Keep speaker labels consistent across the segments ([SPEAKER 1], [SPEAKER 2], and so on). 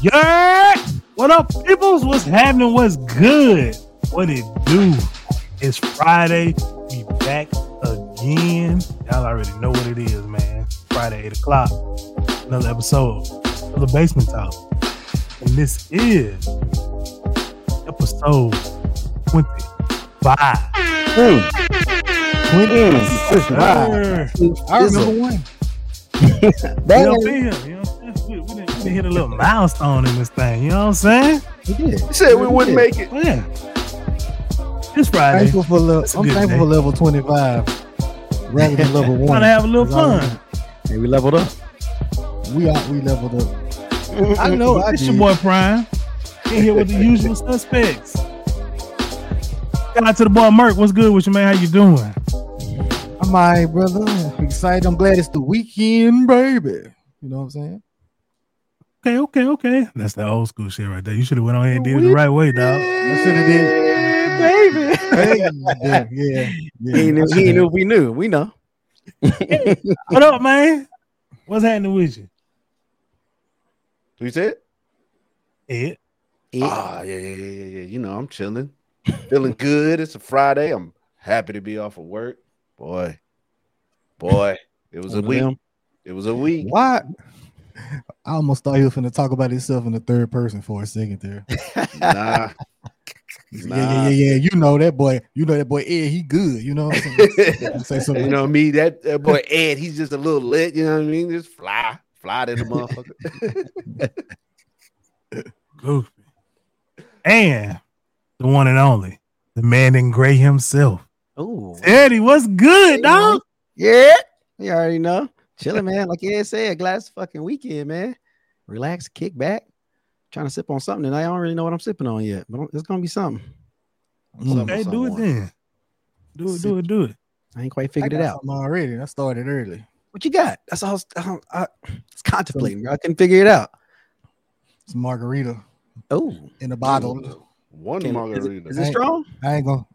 [SPEAKER 1] Yeah! What up, peoples? What's happening? What's good? What it do? It's Friday. We back again. Y'all already know what it is, man. Friday, 8 o'clock. Another episode of the Basement Talk. And this is episode 25.
[SPEAKER 2] Mm.
[SPEAKER 1] 20.
[SPEAKER 2] Mm.
[SPEAKER 3] I
[SPEAKER 2] Is
[SPEAKER 3] remember one.
[SPEAKER 1] You
[SPEAKER 2] That
[SPEAKER 1] know what I'm
[SPEAKER 2] ain't-
[SPEAKER 1] saying? You know what I'm saying? We, we, done- we done hit a little milestone in this thing. You know what I'm saying?
[SPEAKER 3] He did.
[SPEAKER 2] You said we wouldn't make it.
[SPEAKER 1] Yeah. It's Friday.
[SPEAKER 3] Thankful for le-
[SPEAKER 1] That's a
[SPEAKER 3] I'm
[SPEAKER 1] good day.
[SPEAKER 3] thankful for level 25 rather than level
[SPEAKER 1] Trying
[SPEAKER 3] one.
[SPEAKER 1] to have a little
[SPEAKER 3] That's all I
[SPEAKER 1] fun.
[SPEAKER 2] Hey, we leveled up.
[SPEAKER 3] want. We are we leveled up. I know I
[SPEAKER 1] It's
[SPEAKER 3] did.
[SPEAKER 1] your boy Prime. In here with the usual suspects. Shout out to the boy Merk. What's good with you, man? How you doing?
[SPEAKER 3] I'm alright, brother. I'm excited. I'm glad it's the weekend, baby. You know what I'm saying?
[SPEAKER 1] Okay, okay, okay. That's the old school shit right there. You should have went on here and did it the right way, dog.
[SPEAKER 3] I should have did.
[SPEAKER 2] Baby.
[SPEAKER 3] Hey, yeah, yeah, yeah.
[SPEAKER 2] He knew, he knew we knew. We know.
[SPEAKER 1] What up, man? What's happening with you?
[SPEAKER 2] You said?
[SPEAKER 1] Ed?
[SPEAKER 2] Ah, yeah, yeah, yeah, yeah, yeah. You know, I'm chilling. Feeling good. It's a Friday. I'm happy to be off of work. Boy. Boy. It was a
[SPEAKER 3] One of
[SPEAKER 2] week.
[SPEAKER 3] them.
[SPEAKER 2] It was a week.
[SPEAKER 3] Why? I almost thought he was finna talk about himself in the third person for a second there.
[SPEAKER 2] Nah.
[SPEAKER 3] Yeah, yeah, yeah, yeah. You know that boy. You know that boy. Ed, he good. You know what I'm saying? Say something.
[SPEAKER 2] You know what I mean? That, that boy Ed, he's just a little lit. You know what I mean? Just fly. Fly to the motherfucker.
[SPEAKER 1] Goofy. And the one and only, the man in gray himself.
[SPEAKER 4] Oh,
[SPEAKER 1] Eddie, what's good, dog?
[SPEAKER 4] yeah. You already know. Chilling, man. Like Ed said, glass fucking weekend, man. Relax, kick back. Trying to sip on something, and I don't really know what I'm sipping on yet, but it's gonna be something.
[SPEAKER 3] Mm.
[SPEAKER 1] Okay, do it then. Do it, do it, do it.
[SPEAKER 4] I ain't quite
[SPEAKER 3] I
[SPEAKER 4] figured
[SPEAKER 3] got
[SPEAKER 4] it out.
[SPEAKER 3] something already. I started early.
[SPEAKER 4] What you got? That's all. I was, I, don't- I, it's contemplating. bro. I couldn't figure it out.
[SPEAKER 3] It's margarita
[SPEAKER 4] Oh,
[SPEAKER 3] in a bottle.
[SPEAKER 2] One
[SPEAKER 4] can- is,
[SPEAKER 2] margarita.
[SPEAKER 4] it- is it strong?
[SPEAKER 3] I ain't gonna.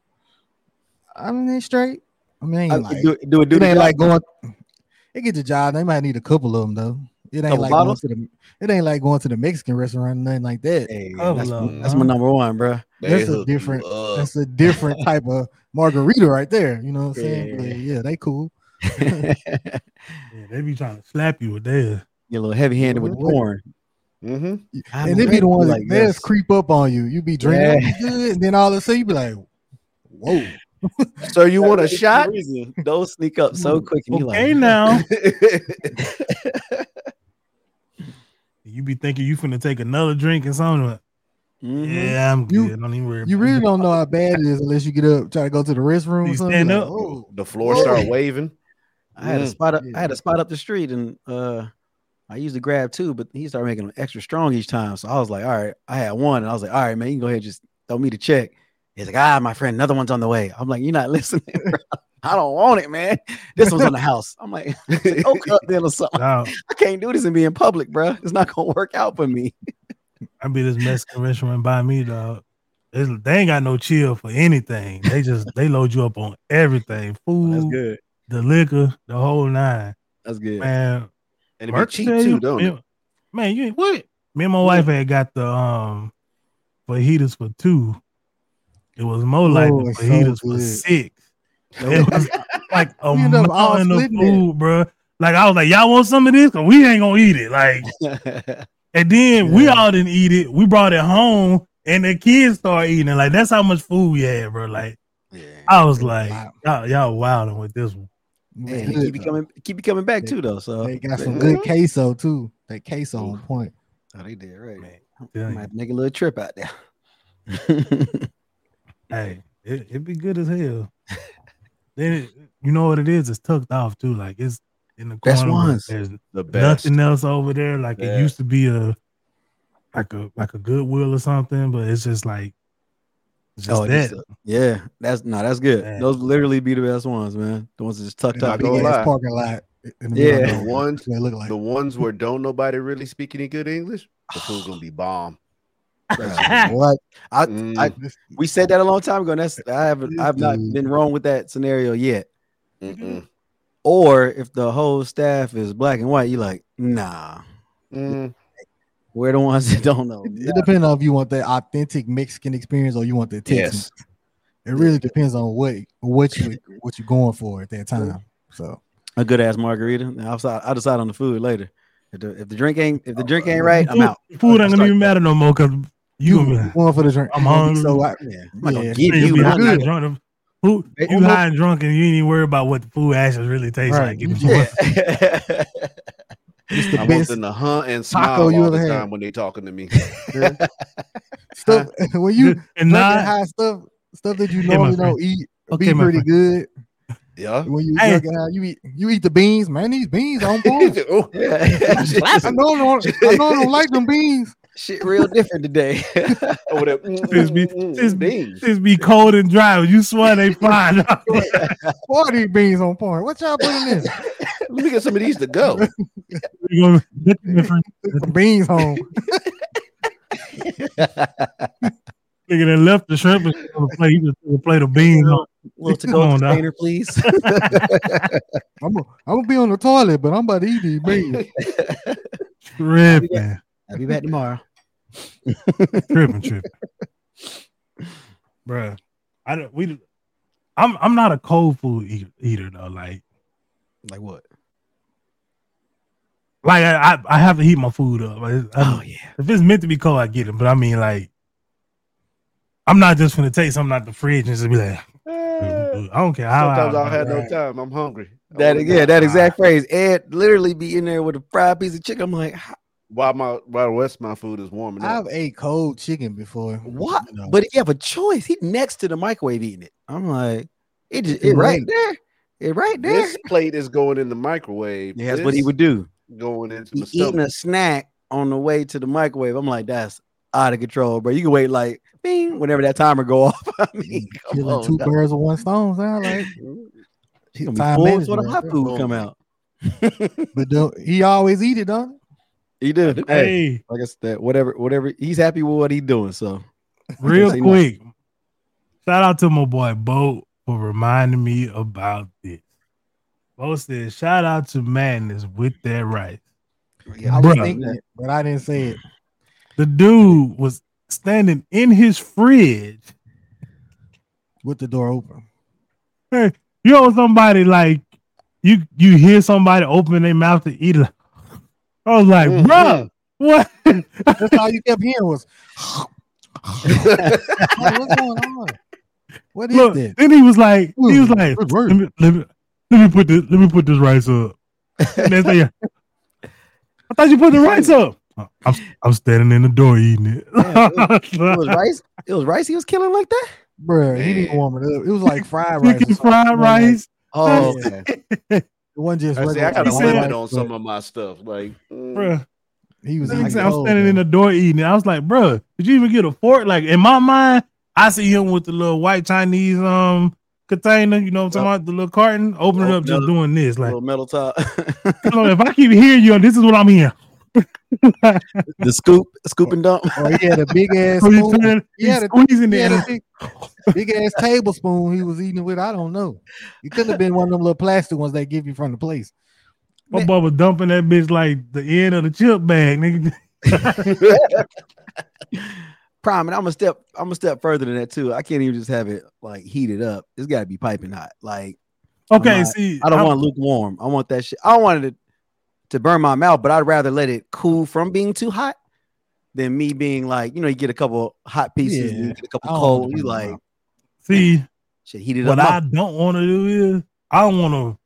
[SPEAKER 3] I mean, they straight. I mean, it ain't
[SPEAKER 4] I-
[SPEAKER 3] like,
[SPEAKER 4] Uh, do, it- do it do
[SPEAKER 3] it
[SPEAKER 4] the
[SPEAKER 3] ain't
[SPEAKER 4] job?
[SPEAKER 3] like going. It get the job. They might need a couple of them though. It ain't
[SPEAKER 4] Couple
[SPEAKER 3] like
[SPEAKER 4] bottles?
[SPEAKER 3] going to the. It ain't like going to the Mexican restaurant or nothing like that.
[SPEAKER 4] Hey,
[SPEAKER 1] Oh,
[SPEAKER 4] that's,
[SPEAKER 1] Lord.
[SPEAKER 4] that's my number one, bro.
[SPEAKER 2] They
[SPEAKER 3] That's a
[SPEAKER 2] hook you
[SPEAKER 3] different-
[SPEAKER 2] up.
[SPEAKER 3] That's a different type of margarita right there. You know what I'm saying? But
[SPEAKER 4] Yeah.
[SPEAKER 3] yeah, they cool.
[SPEAKER 4] Get
[SPEAKER 1] Yeah, they be trying to slap you with theirs.
[SPEAKER 4] a little heavy handed with the
[SPEAKER 3] What?
[SPEAKER 4] corn.
[SPEAKER 2] Mhm.
[SPEAKER 4] I'm
[SPEAKER 3] and they be the
[SPEAKER 4] drinking
[SPEAKER 3] ones
[SPEAKER 4] like
[SPEAKER 3] that they'll
[SPEAKER 4] this.
[SPEAKER 3] creep up on you. You be drinking good, and then all of a sudden you be like, "Whoa,
[SPEAKER 2] So you want a
[SPEAKER 4] For
[SPEAKER 2] shot?
[SPEAKER 4] reason, Those sneak up so quick. And you
[SPEAKER 1] Okay,
[SPEAKER 4] like,
[SPEAKER 1] now
[SPEAKER 2] That's
[SPEAKER 1] you be thinking you finna take another drink and something. but,
[SPEAKER 4] mhm.
[SPEAKER 1] Yeah, I'm
[SPEAKER 3] You-
[SPEAKER 1] good. Don't even worry.
[SPEAKER 3] you
[SPEAKER 1] about
[SPEAKER 3] really
[SPEAKER 1] it.
[SPEAKER 3] don't know how bad it is unless you get up, try to go to the restroom."
[SPEAKER 1] You
[SPEAKER 3] or something.
[SPEAKER 1] stand
[SPEAKER 3] You're like,
[SPEAKER 1] up.
[SPEAKER 3] "Whoa."
[SPEAKER 2] the floor start waving.
[SPEAKER 4] I had a
[SPEAKER 2] Mm,
[SPEAKER 4] spot up. I had
[SPEAKER 3] yeah.
[SPEAKER 4] a spot up the street, and uh, I used to grab two, but he started making them extra strong each time. So I was like, all right, I had one, and I was like, all right, man, you can go ahead, and just throw me the check. He's like, ah, my friend, another one's on the way. I'm like, you're not listening. bro. I don't want it, man. This one's on the house. I'm like, oak up then or something.
[SPEAKER 1] Dog,
[SPEAKER 4] I can't do this and be in public, bro. It's not gonna work out for me.
[SPEAKER 1] I be this Mexican restaurant by me, dog. It's, they ain't got no chill for anything. They just they load you up on everything,
[SPEAKER 4] Oh, That's
[SPEAKER 1] food,
[SPEAKER 4] good.
[SPEAKER 1] the liquor, the whole nine.
[SPEAKER 4] That's good.
[SPEAKER 1] Man,
[SPEAKER 2] and it be
[SPEAKER 1] Merc
[SPEAKER 2] cheap
[SPEAKER 1] tell
[SPEAKER 2] too,
[SPEAKER 1] you-
[SPEAKER 2] don't it?
[SPEAKER 1] man, Man, you ain't what? Me and my wife had got the um fajitas for two. It was more like
[SPEAKER 3] Oh,
[SPEAKER 1] the
[SPEAKER 3] it's so
[SPEAKER 1] fajitas for
[SPEAKER 3] good.
[SPEAKER 1] six. It was like a
[SPEAKER 3] We end up all
[SPEAKER 1] mountain of
[SPEAKER 3] splitting it.
[SPEAKER 1] food, bro. Like I was like, y'all want some of this? Cause we ain't gonna eat it. Like, and then we
[SPEAKER 3] Yeah.
[SPEAKER 1] all didn't eat it. We brought it home, and the kids started eating. it. Like that's how much food we had, bro. Like
[SPEAKER 4] yeah.
[SPEAKER 1] I was like,
[SPEAKER 3] Wow.
[SPEAKER 1] y'all, y'all wilding with this one.
[SPEAKER 3] It was
[SPEAKER 4] Hey,
[SPEAKER 3] good,
[SPEAKER 4] keep it
[SPEAKER 3] though.
[SPEAKER 4] coming, keep it coming back too, though. So
[SPEAKER 3] They got some good queso too. That queso on point.
[SPEAKER 4] Oh, they did right.
[SPEAKER 1] Man,
[SPEAKER 4] I
[SPEAKER 1] telling
[SPEAKER 4] might
[SPEAKER 1] you.
[SPEAKER 4] have to make a little trip out there.
[SPEAKER 1] Hey, it, it'd be good as hell. then it, you know what it is? It's tucked off too. Like it's in the
[SPEAKER 4] Best
[SPEAKER 1] corner. where
[SPEAKER 4] ones.
[SPEAKER 1] There's
[SPEAKER 2] The best.
[SPEAKER 1] nothing else over there. Like
[SPEAKER 2] Yeah.
[SPEAKER 1] it used to be a like a like a Goodwill or something, but it's just like it's just
[SPEAKER 4] Oh, it
[SPEAKER 1] that.
[SPEAKER 4] is a- yeah, that's no, that's good.
[SPEAKER 1] Man.
[SPEAKER 4] Those literally be the best ones, man. The ones that just tucked
[SPEAKER 3] In a
[SPEAKER 4] up.
[SPEAKER 2] gonna
[SPEAKER 3] big
[SPEAKER 2] lie.
[SPEAKER 3] ass parking lot. in the middle of
[SPEAKER 4] Yeah.
[SPEAKER 3] nowhere.
[SPEAKER 2] The ones-
[SPEAKER 3] That's what it look like.
[SPEAKER 2] The ones where don't nobody really speak any good English, the food's gonna be bomb.
[SPEAKER 3] what?
[SPEAKER 4] I,
[SPEAKER 2] Mm,
[SPEAKER 4] I- we said that a long time ago, and that's I haven't I've not
[SPEAKER 3] Dude.
[SPEAKER 4] been wrong with that scenario yet.
[SPEAKER 2] mm-mm,
[SPEAKER 4] Or if the whole staff is black and white, you like, nah,
[SPEAKER 2] mm.
[SPEAKER 4] We're the ones that don't know.
[SPEAKER 3] It, it depends on if you want that authentic Mexican experience or you want the Texan.
[SPEAKER 2] Yes.
[SPEAKER 3] It really depends on what what you what you're going for at that time. So
[SPEAKER 4] A good ass margarita. Now, I'll, decide- I'll decide on the food later. If the, if the drink ain't if the drink ain't right, I'm out.
[SPEAKER 1] Food ain't gonna even matter no more because you,
[SPEAKER 3] you going for the drink?
[SPEAKER 1] I'm hungry.
[SPEAKER 3] So I,
[SPEAKER 4] Yeah, I'm not gonna
[SPEAKER 3] Yeah.
[SPEAKER 4] give
[SPEAKER 1] you
[SPEAKER 4] you
[SPEAKER 1] be
[SPEAKER 3] not
[SPEAKER 1] high
[SPEAKER 4] nothing.
[SPEAKER 1] and drunk. Who
[SPEAKER 4] Hey,
[SPEAKER 1] you
[SPEAKER 4] Umo.
[SPEAKER 1] high and drunk and you ain't even worry about what the food actually really tastes
[SPEAKER 3] Right.
[SPEAKER 1] like. You just-
[SPEAKER 4] Yeah.
[SPEAKER 3] it's the
[SPEAKER 2] I want
[SPEAKER 3] best
[SPEAKER 2] them to hunt and
[SPEAKER 3] taco
[SPEAKER 2] smile
[SPEAKER 3] you
[SPEAKER 2] all the
[SPEAKER 3] ever had.
[SPEAKER 2] time when they talking to me.
[SPEAKER 3] stuff when you drinking
[SPEAKER 1] and not,
[SPEAKER 3] high stuff stuff that you
[SPEAKER 1] Hey, my
[SPEAKER 3] normally
[SPEAKER 1] friend.
[SPEAKER 3] don't eat.
[SPEAKER 1] Okay,
[SPEAKER 3] be
[SPEAKER 1] my
[SPEAKER 3] pretty
[SPEAKER 1] friend.
[SPEAKER 3] good
[SPEAKER 2] Yeah.
[SPEAKER 3] when you
[SPEAKER 1] Hey.
[SPEAKER 3] drinking high. You eat you eat the beans, man. These beans on point.
[SPEAKER 2] Oh,
[SPEAKER 4] yeah.
[SPEAKER 3] I know I don't, I know I don't like them beans.
[SPEAKER 4] Shit, real different today.
[SPEAKER 2] over there. mm,
[SPEAKER 1] This be- this be- Just be cold and dry. When you swear they fine.
[SPEAKER 3] Boy, these beans on point. What y'all put in this?
[SPEAKER 2] Let me get some of these to go.
[SPEAKER 1] You gonna- that's different.
[SPEAKER 3] Took some beans home.
[SPEAKER 1] Nigga that left the shrimp and took a plate, he just took a plate of beans. on.
[SPEAKER 4] Little to
[SPEAKER 1] Come
[SPEAKER 4] go
[SPEAKER 1] on now.
[SPEAKER 4] container, please.
[SPEAKER 3] I'm gonna, I'm gonna be on the toilet, but I'm about to eat these beans.
[SPEAKER 1] Tripping,
[SPEAKER 4] I'll be back tomorrow.
[SPEAKER 1] tripping, tripping. Bruh, I don't. We, I'm I'm not a cold food eater, eater though. Like
[SPEAKER 4] Like what?
[SPEAKER 1] like I, I I have to heat my food up. Like, it's- I-
[SPEAKER 4] Oh yeah.
[SPEAKER 1] if it's meant to be cold, I get it. But I mean, like, I'm not just gonna take something out the fridge and just be like, I don't care how.
[SPEAKER 2] Mm-hmm. Sometimes
[SPEAKER 1] I,
[SPEAKER 2] I don't have no
[SPEAKER 3] Right.
[SPEAKER 2] time. I'm hungry. I
[SPEAKER 4] That
[SPEAKER 2] wanna
[SPEAKER 4] again,
[SPEAKER 2] die.
[SPEAKER 4] that exact phrase. Ed literally be in there with a fried piece of chicken. I'm like, "How-
[SPEAKER 2] While my while the rest of my food is warming up.
[SPEAKER 3] I've ate cold chicken before.
[SPEAKER 4] what?
[SPEAKER 3] You know,
[SPEAKER 4] But if you have a choice, he next to the microwave eating it. I'm like, it just
[SPEAKER 3] Chicken
[SPEAKER 4] it right
[SPEAKER 3] wings.
[SPEAKER 4] there. It right there.
[SPEAKER 2] This plate is going in the microwave.
[SPEAKER 4] yeah, that's what he
[SPEAKER 2] This
[SPEAKER 4] would do.
[SPEAKER 2] going into
[SPEAKER 4] He
[SPEAKER 2] my
[SPEAKER 4] eating
[SPEAKER 2] stomach.
[SPEAKER 4] a snack on the way to the microwave. I'm like, that's out of control, bro. You can wait like bing whenever that timer go off. I mean, come
[SPEAKER 3] killing
[SPEAKER 4] on.
[SPEAKER 3] two
[SPEAKER 4] dog.
[SPEAKER 3] birds with one stone sound like.
[SPEAKER 4] She gonna
[SPEAKER 3] Time
[SPEAKER 4] be full before the
[SPEAKER 3] management
[SPEAKER 4] hot
[SPEAKER 3] right
[SPEAKER 4] food
[SPEAKER 2] there.
[SPEAKER 4] come out.
[SPEAKER 3] But don't, he always eat it, don't
[SPEAKER 4] He did. Hey,
[SPEAKER 1] Hey,
[SPEAKER 4] like I said, whatever, whatever. He's happy with what he's doing. So
[SPEAKER 1] real
[SPEAKER 4] Say no.
[SPEAKER 1] quick, shout out to my boy Bo for reminding me about this. Bo said, "Shout out to Madness with that right."
[SPEAKER 3] he? I was
[SPEAKER 1] Bruh.
[SPEAKER 3] thinking it, but I didn't say it.
[SPEAKER 1] The dude was standing in his fridge.
[SPEAKER 3] With the door open.
[SPEAKER 1] You know, somebody like you you hear somebody open their mouth to eat it. I was like,
[SPEAKER 4] Mm-hmm.
[SPEAKER 2] Mhm.
[SPEAKER 1] bruh, what?
[SPEAKER 3] That's all you kept hearing was "Hey, what's going on? What is
[SPEAKER 1] Look,
[SPEAKER 3] this?
[SPEAKER 1] then he was like, he was
[SPEAKER 3] Ooh,
[SPEAKER 1] like, let
[SPEAKER 3] good word.
[SPEAKER 1] me, let me let me put this let me put this rice up. And they say, I thought you put the rice up. I'm I'm standing in the door eating it.
[SPEAKER 4] Yeah, it was rice. It was rice. He was killing like that.
[SPEAKER 3] Bruh, he didn't
[SPEAKER 2] Man.
[SPEAKER 3] warm it up. It was like fried rice. or
[SPEAKER 1] Chicken
[SPEAKER 3] something. It
[SPEAKER 1] fried
[SPEAKER 3] wasn't like-
[SPEAKER 1] rice.
[SPEAKER 4] Oh,
[SPEAKER 3] Yeah. It wasn't just
[SPEAKER 2] I, see,
[SPEAKER 3] regular
[SPEAKER 2] I got a
[SPEAKER 1] He
[SPEAKER 3] fried
[SPEAKER 1] said-
[SPEAKER 2] limit
[SPEAKER 3] rice,
[SPEAKER 2] on
[SPEAKER 3] but
[SPEAKER 2] some of my stuff. Like, mm,
[SPEAKER 1] Bruh.
[SPEAKER 3] He was
[SPEAKER 1] Let me
[SPEAKER 3] eating
[SPEAKER 1] say, I'm
[SPEAKER 3] cold,
[SPEAKER 1] standing in
[SPEAKER 3] man.
[SPEAKER 1] the door eating it. I was like, bruh, did you even get a fork? Like in my mind, I see him with the little white Chinese um container, you know what I'm talking about? The little carton, opening
[SPEAKER 4] Nope,
[SPEAKER 1] up, just
[SPEAKER 4] nope.
[SPEAKER 1] doing this. Like,
[SPEAKER 4] little metal top.
[SPEAKER 1] "Lord, if I keep hearing you, this is what I'm hearing.
[SPEAKER 4] the scoop, scoop and dump.
[SPEAKER 3] Or he had a big ass
[SPEAKER 1] So Oh, you
[SPEAKER 3] spoon.
[SPEAKER 1] turn,
[SPEAKER 3] He
[SPEAKER 1] you
[SPEAKER 3] had a-
[SPEAKER 1] squeezing
[SPEAKER 3] He
[SPEAKER 1] it.
[SPEAKER 3] had a big, big ass tablespoon he was eating it with. I don't know. It couldn't have been one of them little plastic ones they give you from the place.
[SPEAKER 1] My boy was dumping that bitch like the end of the chip bag, nigga.
[SPEAKER 4] Prime, and I'm a step. I'm a step further than that too. I can't even just have it like heated up. It's got to be piping hot. Like
[SPEAKER 1] Okay,
[SPEAKER 4] not-
[SPEAKER 1] see,
[SPEAKER 4] I don't
[SPEAKER 1] I'm-
[SPEAKER 4] want lukewarm. I want that shit. I wanted it to burn my mouth, but I'd rather let it cool from being too hot than me being like, you know, you get a couple hot pieces, and
[SPEAKER 3] Yeah.
[SPEAKER 4] you get a couple
[SPEAKER 3] I don't
[SPEAKER 4] cold.
[SPEAKER 3] want to
[SPEAKER 4] You
[SPEAKER 3] burn my
[SPEAKER 4] like
[SPEAKER 3] mouth.
[SPEAKER 1] see.
[SPEAKER 4] shit heated
[SPEAKER 1] What
[SPEAKER 4] up.
[SPEAKER 1] I don't want to do is I don't want to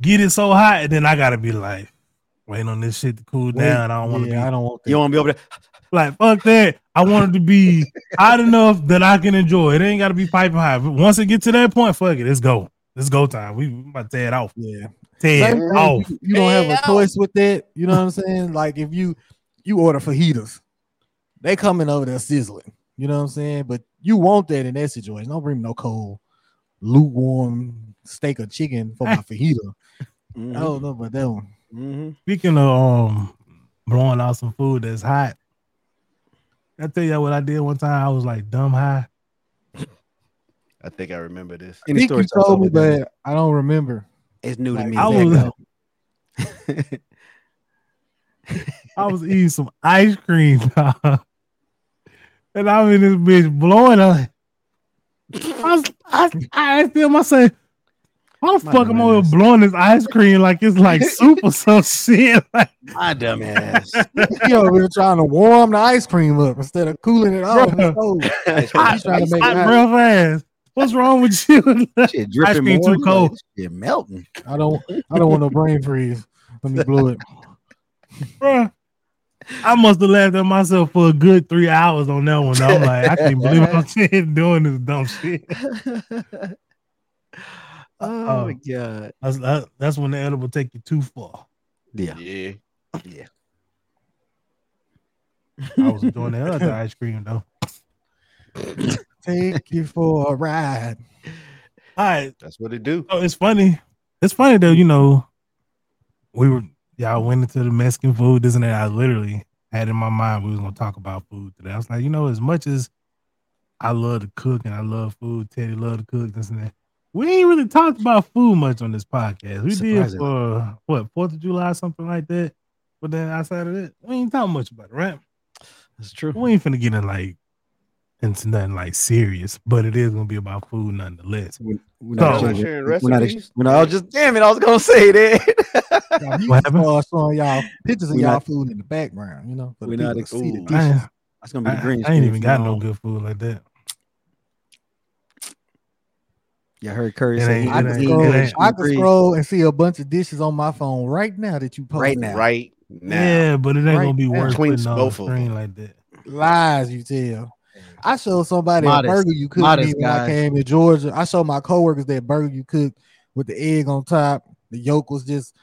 [SPEAKER 1] get it so hot, and then I gotta be like, wait on this shit to cool
[SPEAKER 3] Wait,
[SPEAKER 1] down. I don't want to
[SPEAKER 3] yeah,
[SPEAKER 1] be
[SPEAKER 3] I don't want that.
[SPEAKER 4] you don't want to be over there.
[SPEAKER 1] Like fuck that. I want it to be hot enough that I can enjoy it. Ain't got to be piping hot. But once it get to that point, fuck it. Let's go. Let's go time. We we about to tear it off.
[SPEAKER 3] yeah.
[SPEAKER 1] Tear
[SPEAKER 3] Same
[SPEAKER 1] it
[SPEAKER 3] thing,
[SPEAKER 1] off.
[SPEAKER 3] You, you don't have
[SPEAKER 4] Yeah.
[SPEAKER 3] a choice with that. You know what I'm saying? Like if you you order fajitas, they coming over there sizzling. You know what I'm saying? But you want that in that situation. Don't bring me no cold, lukewarm steak or chicken for my fajita.
[SPEAKER 4] Mhm,
[SPEAKER 3] I don't know about that one.
[SPEAKER 4] mhm.
[SPEAKER 1] Speaking of um blowing out some food that's hot, I tell you what I did one time. I was like dumb high.
[SPEAKER 2] I think I remember this.
[SPEAKER 3] I
[SPEAKER 4] Any
[SPEAKER 3] think you
[SPEAKER 4] story tells
[SPEAKER 3] told me,
[SPEAKER 4] something different.
[SPEAKER 3] but I don't remember.
[SPEAKER 4] it's new to
[SPEAKER 3] Like,
[SPEAKER 4] me.
[SPEAKER 1] I
[SPEAKER 3] exactly.
[SPEAKER 1] was- I was eating some ice cream, dog. and I'm in this bitch blowing. I, I, was, I, I asked him, I said, "How the
[SPEAKER 4] My
[SPEAKER 1] fuck am I
[SPEAKER 4] goodness.
[SPEAKER 1] blowing this ice cream like it's like soup or some shit?" Like,
[SPEAKER 4] My dumb ass.
[SPEAKER 3] You know, we were trying to warm the ice cream up instead of cooling it off. in
[SPEAKER 1] Bruh.
[SPEAKER 3] the stove.
[SPEAKER 1] hot,
[SPEAKER 3] He's trying to make
[SPEAKER 1] hot
[SPEAKER 3] it
[SPEAKER 1] real fast. What's wrong with you?
[SPEAKER 4] Shit dripping
[SPEAKER 1] cream
[SPEAKER 4] more
[SPEAKER 1] too cold.
[SPEAKER 4] Shit melting.
[SPEAKER 3] I don't. I don't want no brain freeze. Let me blow it.
[SPEAKER 1] Bruh. I must have laughed at myself for a good three hours on that one. I'm like, I can't believe I'm shit doing this dumb shit.
[SPEAKER 4] oh,
[SPEAKER 1] Uh-oh.
[SPEAKER 4] my god.
[SPEAKER 1] That's, that- that's when the edible take you too far.
[SPEAKER 4] Yeah.
[SPEAKER 2] Yeah.
[SPEAKER 1] I was enjoying the other ice cream though.
[SPEAKER 3] Take you for a ride.
[SPEAKER 1] All right,
[SPEAKER 2] That's what it do.
[SPEAKER 1] so Oh, it's funny. It's funny though. You know, we were y'all went into the Mexican food, this and that. I literally had in my mind we was gonna talk about food today. I was like, you know, as much as I love to cook and I love food, Teddy loved to cook, this and that. We ain't really talked about food much on this podcast. We did
[SPEAKER 4] Surprisingly.
[SPEAKER 1] for what Fourth of July, something like that. But then outside of that, we ain't talking much about it, right?
[SPEAKER 4] That's true.
[SPEAKER 1] We ain't finna get in like into nothing like serious, but it is gonna be about food nonetheless.
[SPEAKER 4] We're we're
[SPEAKER 1] So-
[SPEAKER 4] exchanging-
[SPEAKER 2] Sharing
[SPEAKER 4] we're not ex-
[SPEAKER 2] recipes?
[SPEAKER 4] we're not- I was just damn it. I was gonna say that.
[SPEAKER 3] Y'all, you
[SPEAKER 1] What happened?
[SPEAKER 3] start showing y'all pictures of
[SPEAKER 4] We
[SPEAKER 3] y'all
[SPEAKER 4] not-
[SPEAKER 3] food in the background. You know, for the
[SPEAKER 4] we not
[SPEAKER 3] people to see the
[SPEAKER 2] Ooh.
[SPEAKER 3] dishes.
[SPEAKER 1] I,
[SPEAKER 4] That's gonna be the
[SPEAKER 1] I,
[SPEAKER 4] green.
[SPEAKER 1] I ain't
[SPEAKER 4] screen
[SPEAKER 1] even
[SPEAKER 4] from
[SPEAKER 1] got
[SPEAKER 4] now
[SPEAKER 1] no
[SPEAKER 4] on.
[SPEAKER 1] good food like that.
[SPEAKER 4] Yeah, I heard Curry
[SPEAKER 1] It
[SPEAKER 4] say
[SPEAKER 1] ain't-
[SPEAKER 4] he
[SPEAKER 3] I
[SPEAKER 1] it
[SPEAKER 4] was
[SPEAKER 3] can
[SPEAKER 1] ain't-
[SPEAKER 4] eating
[SPEAKER 3] scroll.
[SPEAKER 1] it
[SPEAKER 4] good.
[SPEAKER 1] ain't-
[SPEAKER 3] I can
[SPEAKER 4] Agree.
[SPEAKER 3] scroll and see a bunch of dishes on my phone right now that you posted.
[SPEAKER 4] Right now.
[SPEAKER 2] Right now.
[SPEAKER 1] Yeah, but it ain't
[SPEAKER 3] Right
[SPEAKER 1] gonna be
[SPEAKER 3] there.
[SPEAKER 1] worth
[SPEAKER 2] Between
[SPEAKER 1] putting on the
[SPEAKER 2] both of
[SPEAKER 1] screen like that.
[SPEAKER 3] lies you tell. I showed somebody
[SPEAKER 4] Modest.
[SPEAKER 3] a burger you cooked
[SPEAKER 4] Modest,
[SPEAKER 3] me when I
[SPEAKER 4] guys.
[SPEAKER 3] came to Georgia. I showed my coworkers that burger you cooked with the egg on top. The yolk was just,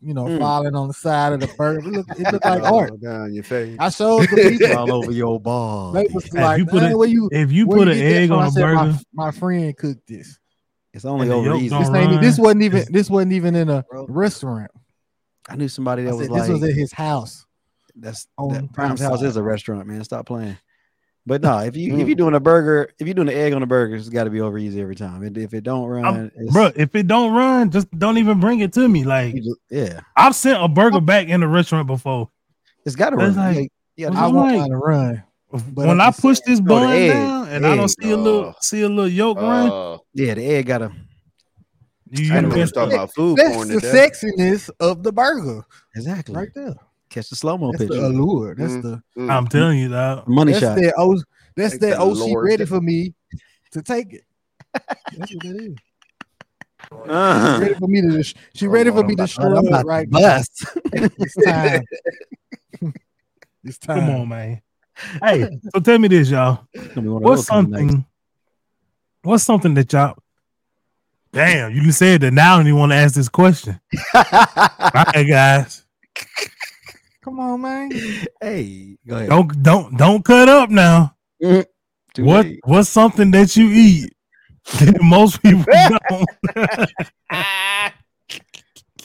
[SPEAKER 3] you know,
[SPEAKER 4] Mm.
[SPEAKER 3] falling on the side of the burger. It looked, it looked
[SPEAKER 2] All
[SPEAKER 3] like
[SPEAKER 4] Oh,
[SPEAKER 3] art.
[SPEAKER 2] down your face.
[SPEAKER 3] I showed the people.
[SPEAKER 4] all over your ball.
[SPEAKER 3] They was
[SPEAKER 1] Hey,
[SPEAKER 3] like,
[SPEAKER 1] you put
[SPEAKER 3] "Man,
[SPEAKER 1] it-
[SPEAKER 3] where you,
[SPEAKER 1] If you
[SPEAKER 3] where
[SPEAKER 1] put
[SPEAKER 3] you
[SPEAKER 1] an
[SPEAKER 3] get that
[SPEAKER 1] egg
[SPEAKER 3] from?" I
[SPEAKER 1] on a
[SPEAKER 3] said,
[SPEAKER 1] burger,
[SPEAKER 3] My, my friend cooked this.
[SPEAKER 4] It's only
[SPEAKER 1] And the
[SPEAKER 4] over
[SPEAKER 1] yolk
[SPEAKER 4] easy.
[SPEAKER 1] don't-
[SPEAKER 3] This ain't. This
[SPEAKER 1] Alright.
[SPEAKER 3] wasn't even.
[SPEAKER 1] It's-
[SPEAKER 3] This wasn't even in a
[SPEAKER 4] Bro.
[SPEAKER 3] restaurant.
[SPEAKER 4] I knew somebody
[SPEAKER 3] I
[SPEAKER 4] that
[SPEAKER 3] said,
[SPEAKER 4] was
[SPEAKER 3] this
[SPEAKER 4] like,
[SPEAKER 3] was at his house.
[SPEAKER 4] "That's
[SPEAKER 3] on
[SPEAKER 4] that
[SPEAKER 3] the
[SPEAKER 4] Prime's house
[SPEAKER 3] outside.
[SPEAKER 4] is a restaurant, man. Stop playing." But no, if you if
[SPEAKER 3] Mm.
[SPEAKER 4] you're doing a burger, if you're doing an egg on a burger, it's got to be over easy every time. And if it don't run, it's,
[SPEAKER 1] bro, if it don't run, just don't even bring it to me. Like
[SPEAKER 4] you just- yeah,
[SPEAKER 1] I've sent a
[SPEAKER 3] Oh.
[SPEAKER 1] burger back in a restaurant before.
[SPEAKER 4] it's got to
[SPEAKER 1] That's
[SPEAKER 4] run.
[SPEAKER 1] like-
[SPEAKER 4] Like, yeah,
[SPEAKER 1] It's
[SPEAKER 3] I want
[SPEAKER 1] like-
[SPEAKER 3] mine to run. But
[SPEAKER 1] when
[SPEAKER 3] I'm
[SPEAKER 1] I
[SPEAKER 3] just
[SPEAKER 1] push this
[SPEAKER 4] bro, the
[SPEAKER 1] bun
[SPEAKER 4] egg-
[SPEAKER 1] down and I don't
[SPEAKER 4] egg, Oh.
[SPEAKER 1] see a little
[SPEAKER 2] uh,
[SPEAKER 1] see a little yolk run,
[SPEAKER 2] Uh,
[SPEAKER 4] yeah, the egg got to.
[SPEAKER 1] you,
[SPEAKER 2] I know
[SPEAKER 1] you
[SPEAKER 2] we was
[SPEAKER 1] messed
[SPEAKER 2] talking
[SPEAKER 1] up.
[SPEAKER 2] about food
[SPEAKER 3] That's
[SPEAKER 2] porn
[SPEAKER 3] the
[SPEAKER 2] today.
[SPEAKER 3] sexiness of the burger,
[SPEAKER 4] Exactly.
[SPEAKER 3] right there.
[SPEAKER 4] Catch the slow mo
[SPEAKER 3] That's
[SPEAKER 4] picture.
[SPEAKER 3] the allure. That's
[SPEAKER 2] Mm.
[SPEAKER 3] the
[SPEAKER 2] Mm.
[SPEAKER 1] I'm telling you, dog.
[SPEAKER 4] Money
[SPEAKER 3] that's
[SPEAKER 4] shot.
[SPEAKER 3] that oh that's
[SPEAKER 2] Thank
[SPEAKER 3] that
[SPEAKER 2] the
[SPEAKER 3] oh she
[SPEAKER 2] Lord.
[SPEAKER 3] ready for me to take it. That's what that is.
[SPEAKER 2] Uh-huh.
[SPEAKER 3] Ready for me to dis- she
[SPEAKER 2] Oh,
[SPEAKER 3] ready
[SPEAKER 2] Lord,
[SPEAKER 3] for
[SPEAKER 2] I'm
[SPEAKER 3] me to
[SPEAKER 2] about-
[SPEAKER 4] Lord,
[SPEAKER 3] destroy
[SPEAKER 4] I'm
[SPEAKER 3] it
[SPEAKER 4] about
[SPEAKER 3] right
[SPEAKER 4] right
[SPEAKER 3] now.
[SPEAKER 4] bust.
[SPEAKER 3] It's time. it's time.
[SPEAKER 1] Come on, man. Hey, so tell me this, y'all.
[SPEAKER 4] Gonna be one of
[SPEAKER 1] What's
[SPEAKER 4] those kind of nights.
[SPEAKER 1] something? What's something that y'all? Damn, you said that now, and you want to ask this question. All right, guys,
[SPEAKER 3] Come on, man.
[SPEAKER 4] hey, go ahead.
[SPEAKER 1] don't don't don't cut up now.
[SPEAKER 4] Too
[SPEAKER 1] what
[SPEAKER 4] late.
[SPEAKER 1] what's something that you eat that most people don't?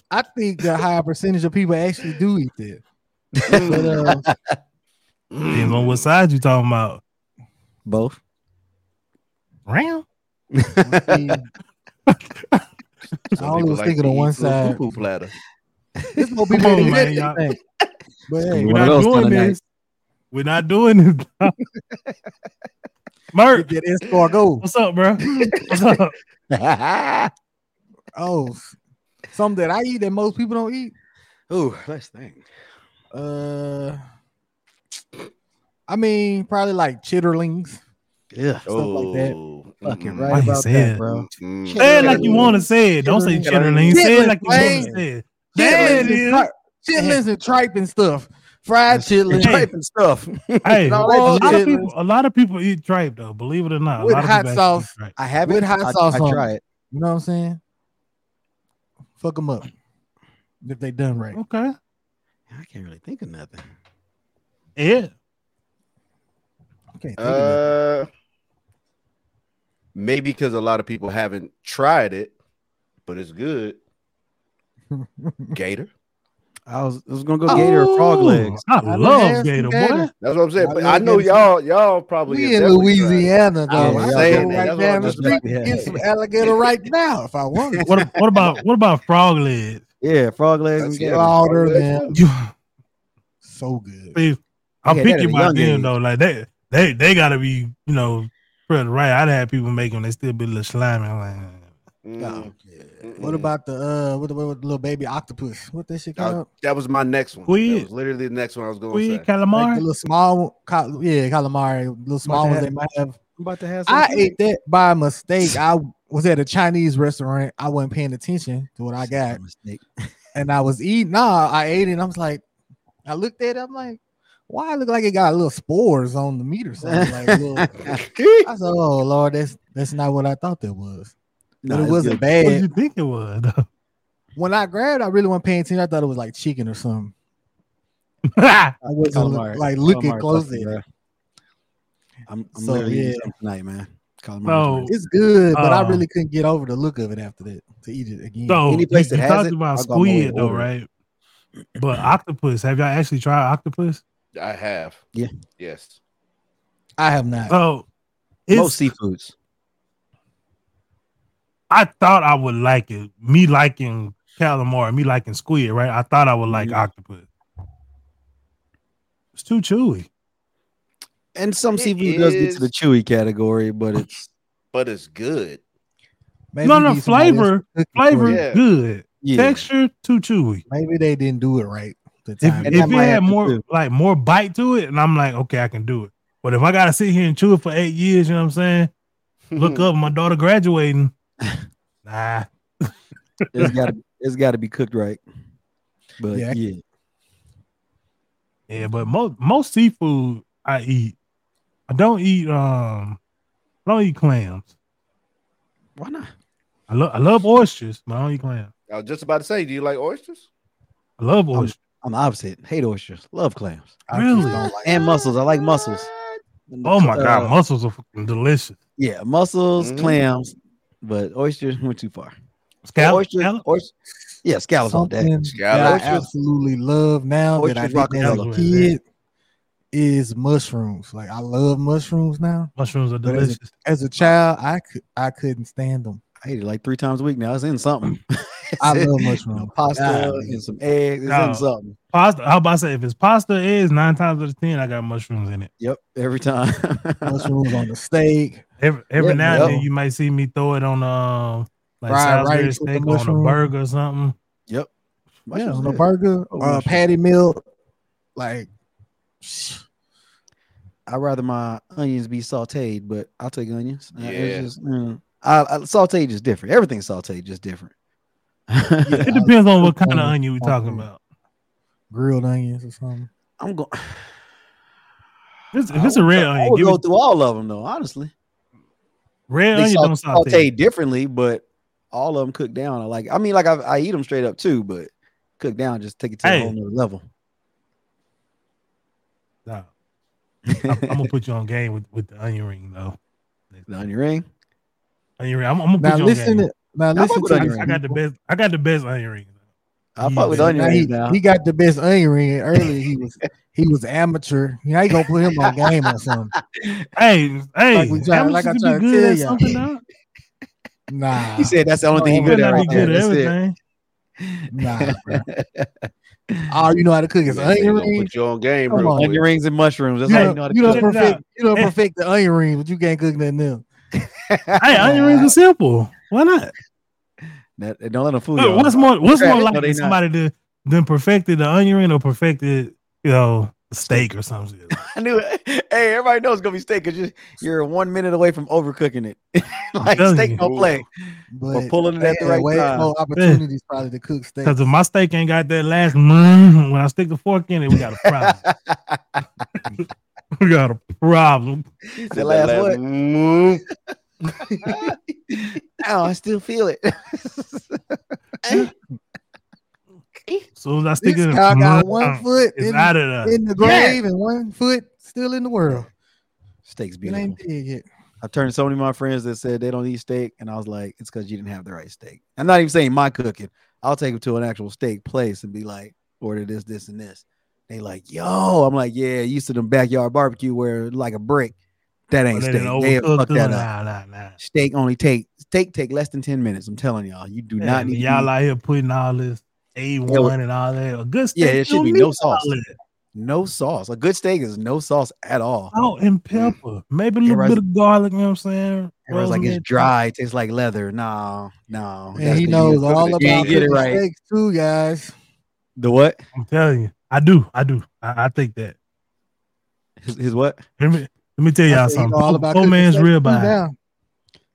[SPEAKER 3] I think the high percentage of people actually do eat that.
[SPEAKER 2] mm,
[SPEAKER 3] But uh,
[SPEAKER 1] Depends on what side you talking about.
[SPEAKER 4] Both.
[SPEAKER 1] Round.
[SPEAKER 3] I, mean,
[SPEAKER 2] mm. Some
[SPEAKER 3] I only
[SPEAKER 2] people
[SPEAKER 3] was
[SPEAKER 2] like
[SPEAKER 3] thinking
[SPEAKER 2] to
[SPEAKER 3] on
[SPEAKER 2] eat
[SPEAKER 3] one
[SPEAKER 2] little
[SPEAKER 3] side.
[SPEAKER 2] Poo-poo platter.
[SPEAKER 3] There's no
[SPEAKER 1] Come
[SPEAKER 3] people
[SPEAKER 1] on,
[SPEAKER 3] that
[SPEAKER 1] man,
[SPEAKER 3] eat
[SPEAKER 1] y'all.
[SPEAKER 3] that. But
[SPEAKER 4] gonna
[SPEAKER 3] hey,
[SPEAKER 4] be
[SPEAKER 1] We're
[SPEAKER 4] one
[SPEAKER 1] not
[SPEAKER 4] of those
[SPEAKER 1] doing
[SPEAKER 4] kinda
[SPEAKER 1] this.
[SPEAKER 4] nights.
[SPEAKER 1] We're not doing this. Merc,
[SPEAKER 3] get that escargot.
[SPEAKER 1] what's up, bro? What's up?
[SPEAKER 3] Oh, s- something that I eat that most people don't eat.
[SPEAKER 4] Ooh, nice thing.
[SPEAKER 3] Uh, I mean, probably like chitterlings.
[SPEAKER 4] Yeah.
[SPEAKER 3] Stuff like that.
[SPEAKER 4] Fucking
[SPEAKER 2] mm-mm.
[SPEAKER 4] right
[SPEAKER 1] Why you
[SPEAKER 4] about
[SPEAKER 1] say
[SPEAKER 4] that,
[SPEAKER 1] it?
[SPEAKER 4] bro.
[SPEAKER 2] Mm-mm.
[SPEAKER 4] Shit.
[SPEAKER 1] Say it like you want to say it. Don't say chitterling. Say it like you want to say it. There it
[SPEAKER 3] Chitlins and,
[SPEAKER 1] is.
[SPEAKER 3] tri- chitlins and tripe and stuff. Fried chitlins
[SPEAKER 1] Hey.
[SPEAKER 4] Typing stuff.
[SPEAKER 1] Hey,
[SPEAKER 3] No,
[SPEAKER 1] a
[SPEAKER 3] that's
[SPEAKER 1] lot of
[SPEAKER 3] chitlins.
[SPEAKER 1] people, a lot of people eat tripe though. Believe it or not, a
[SPEAKER 3] With
[SPEAKER 1] lot of
[SPEAKER 3] hot
[SPEAKER 1] people actually
[SPEAKER 3] sauce.
[SPEAKER 1] eat tripe.
[SPEAKER 4] I have
[SPEAKER 3] With
[SPEAKER 4] it.
[SPEAKER 3] hot
[SPEAKER 4] I,
[SPEAKER 3] sauce
[SPEAKER 4] I
[SPEAKER 3] on it.
[SPEAKER 4] try it.
[SPEAKER 3] You know what I'm saying? Fuck them up if they done right.
[SPEAKER 1] Okay.
[SPEAKER 4] I can't really think of nothing.
[SPEAKER 1] Yeah.
[SPEAKER 3] Okay,
[SPEAKER 2] Uh, maybe because a lot of people haven't tried it, but it's good. Gator.
[SPEAKER 4] I was, I was gonna go gator or frog
[SPEAKER 1] Oh,
[SPEAKER 4] legs.
[SPEAKER 1] I
[SPEAKER 3] I
[SPEAKER 1] love
[SPEAKER 3] done had
[SPEAKER 1] gator,
[SPEAKER 3] some
[SPEAKER 1] boy.
[SPEAKER 3] gator.
[SPEAKER 2] That's what I'm saying.
[SPEAKER 3] I
[SPEAKER 2] But
[SPEAKER 3] love
[SPEAKER 2] I know
[SPEAKER 3] gator.
[SPEAKER 2] y'all, y'all probably
[SPEAKER 3] we
[SPEAKER 2] have
[SPEAKER 3] in
[SPEAKER 2] definitely tried it.
[SPEAKER 3] Louisiana,
[SPEAKER 4] I
[SPEAKER 3] though.
[SPEAKER 4] was
[SPEAKER 3] I
[SPEAKER 4] saying
[SPEAKER 3] go
[SPEAKER 4] that.
[SPEAKER 3] right
[SPEAKER 2] That's what
[SPEAKER 3] down
[SPEAKER 2] I'm
[SPEAKER 3] the
[SPEAKER 2] just
[SPEAKER 3] street
[SPEAKER 4] about to
[SPEAKER 3] and get
[SPEAKER 4] ask.
[SPEAKER 3] some alligator right now if I wanted.
[SPEAKER 1] What, a- what about what about frog legs?
[SPEAKER 4] Yeah, frog legs
[SPEAKER 2] That's
[SPEAKER 4] and
[SPEAKER 2] it.
[SPEAKER 4] gator.
[SPEAKER 2] Yeah.
[SPEAKER 3] Slaughter them,
[SPEAKER 1] You,
[SPEAKER 3] so good.
[SPEAKER 1] See, I'm
[SPEAKER 4] Yeah, that
[SPEAKER 1] picking
[SPEAKER 4] at a
[SPEAKER 1] my
[SPEAKER 4] young
[SPEAKER 1] them
[SPEAKER 4] age.
[SPEAKER 1] though. Like they, they, they gotta be, you know, spread right. I'd have people make them. They still be a little slimy. I'm like, eh.
[SPEAKER 3] Oh,
[SPEAKER 2] Mm.
[SPEAKER 3] What
[SPEAKER 2] Mm-mm.
[SPEAKER 3] about the uh, what, what, what little baby octopus? What that shit
[SPEAKER 2] Now,
[SPEAKER 3] called?
[SPEAKER 2] that was my next one.
[SPEAKER 1] Squid.
[SPEAKER 2] That was literally the next one I was going
[SPEAKER 1] we
[SPEAKER 2] to
[SPEAKER 1] eat
[SPEAKER 2] say.
[SPEAKER 3] Like the
[SPEAKER 1] calamari.
[SPEAKER 3] little small, cal- yeah, calamari, little small ones
[SPEAKER 4] have-
[SPEAKER 3] they might have.
[SPEAKER 4] I'm about to have.
[SPEAKER 3] I
[SPEAKER 4] some too.
[SPEAKER 3] ate that by mistake. I was at a Chinese restaurant. I wasn't paying attention to what I got,
[SPEAKER 4] Mistake.
[SPEAKER 3] and I was eating. Nah, I ate it. And I was like, I looked at it. I'm like, why it look like it got little spores on the meat or something? Like, little- I said, oh lord, that's that's not what I thought that was.
[SPEAKER 4] Nah,
[SPEAKER 3] but it
[SPEAKER 4] it's
[SPEAKER 3] wasn't
[SPEAKER 4] good.
[SPEAKER 1] What
[SPEAKER 3] bad.
[SPEAKER 1] you think it was? though?
[SPEAKER 3] when I grabbed, it, I really wasn't paying attention. I thought it was like chicken or something. I wasn't look-
[SPEAKER 4] Calamari.
[SPEAKER 3] like looking
[SPEAKER 4] Calamari
[SPEAKER 3] close at it.
[SPEAKER 4] busting, bruh. I'm, I'm
[SPEAKER 3] So,
[SPEAKER 4] literally eating
[SPEAKER 3] yeah.
[SPEAKER 4] something tonight, man. Calamari.
[SPEAKER 1] No.
[SPEAKER 4] is
[SPEAKER 3] It's good, but I
[SPEAKER 1] Uh,
[SPEAKER 3] really couldn't get over the look of it after that to eat it again.
[SPEAKER 1] so
[SPEAKER 4] Any place
[SPEAKER 1] you,
[SPEAKER 4] that
[SPEAKER 1] you
[SPEAKER 4] has
[SPEAKER 1] talked
[SPEAKER 4] it,
[SPEAKER 1] about
[SPEAKER 4] I'll go my way
[SPEAKER 1] squid though,
[SPEAKER 4] over it.
[SPEAKER 1] right? But octopus. Have y'all actually tried octopus?
[SPEAKER 2] I have.
[SPEAKER 4] Yeah.
[SPEAKER 2] Yes.
[SPEAKER 3] I have not.
[SPEAKER 1] So
[SPEAKER 4] great.
[SPEAKER 1] it's
[SPEAKER 4] Most seafoods.
[SPEAKER 1] I thought I would like it. Me liking calamari, me liking squid, right? I thought I would like
[SPEAKER 4] Mhm.
[SPEAKER 1] octopus. It's too chewy.
[SPEAKER 4] And some
[SPEAKER 2] It
[SPEAKER 4] seafood does get to the
[SPEAKER 2] is-
[SPEAKER 4] chewy category, but it's
[SPEAKER 2] But it's good.
[SPEAKER 3] Maybe
[SPEAKER 1] no,
[SPEAKER 3] you
[SPEAKER 1] no,
[SPEAKER 3] need somebody else
[SPEAKER 1] flavor-
[SPEAKER 3] to cook it for
[SPEAKER 1] Flavor
[SPEAKER 3] you.
[SPEAKER 2] Yeah.
[SPEAKER 1] good.
[SPEAKER 4] yeah.
[SPEAKER 1] Texture too chewy.
[SPEAKER 3] Maybe they didn't do it right. The
[SPEAKER 1] If,
[SPEAKER 3] time.
[SPEAKER 4] And
[SPEAKER 1] if
[SPEAKER 4] that
[SPEAKER 1] it
[SPEAKER 4] might
[SPEAKER 1] had
[SPEAKER 4] happen
[SPEAKER 1] more
[SPEAKER 4] too.
[SPEAKER 1] like more bite to it, and I'm like, okay, I can do it. But if I gotta sit here and chew it for eight years, you know what I'm saying?
[SPEAKER 4] Mm-hmm.
[SPEAKER 1] Look up my daughter graduating. Nah.
[SPEAKER 4] It's got to it's got to be cooked right. But
[SPEAKER 3] Yeah.
[SPEAKER 4] yeah,
[SPEAKER 1] Yeah, but most most seafood I eat. I don't eat um I don't eat clams.
[SPEAKER 4] why not?
[SPEAKER 1] I love I love oysters, but I don't eat clams.
[SPEAKER 2] I was just about to say, do you like oysters?
[SPEAKER 1] I love oysters.
[SPEAKER 4] I'm the opposite. Hate oysters. Love clams
[SPEAKER 3] I just
[SPEAKER 1] really?
[SPEAKER 3] don't like-
[SPEAKER 4] and mussels. I like mussels.
[SPEAKER 1] Oh my god,
[SPEAKER 4] Uh,
[SPEAKER 1] mussels are fucking delicious.
[SPEAKER 4] Yeah, mussels,
[SPEAKER 2] Mhm.
[SPEAKER 4] clams, but oysters went too far.
[SPEAKER 1] Scallop,
[SPEAKER 4] oysters,
[SPEAKER 1] scallop?
[SPEAKER 4] oysters, yeah, scallops all day.
[SPEAKER 3] Something
[SPEAKER 2] Scallops.
[SPEAKER 3] that I absolutely love now that I
[SPEAKER 4] Oysters,
[SPEAKER 3] did as a
[SPEAKER 1] rockabella.
[SPEAKER 3] kid is mushrooms. Like I love mushrooms now.
[SPEAKER 1] mushrooms are
[SPEAKER 3] But is
[SPEAKER 1] delicious.
[SPEAKER 3] it- As a child, I could I couldn't stand them.
[SPEAKER 4] I eat it like three times a week now. It's in something.
[SPEAKER 3] I
[SPEAKER 4] It's in
[SPEAKER 3] love mushrooms.
[SPEAKER 4] pasta
[SPEAKER 3] Golly.
[SPEAKER 4] and some eggs. It's
[SPEAKER 1] No.
[SPEAKER 4] in something.
[SPEAKER 1] Pasta. How about I say if it's pasta is nine times out of ten, I got mushrooms in it.
[SPEAKER 4] Yep, every time.
[SPEAKER 3] mushrooms on the steak.
[SPEAKER 1] Every every
[SPEAKER 4] Yeah,
[SPEAKER 1] now and
[SPEAKER 4] yeah.
[SPEAKER 1] then you might see me throw it on um like
[SPEAKER 3] Fried
[SPEAKER 1] Salisbury
[SPEAKER 3] rice with the
[SPEAKER 1] steak on a
[SPEAKER 3] mushroom.
[SPEAKER 1] burger or something.
[SPEAKER 3] Yeah,
[SPEAKER 4] Mushrooms
[SPEAKER 3] on a
[SPEAKER 4] good.
[SPEAKER 3] burger or
[SPEAKER 4] Oh,
[SPEAKER 3] a
[SPEAKER 4] mushrooms.
[SPEAKER 3] patty melt. Like
[SPEAKER 4] I'd rather my onions be sauteed, but I'll take onions. Uh,
[SPEAKER 2] Yeah.
[SPEAKER 4] It's just, mm, I, I, sauteed is different. Everything's sauteed just different.
[SPEAKER 1] It
[SPEAKER 3] I-
[SPEAKER 1] depends on what kind of
[SPEAKER 3] uh,
[SPEAKER 1] onion we talking
[SPEAKER 3] uh,
[SPEAKER 1] about.
[SPEAKER 3] grilled onions or something.
[SPEAKER 4] I'm going.
[SPEAKER 1] If it's, if it's a red
[SPEAKER 4] I
[SPEAKER 1] onion,
[SPEAKER 4] would
[SPEAKER 1] give
[SPEAKER 4] go
[SPEAKER 1] it,
[SPEAKER 4] through all of them though. Honestly,
[SPEAKER 1] red
[SPEAKER 4] they
[SPEAKER 1] onion
[SPEAKER 4] saute,
[SPEAKER 1] don't saute.
[SPEAKER 4] sauteed differently, but all of them cooked down. I like. I mean, like I, I eat them straight up too, but cooked down just take it to
[SPEAKER 1] Hey.
[SPEAKER 4] a whole nother level.
[SPEAKER 1] Nah, I'm, I'm gonna put you on game with, with the onion ring though.
[SPEAKER 4] the onion ring.
[SPEAKER 1] Onion ring. I'm, I'm gonna put
[SPEAKER 3] Now
[SPEAKER 1] you
[SPEAKER 3] listen,
[SPEAKER 1] on game.
[SPEAKER 3] to, now
[SPEAKER 4] fuck
[SPEAKER 3] listen
[SPEAKER 4] with
[SPEAKER 3] to
[SPEAKER 4] onion
[SPEAKER 3] these
[SPEAKER 1] I got the
[SPEAKER 3] people.
[SPEAKER 1] best. I got the best onion ring.
[SPEAKER 4] I
[SPEAKER 1] Yeah,
[SPEAKER 4] fuck with
[SPEAKER 1] man.
[SPEAKER 4] onion
[SPEAKER 3] Now
[SPEAKER 4] rings
[SPEAKER 3] he,
[SPEAKER 4] now.
[SPEAKER 3] he got the best onion ring. Earlier he was he was amateur. You know, I gonna put him on game or something.
[SPEAKER 1] Hey, hey,
[SPEAKER 3] we
[SPEAKER 1] like
[SPEAKER 3] try-
[SPEAKER 1] how much
[SPEAKER 3] like I
[SPEAKER 1] to
[SPEAKER 3] try
[SPEAKER 1] be
[SPEAKER 3] to
[SPEAKER 1] good at
[SPEAKER 3] tell
[SPEAKER 1] something now?
[SPEAKER 3] Nah,
[SPEAKER 4] he said that's the only thing he
[SPEAKER 1] might
[SPEAKER 4] good at
[SPEAKER 1] not
[SPEAKER 4] right
[SPEAKER 1] be
[SPEAKER 4] there.
[SPEAKER 1] good at
[SPEAKER 4] That's it.
[SPEAKER 1] everything.
[SPEAKER 3] nah, bro. All you know how to cook is
[SPEAKER 2] Man, they
[SPEAKER 3] onion
[SPEAKER 2] gonna
[SPEAKER 3] ring.
[SPEAKER 2] Put you on game
[SPEAKER 3] Come
[SPEAKER 2] real
[SPEAKER 3] on.
[SPEAKER 2] quick.
[SPEAKER 4] Onion rings and mushrooms. That's
[SPEAKER 3] You
[SPEAKER 1] Yeah,
[SPEAKER 4] all you know how
[SPEAKER 3] don't,
[SPEAKER 4] to
[SPEAKER 1] cook. Check
[SPEAKER 3] you don't
[SPEAKER 4] cook.
[SPEAKER 1] it
[SPEAKER 3] perfect
[SPEAKER 1] out.
[SPEAKER 3] you don't
[SPEAKER 1] Eh.
[SPEAKER 3] perfect the onion ring, but you can't cook nothing else.
[SPEAKER 1] Hey, onion rings are simple. Why not?
[SPEAKER 4] That- that don't let them fool you.
[SPEAKER 1] Look, what's more, what's
[SPEAKER 4] Right,
[SPEAKER 1] more
[SPEAKER 4] no,
[SPEAKER 1] likely
[SPEAKER 4] they not.
[SPEAKER 1] somebody to than perfected the onion ring or perfected, you know, steak or something?
[SPEAKER 4] I knew it. Hey, everybody knows it's gonna be steak because you're, you're one minute away from overcooking it. like
[SPEAKER 1] telling
[SPEAKER 4] steak
[SPEAKER 1] you.
[SPEAKER 4] don't play.
[SPEAKER 3] But
[SPEAKER 4] Or pulling it at
[SPEAKER 3] they
[SPEAKER 4] the
[SPEAKER 3] had
[SPEAKER 4] right
[SPEAKER 3] way
[SPEAKER 4] time.
[SPEAKER 3] more opportunities probably to cook steak.
[SPEAKER 1] Because if my steak ain't got that last mm, when I stick the fork in it, we got a problem. we got a problem.
[SPEAKER 4] The last what?
[SPEAKER 2] one. Mm-hmm.
[SPEAKER 4] Ow, I still feel it.
[SPEAKER 1] So as I stick
[SPEAKER 3] This
[SPEAKER 1] it in,
[SPEAKER 3] guy got one
[SPEAKER 1] mm,
[SPEAKER 3] foot
[SPEAKER 1] it's
[SPEAKER 3] in,
[SPEAKER 1] out of there.
[SPEAKER 3] in the grave and one foot still in the world.
[SPEAKER 4] Steak's
[SPEAKER 3] It
[SPEAKER 4] beautiful.
[SPEAKER 3] ain't big yet.
[SPEAKER 4] I've turned so many of my friends that said they don't eat steak, and I was like, it's because you didn't have the right steak. I'm not even saying my cooking. I'll take them to an actual steak place and be like, order this, this, and this. They like, yo, I'm like, yeah, used to them backyard barbecue where like a brick. That
[SPEAKER 1] But
[SPEAKER 4] ain't
[SPEAKER 1] they
[SPEAKER 4] steak.
[SPEAKER 1] done
[SPEAKER 4] They have
[SPEAKER 1] overcooked
[SPEAKER 4] fucked
[SPEAKER 1] them.
[SPEAKER 4] that up.
[SPEAKER 1] Nah, nah, nah.
[SPEAKER 4] Steak only take steak take less than ten minutes. I'm telling y'all, you do
[SPEAKER 1] Yeah,
[SPEAKER 4] not need to
[SPEAKER 1] y'all
[SPEAKER 4] be-
[SPEAKER 1] out here putting all this A1
[SPEAKER 4] Yeah, well-
[SPEAKER 1] and all that. A good steak.
[SPEAKER 4] Yeah, it should
[SPEAKER 1] don't
[SPEAKER 4] be
[SPEAKER 1] need
[SPEAKER 4] no
[SPEAKER 1] all
[SPEAKER 4] sauce.
[SPEAKER 1] that.
[SPEAKER 4] no sauce. A good steak is no sauce at all.
[SPEAKER 1] Salt and
[SPEAKER 4] Mm-hmm.
[SPEAKER 1] pepper, maybe a little
[SPEAKER 4] Everybody's-
[SPEAKER 1] bit of garlic. You know what I'm saying?
[SPEAKER 4] Everyone's like,
[SPEAKER 1] Rosemary.
[SPEAKER 4] it's dry, it tastes like leather. No, no.
[SPEAKER 3] And
[SPEAKER 4] that's
[SPEAKER 3] he
[SPEAKER 4] the-
[SPEAKER 3] knows all
[SPEAKER 2] You
[SPEAKER 3] about
[SPEAKER 2] ain't
[SPEAKER 4] get it
[SPEAKER 3] cooking
[SPEAKER 4] right.
[SPEAKER 3] steaks too, guys.
[SPEAKER 4] the what?
[SPEAKER 1] I'm telling you, I do, I do, I, I think that.
[SPEAKER 4] His, his what?
[SPEAKER 1] Let me let me tell
[SPEAKER 3] I
[SPEAKER 1] y'all
[SPEAKER 3] said he
[SPEAKER 1] something.
[SPEAKER 3] know all
[SPEAKER 1] Poor
[SPEAKER 3] about
[SPEAKER 1] poor
[SPEAKER 3] cooking
[SPEAKER 1] man's
[SPEAKER 3] steaks
[SPEAKER 1] real
[SPEAKER 3] too
[SPEAKER 1] by
[SPEAKER 3] now.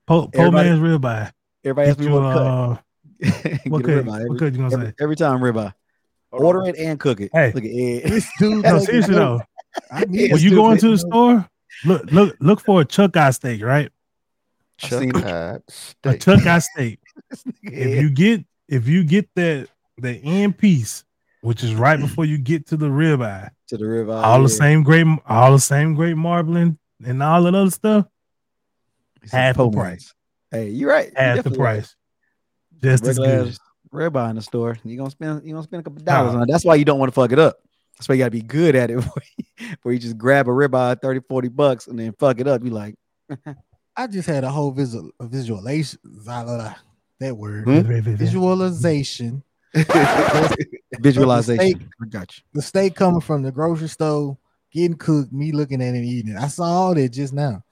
[SPEAKER 1] poor poor
[SPEAKER 4] Everybody-
[SPEAKER 1] man's real by.
[SPEAKER 4] Everybody
[SPEAKER 1] Get
[SPEAKER 4] asks me
[SPEAKER 1] you,
[SPEAKER 4] what cut.
[SPEAKER 1] uh,
[SPEAKER 4] Get a
[SPEAKER 1] what cut?
[SPEAKER 4] ribeye
[SPEAKER 1] What
[SPEAKER 4] every,
[SPEAKER 1] cut you gonna
[SPEAKER 4] every,
[SPEAKER 1] say?
[SPEAKER 4] every time ribeye.
[SPEAKER 2] Hold on.
[SPEAKER 4] Order it and cook it.
[SPEAKER 1] Hey.
[SPEAKER 4] Look at Ed.
[SPEAKER 3] This dude,
[SPEAKER 1] No,
[SPEAKER 3] making
[SPEAKER 1] seriously
[SPEAKER 3] food.
[SPEAKER 1] though,
[SPEAKER 3] I need
[SPEAKER 1] when you
[SPEAKER 4] Stupid.
[SPEAKER 1] go into the store, look look look for a chuck eye steak, right?
[SPEAKER 4] I've
[SPEAKER 2] Chuck
[SPEAKER 4] seen it.
[SPEAKER 2] Hyde
[SPEAKER 1] A
[SPEAKER 2] steak.
[SPEAKER 1] chuck eye steak. if
[SPEAKER 4] Ed.
[SPEAKER 1] you get if you get that the end piece, which is right before you get to the ribeye,
[SPEAKER 4] to the ribeye.
[SPEAKER 1] all
[SPEAKER 4] Oh, yeah.
[SPEAKER 1] the same great, all the same great marbling and all that other stuff,
[SPEAKER 4] It's
[SPEAKER 1] half the
[SPEAKER 4] Popeye's.
[SPEAKER 1] price.
[SPEAKER 4] Hey, you're right. You're
[SPEAKER 1] half the
[SPEAKER 4] definitely
[SPEAKER 1] price, just as
[SPEAKER 4] Regular
[SPEAKER 1] good.
[SPEAKER 4] ass Ribeye in the store. You're gonna spend you're gonna spend a couple dollars on it. That's why you don't want to fuck it up. That's why you gotta be good at it. Where you, where you just grab a ribeye 30, 40 bucks and then fuck it up. You like
[SPEAKER 3] I just had a whole visual a visualization. blah, blah, blah, That word.
[SPEAKER 2] Hmm?
[SPEAKER 3] Visualization.
[SPEAKER 4] visualization. I got you.
[SPEAKER 3] The steak coming from the grocery store, getting cooked, me looking at it and eating it. I saw all that just now.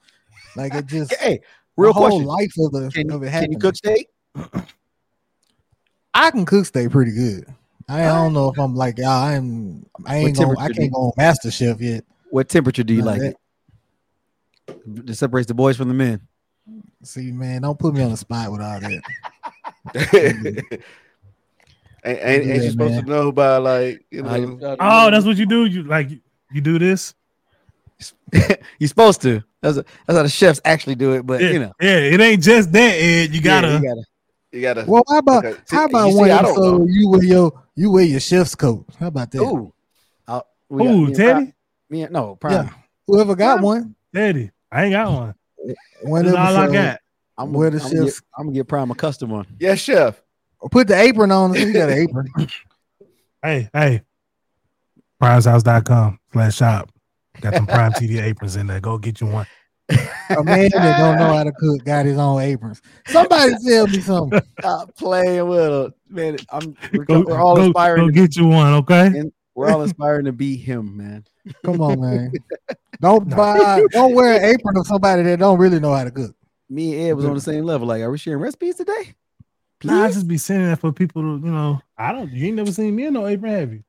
[SPEAKER 3] Like it just
[SPEAKER 4] Hey, real
[SPEAKER 3] the whole
[SPEAKER 4] question.
[SPEAKER 3] life of, the,
[SPEAKER 4] Can,
[SPEAKER 3] of it
[SPEAKER 4] can
[SPEAKER 3] happening.
[SPEAKER 4] you cook steak?
[SPEAKER 3] I can cook steak pretty good. I don't know if I'm like "Yeah, I'm I ain't going I
[SPEAKER 4] temperature do
[SPEAKER 3] can't
[SPEAKER 4] you-
[SPEAKER 3] go on Master Chef yet.
[SPEAKER 4] What temperature do you
[SPEAKER 3] Not
[SPEAKER 4] like
[SPEAKER 3] yet.
[SPEAKER 4] it? That separates the boys from the men.
[SPEAKER 3] See, man, don't put me on the spot with all that.
[SPEAKER 2] ain't ain't,
[SPEAKER 3] Yeah,
[SPEAKER 2] ain't you supposed
[SPEAKER 3] man.
[SPEAKER 2] to know by like you know?
[SPEAKER 1] Oh, that's what you do. You like you do this.
[SPEAKER 4] you're supposed to. That's, that's how the chefs actually do it, but
[SPEAKER 1] Yeah,
[SPEAKER 4] Uh, you know,
[SPEAKER 1] yeah, it ain't just that, Ed. You
[SPEAKER 4] yeah,
[SPEAKER 1] gotta.
[SPEAKER 4] you gotta
[SPEAKER 2] you gotta.
[SPEAKER 3] Well, how about
[SPEAKER 2] okay. See,
[SPEAKER 3] how about
[SPEAKER 2] you see,
[SPEAKER 3] one
[SPEAKER 2] I don't
[SPEAKER 3] episode
[SPEAKER 2] know.
[SPEAKER 3] where you wear your you wear your chef's coat? How about that?
[SPEAKER 4] Ooh. I'll- we got- me
[SPEAKER 1] Ooh,
[SPEAKER 4] and Prime-
[SPEAKER 1] Teddy,
[SPEAKER 4] me and- no, prime.
[SPEAKER 3] Yeah. Whoever got
[SPEAKER 4] Yeah.
[SPEAKER 3] one,
[SPEAKER 1] Teddy. I ain't got one.
[SPEAKER 3] one
[SPEAKER 1] That's all I
[SPEAKER 3] episode,
[SPEAKER 1] got.
[SPEAKER 4] I'm,
[SPEAKER 3] Where
[SPEAKER 4] Where
[SPEAKER 3] the
[SPEAKER 4] the I'm, gonna
[SPEAKER 3] chefs-
[SPEAKER 4] get, I'm gonna get Prime a custom one.
[SPEAKER 2] Yes, chef.
[SPEAKER 3] Put the apron on. You got an apron.
[SPEAKER 1] Hey, hey. Primehouse.com slash shop. Got some prime TV aprons in there. Go get you one.
[SPEAKER 3] A man that don't know how to cook got his own aprons. Somebody tell me something.
[SPEAKER 4] Stop playing with us, man. I'm we're,
[SPEAKER 1] Go,
[SPEAKER 4] we're all
[SPEAKER 1] go-
[SPEAKER 4] inspiring.
[SPEAKER 1] Go
[SPEAKER 4] to,
[SPEAKER 1] get you one, okay?
[SPEAKER 4] we're all inspiring to be him, man.
[SPEAKER 3] Come on, man. Don't
[SPEAKER 1] No.
[SPEAKER 3] buy. Don't wear an apron of somebody that don't really know how to cook.
[SPEAKER 4] Me and Ed was on the same level. Like, are we sharing recipes today?
[SPEAKER 1] Nah, I
[SPEAKER 4] Please?
[SPEAKER 1] just be sending that for people to, you know, I don't, you ain't never seen me in no apron, have you?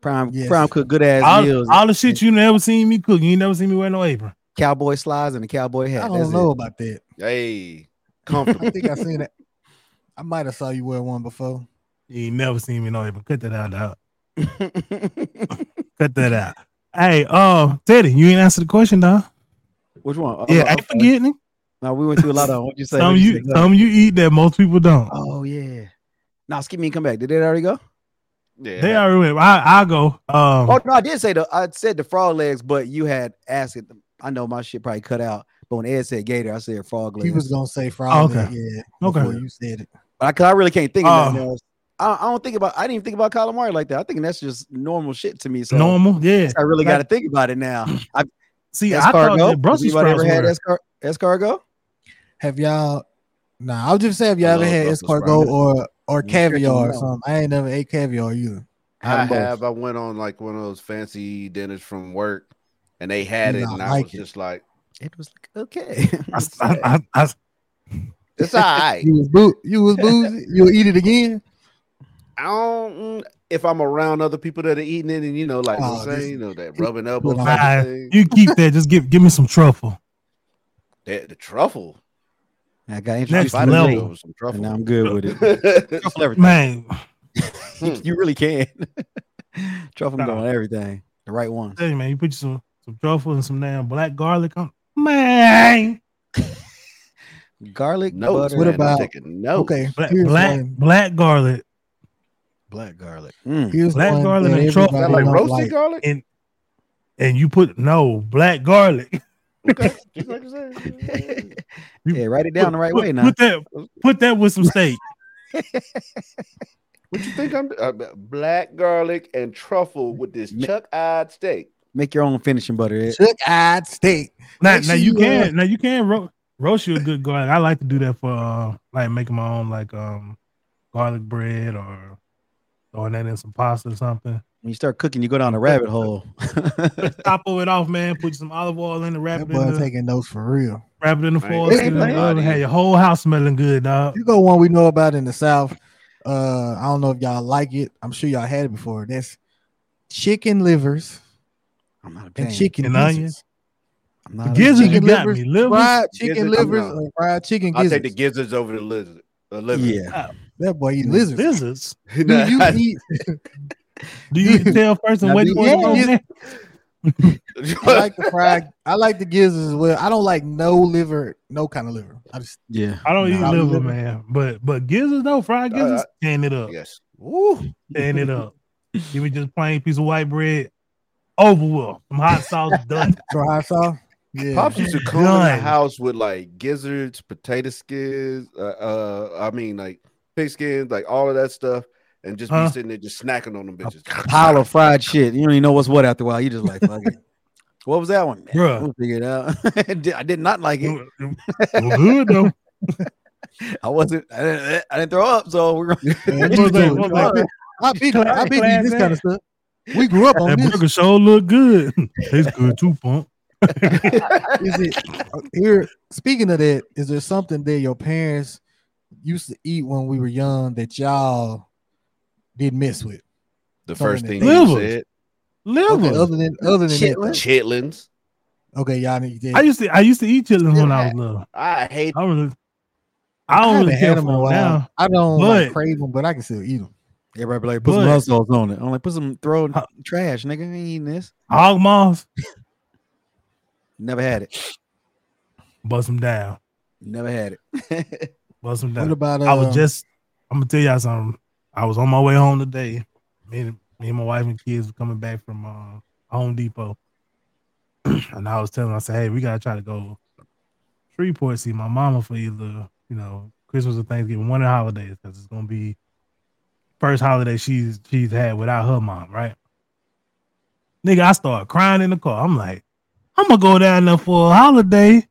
[SPEAKER 4] Prime
[SPEAKER 3] Yes.
[SPEAKER 4] Prime cook good ass meals,
[SPEAKER 1] All, all the shit you never seen me cook, you ain't never seen me wear no apron.
[SPEAKER 4] cowboy slides, and a cowboy hat.
[SPEAKER 3] I don't
[SPEAKER 4] That's it.
[SPEAKER 3] know about that.
[SPEAKER 2] Hey,
[SPEAKER 3] I
[SPEAKER 2] comfortable.
[SPEAKER 3] think I seen it. I might have saw you wear one before.
[SPEAKER 1] You ain't never seen me in no apron. Cut that out, dog. Cut that out. Hey, uh, Teddy, you ain't answered the question, dog.
[SPEAKER 4] Which one? Oh,
[SPEAKER 1] Yeah,
[SPEAKER 4] oh,
[SPEAKER 1] I ain't
[SPEAKER 4] oh,
[SPEAKER 1] forgetting. it.
[SPEAKER 4] No, we went through a lot of. What you say?
[SPEAKER 1] Some
[SPEAKER 4] What'd
[SPEAKER 1] you,
[SPEAKER 4] say? Go.
[SPEAKER 1] some you eat that most people don't.
[SPEAKER 4] Oh yeah. Now skip me and come back. Did it already go?
[SPEAKER 2] Yeah.
[SPEAKER 1] They already went. I, I'll go. Um,
[SPEAKER 4] Oh no, I did say the I said the frog legs, but you had asked it. I know my shit probably cut out, but when Ed said gator, I said frog legs.
[SPEAKER 3] He was gonna say Friday.
[SPEAKER 1] okay.
[SPEAKER 3] Yeah.
[SPEAKER 1] Okay.
[SPEAKER 3] Before you said it.
[SPEAKER 4] But I, 'cause I really can't think of nothing
[SPEAKER 1] Oh.
[SPEAKER 4] else. I, I don't think about. I didn't even think about calamari like that. I think that's just normal shit to me. So
[SPEAKER 1] normal, yeah.
[SPEAKER 4] I really
[SPEAKER 1] Like-
[SPEAKER 4] got to think about it now. I,
[SPEAKER 1] See, I thought
[SPEAKER 4] escargot.
[SPEAKER 1] that Brussels
[SPEAKER 4] Anybody
[SPEAKER 1] sprouts
[SPEAKER 4] ever had
[SPEAKER 1] were.
[SPEAKER 4] escar, escargot?
[SPEAKER 3] Have y'all? Nah, I was just saying have y'all
[SPEAKER 2] I
[SPEAKER 3] ever
[SPEAKER 2] love
[SPEAKER 3] had
[SPEAKER 2] Brussels
[SPEAKER 3] escargot
[SPEAKER 2] sprouts.
[SPEAKER 3] or or
[SPEAKER 4] You stretch 'em
[SPEAKER 3] caviar or
[SPEAKER 4] out.
[SPEAKER 3] something. I ain't never ate caviar either.
[SPEAKER 2] I
[SPEAKER 4] Had 'em both.
[SPEAKER 2] have. I went on like one of those fancy dinners from work, and they had
[SPEAKER 3] You
[SPEAKER 2] it,
[SPEAKER 3] not
[SPEAKER 2] and I
[SPEAKER 3] like
[SPEAKER 2] was
[SPEAKER 3] it.
[SPEAKER 2] just like,
[SPEAKER 4] It was like okay.
[SPEAKER 1] I, I, I, I,
[SPEAKER 2] "It's all right."
[SPEAKER 3] You was boo. You was boozy. You'll eat it again.
[SPEAKER 2] I don't. mm, If I'm around other people that are eating it, and you know, like
[SPEAKER 3] Oh,
[SPEAKER 2] the
[SPEAKER 3] this-
[SPEAKER 2] same, you know, that rubbing up
[SPEAKER 3] Nah,
[SPEAKER 2] type of thing,
[SPEAKER 1] you keep that. Just give give me some truffle.
[SPEAKER 2] that, the truffle.
[SPEAKER 4] I got
[SPEAKER 1] Next
[SPEAKER 4] introduced to
[SPEAKER 2] By
[SPEAKER 4] the
[SPEAKER 1] level.
[SPEAKER 4] lake,
[SPEAKER 2] some
[SPEAKER 4] and
[SPEAKER 2] truffle.
[SPEAKER 4] now I'm good with it. Truffle everything.
[SPEAKER 1] Man,
[SPEAKER 4] You- you really can. Truffle
[SPEAKER 1] Nah.
[SPEAKER 4] going on everything. The right one.
[SPEAKER 1] hey man, you put you some some truffle and some damn black garlic on. Man,
[SPEAKER 4] Garlic,
[SPEAKER 2] no,
[SPEAKER 4] butter,
[SPEAKER 3] What
[SPEAKER 2] what
[SPEAKER 3] about-
[SPEAKER 2] about no?
[SPEAKER 3] Okay.
[SPEAKER 1] black
[SPEAKER 3] here's
[SPEAKER 1] black,
[SPEAKER 3] one-
[SPEAKER 1] black garlic
[SPEAKER 4] black garlic. Mm.
[SPEAKER 3] Here's
[SPEAKER 1] black
[SPEAKER 3] one
[SPEAKER 1] garlic
[SPEAKER 3] that
[SPEAKER 1] and truffle.
[SPEAKER 2] Is that like
[SPEAKER 3] everybody don't
[SPEAKER 2] roasted
[SPEAKER 3] like.
[SPEAKER 2] garlic?
[SPEAKER 1] and and you put no black garlic.
[SPEAKER 2] Okay, just like I said.
[SPEAKER 4] yeah, write it down the right
[SPEAKER 1] put,
[SPEAKER 4] way now.
[SPEAKER 1] Put that put that with some steak.
[SPEAKER 2] What you think I'm uh, black garlic and truffle with this
[SPEAKER 4] Ma-
[SPEAKER 2] chuck eyed steak?
[SPEAKER 4] Make your own finishing butter. Ed.
[SPEAKER 3] Chuck eyed steak.
[SPEAKER 1] Now,
[SPEAKER 3] Make
[SPEAKER 1] now
[SPEAKER 3] sure
[SPEAKER 1] you
[SPEAKER 3] you,
[SPEAKER 4] uh,
[SPEAKER 1] can now you can ro- roast you a good garlic. I like to do that for uh, like making my own like um garlic bread or throwing that in some pasta or something.
[SPEAKER 4] When you start cooking, you go down a rabbit hole.
[SPEAKER 1] Topple it off, man. Put some olive oil in it, wrap
[SPEAKER 3] That
[SPEAKER 1] it
[SPEAKER 3] boy
[SPEAKER 1] in the,
[SPEAKER 3] taking notes for real.
[SPEAKER 1] wrap it in the
[SPEAKER 2] Man,
[SPEAKER 1] foil. sit it in the
[SPEAKER 2] anybody-
[SPEAKER 1] oven, Have your whole house smelling good, dog.
[SPEAKER 3] You go one we know about in the South. Uh, I don't know if y'all like it. I'm sure y'all had it before. That's chicken livers
[SPEAKER 4] I'm not a
[SPEAKER 3] and
[SPEAKER 4] pan.
[SPEAKER 3] chicken
[SPEAKER 1] And
[SPEAKER 3] gizzards.
[SPEAKER 1] onions.
[SPEAKER 4] I'm not a
[SPEAKER 1] Gizzards, you
[SPEAKER 3] chicken
[SPEAKER 1] got
[SPEAKER 3] livers,
[SPEAKER 1] me. Livers.
[SPEAKER 3] Fried chicken
[SPEAKER 2] Gizzards, I'm
[SPEAKER 3] livers
[SPEAKER 2] not.
[SPEAKER 3] and fried chicken
[SPEAKER 2] I'll take
[SPEAKER 3] gizzards.
[SPEAKER 2] the gizzards over the lizard. The lizard.
[SPEAKER 4] Yeah.
[SPEAKER 3] that boy eat lizards.
[SPEAKER 1] Lizards.
[SPEAKER 3] Do you eat?
[SPEAKER 1] Do you tell person
[SPEAKER 4] Now,
[SPEAKER 1] what
[SPEAKER 4] do
[SPEAKER 1] you
[SPEAKER 4] you-
[SPEAKER 1] want
[SPEAKER 3] yeah,
[SPEAKER 1] to
[SPEAKER 3] I like the fried. I like the gizzards as well. I don't like no liver, no kind of liver. I just
[SPEAKER 4] Yeah.
[SPEAKER 1] I don't
[SPEAKER 4] Nah,
[SPEAKER 1] eat
[SPEAKER 3] I
[SPEAKER 1] liver,
[SPEAKER 3] liver.
[SPEAKER 1] man. But but gizzards though, fried
[SPEAKER 2] Uh, I-
[SPEAKER 1] gizzards, stand it up.
[SPEAKER 2] yes.
[SPEAKER 3] woo.
[SPEAKER 1] Stand it up. Give me just plain piece of white bread. Over with. Some hot sauce done.
[SPEAKER 3] Dry sauce. Yeah.
[SPEAKER 2] Pops used to come in the
[SPEAKER 1] Done.
[SPEAKER 2] house with like gizzards, potato skins, uh, uh I mean like pig skins, like all of that stuff, and just
[SPEAKER 1] Huh?
[SPEAKER 2] be sitting there just snacking on them bitches.
[SPEAKER 4] Pile of fried shit. You don't even know what's what after a while. You just like, fuck it. What was that one? Man,
[SPEAKER 1] Bruh.
[SPEAKER 4] We'll figure it out. Did- I did not like it.
[SPEAKER 1] Well, good though.
[SPEAKER 4] I wasn't. I didn't, I didn't throw up. So we're gonna.
[SPEAKER 3] Man,
[SPEAKER 1] What was that?
[SPEAKER 3] dude,
[SPEAKER 1] What was that?
[SPEAKER 3] I big, I big eat this kind of stuff. We grew up on
[SPEAKER 1] That
[SPEAKER 3] this.
[SPEAKER 1] burger show look good. Tastes good too, punk.
[SPEAKER 3] Is it uh, here? Speaking of that, is there something that your parents used to eat when we were young that y'all didn't mess with?
[SPEAKER 2] The first thing you
[SPEAKER 1] Livers.
[SPEAKER 2] said,
[SPEAKER 3] Okay,
[SPEAKER 1] Liver.
[SPEAKER 3] other than other than that,
[SPEAKER 4] Chitlins.
[SPEAKER 2] chitlins.
[SPEAKER 3] though. okay, y'all need
[SPEAKER 1] I
[SPEAKER 3] that.
[SPEAKER 1] used to I used to eat chitlins when I was little.
[SPEAKER 2] I hate
[SPEAKER 1] I don't really I don't really
[SPEAKER 3] haven't
[SPEAKER 1] care
[SPEAKER 3] had
[SPEAKER 1] for
[SPEAKER 3] 'em in a
[SPEAKER 1] them
[SPEAKER 3] while.
[SPEAKER 1] now.
[SPEAKER 3] I don't like
[SPEAKER 1] but-
[SPEAKER 3] crave them, but I can still eat them.
[SPEAKER 4] Everybody be like, put some
[SPEAKER 1] But-
[SPEAKER 4] hot sauce on it. I'm like, put some throw it in
[SPEAKER 1] Huh.
[SPEAKER 4] trash, nigga. I ain't eating this.
[SPEAKER 1] Hog moths,
[SPEAKER 4] Never had it.
[SPEAKER 1] bust them down.
[SPEAKER 4] Never had it.
[SPEAKER 1] Bust them down.
[SPEAKER 3] What about uh,
[SPEAKER 1] I was just, I'm gonna tell y'all something. I was on my way home today. Me and, me and my wife and kids were coming back from uh, Home Depot, and I was telling, her, I said, "Hey, we gotta try to go Shreveport see my mama for either you know Christmas or Thanksgiving, one of the holidays, because it's gonna be first holiday she's she's had without her mom, right?" Nigga, I started crying in the car. I'm like, I'm gonna go down there for a holiday,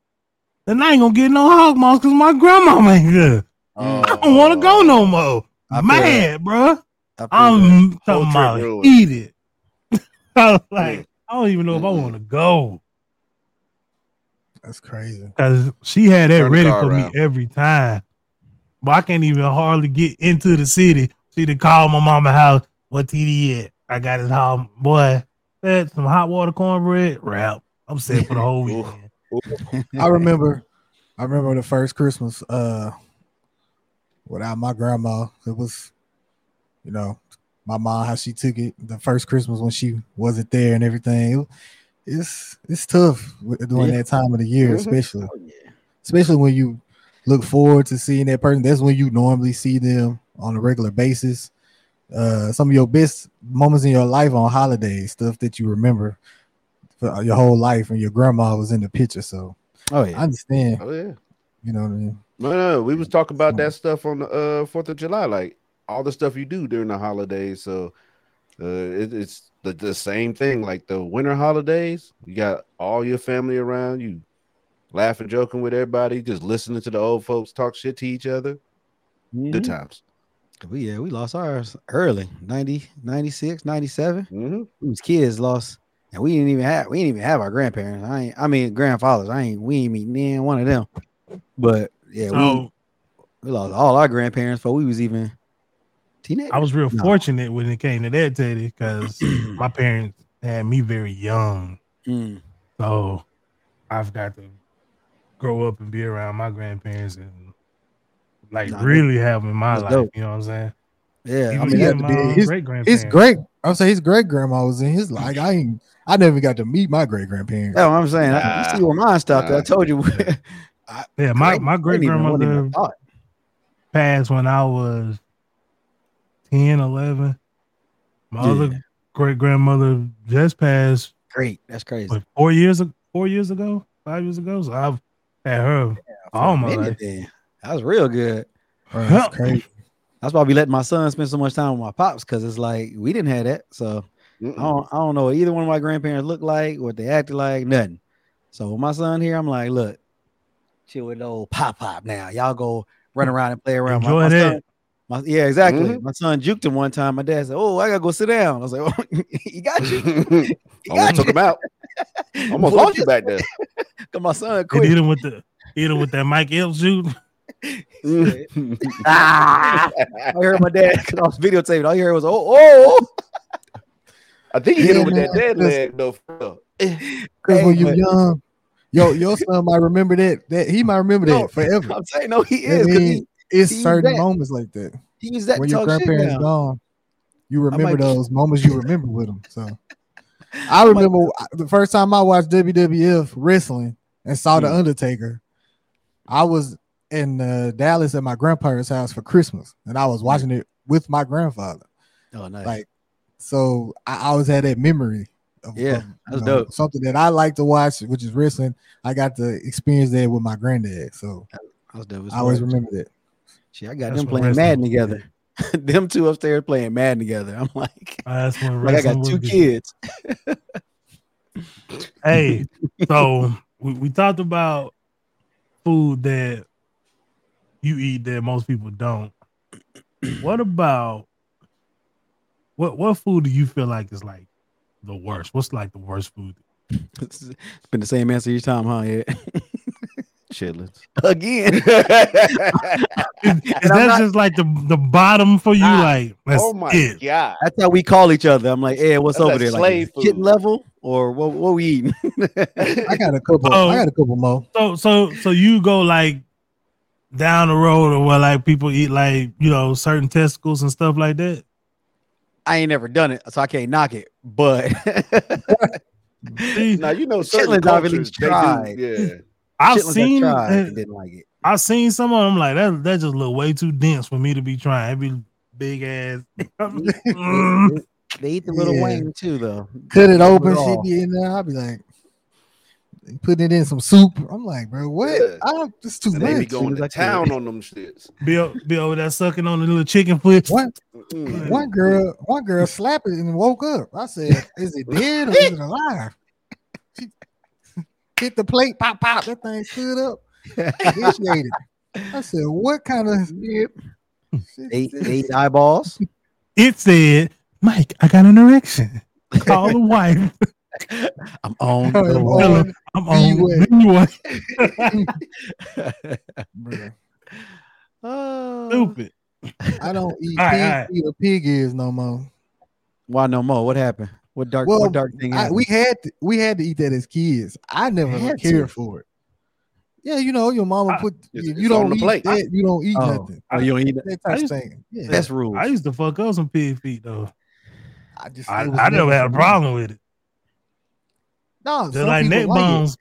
[SPEAKER 1] then I ain't gonna get no hog moss because my grandma ain't good.
[SPEAKER 4] Oh, Um,
[SPEAKER 1] I don't want to go no more.
[SPEAKER 4] I feel
[SPEAKER 1] Mad, bruh.
[SPEAKER 4] I feel that.
[SPEAKER 1] I'm
[SPEAKER 2] Whole
[SPEAKER 1] talking about
[SPEAKER 2] trip ruined.
[SPEAKER 1] eat it. I was like, I don't even know if I
[SPEAKER 2] Mm-mm.
[SPEAKER 1] want to
[SPEAKER 4] Mm-hmm.
[SPEAKER 1] go
[SPEAKER 3] that's crazy.
[SPEAKER 1] because she had that
[SPEAKER 2] Turn the
[SPEAKER 1] ready
[SPEAKER 2] car
[SPEAKER 1] for me
[SPEAKER 2] around.
[SPEAKER 1] every time. But I can't even hardly get into the city. She to call my mama house. What TD at? I got his home. Boy, that some hot water cornbread wrap. I'm set for the whole
[SPEAKER 2] Ooh.
[SPEAKER 1] weekend.
[SPEAKER 3] I remember, I remember the first Christmas uh without my grandma. It was, you know, my mom how she took it the first Christmas when she wasn't there and everything. It- it's it's tough with- during
[SPEAKER 4] Yeah.
[SPEAKER 3] that time of the year,
[SPEAKER 2] Mhm.
[SPEAKER 3] especially
[SPEAKER 4] Oh, yeah.
[SPEAKER 3] especially when you look forward to seeing that person. That's when you normally see them on a regular basis. Uh, some of your best moments in your life on holidays, stuff that you remember for your whole life, and your grandma was in the picture. So
[SPEAKER 4] Oh
[SPEAKER 3] I
[SPEAKER 4] yeah.
[SPEAKER 3] understand.
[SPEAKER 2] Oh yeah.
[SPEAKER 3] You know what I mean?
[SPEAKER 2] No, no, uh, we was talking about that stuff on the uh Fourth of July, like all the stuff you do during the holidays. So uh it, it's the, the same thing, like the winter holidays, you got all your family around, you laughing, joking with everybody, just listening to the old folks talk shit to each other. Good times.
[SPEAKER 4] We yeah, we lost ours early 90, 96, 97.
[SPEAKER 2] hmm
[SPEAKER 4] We was kids lost, and we didn't even have we didn't even have our grandparents. I ain't, I mean grandfathers. I ain't we ain't meet neither one of them. But yeah,
[SPEAKER 1] So
[SPEAKER 4] we, we lost all our grandparents before we was even teenagers.
[SPEAKER 1] I was real
[SPEAKER 4] No.
[SPEAKER 1] fortunate when it came to that, Teddy, because my parents had me very young.
[SPEAKER 4] Mm.
[SPEAKER 1] So I've got to grow up and be around my grandparents and like
[SPEAKER 4] Nah,
[SPEAKER 1] really have 'em in my
[SPEAKER 4] that's
[SPEAKER 1] life.
[SPEAKER 4] dope.
[SPEAKER 1] You know what I'm saying?
[SPEAKER 4] Yeah, I
[SPEAKER 1] Even
[SPEAKER 4] mean,
[SPEAKER 3] yeah,
[SPEAKER 1] even
[SPEAKER 3] to
[SPEAKER 1] my
[SPEAKER 3] be-
[SPEAKER 1] own
[SPEAKER 3] it's-
[SPEAKER 1] great-grandparents.
[SPEAKER 3] His great, I'm saying his great grandma was in his life. I ain't, I never got to meet my great grandparents.
[SPEAKER 4] that's what I'm saying. I,
[SPEAKER 2] Nah.
[SPEAKER 4] you see where mine stopped. at. I
[SPEAKER 2] Nah.
[SPEAKER 4] told you.
[SPEAKER 1] Yeah, my,
[SPEAKER 4] Great-
[SPEAKER 1] my
[SPEAKER 4] wasn't
[SPEAKER 1] great
[SPEAKER 4] even- wasn't even a
[SPEAKER 1] grandmother
[SPEAKER 4] thought.
[SPEAKER 1] passed when I was 10, 11. My
[SPEAKER 4] Yeah.
[SPEAKER 1] other great grandmother just passed
[SPEAKER 4] Great. That's crazy.
[SPEAKER 1] what, four years ag- four years ago, five years ago. So I've had her all my life.
[SPEAKER 4] Anything. That was real good.
[SPEAKER 3] Bro, that's crazy.
[SPEAKER 4] That's why I be letting my son spend so much time with my pops because it's like we didn't have that. So I
[SPEAKER 2] Mm-hmm.
[SPEAKER 4] don't, I don't know what either one of my grandparents looked like, what they acted like, nothing. So with my son here, I'm like, look, chill with old pop pop now. Y'all go run around and play around. My-
[SPEAKER 1] Enjoy
[SPEAKER 4] my, son,
[SPEAKER 1] that.
[SPEAKER 4] My, yeah, exactly.
[SPEAKER 2] Mhm.
[SPEAKER 4] My son juked him one time. My dad said, "Oh, I gotta go sit down." I was like, oh, "He got you.
[SPEAKER 2] I
[SPEAKER 4] He
[SPEAKER 2] almost
[SPEAKER 4] got
[SPEAKER 2] took
[SPEAKER 4] you."
[SPEAKER 2] him out. Almost
[SPEAKER 4] Boy,
[SPEAKER 2] lost you back there.
[SPEAKER 4] My son
[SPEAKER 1] They
[SPEAKER 4] quick.
[SPEAKER 1] hit him with the hit him with that Mike Elf shoot.
[SPEAKER 2] Mm.
[SPEAKER 4] ah! I heard my dad because I was videotaping. All you heard was, "Oh, oh." oh."
[SPEAKER 2] I think he hit him with
[SPEAKER 3] Yeah,
[SPEAKER 2] that dead
[SPEAKER 3] listen.
[SPEAKER 2] leg though. for real.
[SPEAKER 3] Because
[SPEAKER 4] Hey,
[SPEAKER 3] when you
[SPEAKER 4] but-
[SPEAKER 3] young, yo, your son might remember that. That he might remember
[SPEAKER 4] No.
[SPEAKER 3] that forever.
[SPEAKER 4] I'm saying, no, he
[SPEAKER 3] I
[SPEAKER 4] is. 'cause
[SPEAKER 3] mean, it's
[SPEAKER 4] he's
[SPEAKER 3] certain
[SPEAKER 4] that-
[SPEAKER 3] moments like that
[SPEAKER 4] he, he's that
[SPEAKER 3] when your
[SPEAKER 4] talk shit
[SPEAKER 3] grandparents
[SPEAKER 4] now.
[SPEAKER 3] gone. You remember
[SPEAKER 4] might-
[SPEAKER 3] those moments you remember with them. So I remember the first time I watched WWF wrestling and saw the
[SPEAKER 2] Hmm.
[SPEAKER 3] Undertaker. I was in uh, Dallas at my grandparents' house for Christmas, and I was watching it with my grandfather.
[SPEAKER 4] Oh, nice.
[SPEAKER 3] Like, so I always had that memory. Of,
[SPEAKER 4] Yeah,
[SPEAKER 3] of,
[SPEAKER 4] that's
[SPEAKER 3] you know,
[SPEAKER 4] dope.
[SPEAKER 3] Something that I like to watch, which is wrestling. I got to experience that with my granddad, so
[SPEAKER 4] I was dope. as
[SPEAKER 3] I always
[SPEAKER 4] fuck.
[SPEAKER 3] remember that.
[SPEAKER 4] Shit, I got
[SPEAKER 1] That's
[SPEAKER 4] them
[SPEAKER 1] what
[SPEAKER 4] playing
[SPEAKER 1] wrestling
[SPEAKER 4] Madden
[SPEAKER 1] was.
[SPEAKER 4] together. them two upstairs playing Madden together. I'm like,
[SPEAKER 1] Uh, That's when
[SPEAKER 4] like
[SPEAKER 1] wrestling
[SPEAKER 4] I got
[SPEAKER 1] was
[SPEAKER 4] two
[SPEAKER 1] good.
[SPEAKER 4] kids.
[SPEAKER 1] Hey, so we, we talked about food that you eat that most people don't. What about what what food do you feel like is like the worst? What's like the worst food?
[SPEAKER 4] it's been the same answer each time, huh? Yeah.
[SPEAKER 2] Chitlins.
[SPEAKER 4] Again.
[SPEAKER 1] Is, is
[SPEAKER 4] I'm
[SPEAKER 1] that
[SPEAKER 4] not-
[SPEAKER 1] just like the, the bottom for you?
[SPEAKER 2] Ah,
[SPEAKER 1] like that's
[SPEAKER 2] oh my
[SPEAKER 1] it.
[SPEAKER 2] god.
[SPEAKER 4] That's how we call each other. I'm like, hey, what's
[SPEAKER 2] That's
[SPEAKER 4] over
[SPEAKER 2] like
[SPEAKER 4] there?
[SPEAKER 2] slave
[SPEAKER 4] Like kitten
[SPEAKER 2] food.
[SPEAKER 4] level or what, what we eating?
[SPEAKER 3] I got a couple.
[SPEAKER 1] Oh.
[SPEAKER 3] I got a couple more.
[SPEAKER 1] So so so you go like down the road or where like people eat like you know certain testicles and stuff like that.
[SPEAKER 4] I ain't never done it, so I can't knock it. But
[SPEAKER 1] See,
[SPEAKER 2] Now you know certain
[SPEAKER 4] Chitlins I've at
[SPEAKER 2] cultures
[SPEAKER 4] least
[SPEAKER 2] they
[SPEAKER 4] tried.
[SPEAKER 2] do.
[SPEAKER 1] I've
[SPEAKER 4] Chitlins I
[SPEAKER 1] seen
[SPEAKER 4] tried
[SPEAKER 1] uh,
[SPEAKER 4] and didn't like it.
[SPEAKER 1] I've seen some of them like that. That just look way too dense for me to be trying. It'd be big ass. Mm.
[SPEAKER 4] They- They eat the little
[SPEAKER 3] Yeah.
[SPEAKER 4] wing too, though.
[SPEAKER 3] Cut it
[SPEAKER 4] Remember
[SPEAKER 3] open,
[SPEAKER 4] it
[SPEAKER 3] shit
[SPEAKER 4] all.
[SPEAKER 3] be in there. I'll be like, putting it in some soup. I'm like, bro, what?
[SPEAKER 2] Yeah.
[SPEAKER 3] I don't, it's too
[SPEAKER 2] Yeah. And they be
[SPEAKER 3] much.
[SPEAKER 2] going to
[SPEAKER 4] Chitlins I
[SPEAKER 2] town on them shits.
[SPEAKER 1] be, o- be over there sucking on the little chicken foot.
[SPEAKER 3] One,
[SPEAKER 2] Mm.
[SPEAKER 3] one girl, one girl slapped it and woke up. I said, "Is it dead or is it alive?" She hit the plate, pop, pop. That thing stood up. Then she ate it. I said, "What kind of?" shit
[SPEAKER 4] They,
[SPEAKER 3] is this?"
[SPEAKER 4] they eat the eyeballs.
[SPEAKER 1] It said, Mike, I got an erection. Call the wife.
[SPEAKER 4] I'm on
[SPEAKER 3] I'm
[SPEAKER 4] the
[SPEAKER 1] Tell
[SPEAKER 4] wall.
[SPEAKER 1] her
[SPEAKER 3] on,
[SPEAKER 1] I'm on
[SPEAKER 3] Be
[SPEAKER 1] the way.
[SPEAKER 3] bro.
[SPEAKER 4] Oh.
[SPEAKER 1] Stupid.
[SPEAKER 3] I don't eat pig
[SPEAKER 1] All right,
[SPEAKER 3] feet or pig ears no more.
[SPEAKER 4] Why no more? What happened? What dark?
[SPEAKER 3] Well,
[SPEAKER 4] what dark thing?
[SPEAKER 3] I,
[SPEAKER 4] happened?
[SPEAKER 3] we had to, we had to eat that as kids. I never
[SPEAKER 4] Had
[SPEAKER 3] cared for it. Yeah, you know, your mama
[SPEAKER 1] I-
[SPEAKER 3] put
[SPEAKER 2] It's-
[SPEAKER 3] if
[SPEAKER 2] it's
[SPEAKER 3] you
[SPEAKER 2] on
[SPEAKER 3] don't
[SPEAKER 2] the
[SPEAKER 3] eat
[SPEAKER 2] plate.
[SPEAKER 3] that, you don't eat
[SPEAKER 4] Oh.
[SPEAKER 3] nothing.
[SPEAKER 4] oh, you don't eat it.
[SPEAKER 3] That
[SPEAKER 1] I
[SPEAKER 3] type of
[SPEAKER 1] used to-
[SPEAKER 3] thing. Yeah,
[SPEAKER 4] That's rules.
[SPEAKER 1] I used to fuck up some pig feet though.
[SPEAKER 3] I just
[SPEAKER 1] I,
[SPEAKER 3] it was
[SPEAKER 1] I never had a
[SPEAKER 3] for me.
[SPEAKER 1] problem with it.
[SPEAKER 3] No,
[SPEAKER 1] Just
[SPEAKER 3] some
[SPEAKER 1] like
[SPEAKER 3] people
[SPEAKER 1] neck
[SPEAKER 3] like it.
[SPEAKER 1] bones.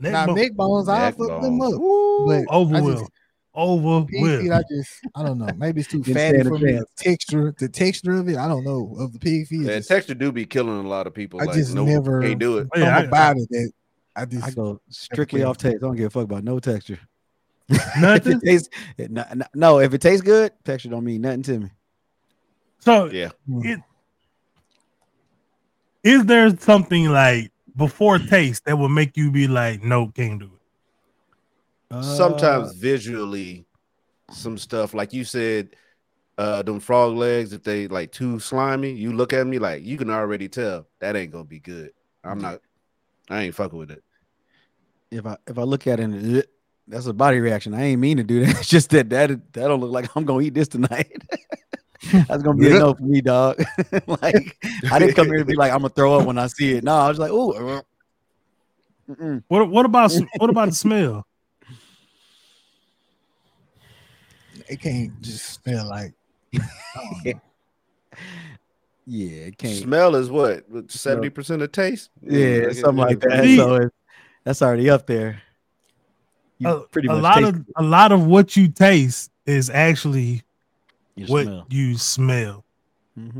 [SPEAKER 1] Neck
[SPEAKER 3] Now
[SPEAKER 1] bone-
[SPEAKER 3] neck bones, I
[SPEAKER 2] Neck
[SPEAKER 3] fuck them
[SPEAKER 2] bones.
[SPEAKER 3] up.
[SPEAKER 1] Woo,
[SPEAKER 3] but
[SPEAKER 1] over
[SPEAKER 3] I just-
[SPEAKER 1] with. Over
[SPEAKER 3] Pig feet,
[SPEAKER 1] with.
[SPEAKER 3] I just I don't know. Maybe it's too
[SPEAKER 4] Didn't
[SPEAKER 3] fatty
[SPEAKER 4] stand a
[SPEAKER 3] for me. The
[SPEAKER 4] chance.
[SPEAKER 3] texture, the texture of it, I don't know of the pig feet.
[SPEAKER 2] Yeah,
[SPEAKER 3] it's just-
[SPEAKER 2] texture do be killing a lot of people.
[SPEAKER 3] I
[SPEAKER 2] like,
[SPEAKER 3] just
[SPEAKER 2] nope,
[SPEAKER 3] never-
[SPEAKER 2] can't do it.
[SPEAKER 1] Oh, yeah,
[SPEAKER 3] something
[SPEAKER 1] I-
[SPEAKER 3] about it that I
[SPEAKER 4] I
[SPEAKER 3] just
[SPEAKER 4] go strictly off taste. I don't give a fuck about no texture. if
[SPEAKER 1] Nothing.
[SPEAKER 4] it tastes, it- no, no- no, if it tastes good, texture don't mean nothing to me.
[SPEAKER 1] So
[SPEAKER 2] Yeah.
[SPEAKER 3] mm,
[SPEAKER 1] is there something like before taste that would make you be like, nope, can't do it?
[SPEAKER 3] uh,
[SPEAKER 2] Sometimes
[SPEAKER 4] Uh.
[SPEAKER 2] visually, some stuff like you said, uh, them frog legs if they like too slimy, you look at me like you can already tell that ain't gonna be good. I'm not. I ain't fucking with it.
[SPEAKER 4] if I if I look at it, and, "Ugh," that's a body reaction. I ain't mean to do that. It's just that that that don't look like I'm gonna eat this tonight. that's gonna be a no for me, dog. like I didn't come here to be like I'm gonna throw up when I see it. No, I was like, oh,
[SPEAKER 1] What what about what about the smell?
[SPEAKER 3] it can't just smell like
[SPEAKER 4] yeah, it can't.
[SPEAKER 2] Smell is what seventy percent of taste.
[SPEAKER 4] Yeah,
[SPEAKER 2] Mm,
[SPEAKER 4] something like that.
[SPEAKER 1] See-
[SPEAKER 4] So it, that's already up there. You
[SPEAKER 1] A,
[SPEAKER 4] pretty
[SPEAKER 1] a
[SPEAKER 4] much
[SPEAKER 1] lot
[SPEAKER 4] taste
[SPEAKER 1] of a lot of what you taste is actually
[SPEAKER 4] your
[SPEAKER 1] what
[SPEAKER 4] smell.
[SPEAKER 1] you smell.
[SPEAKER 4] Mhm.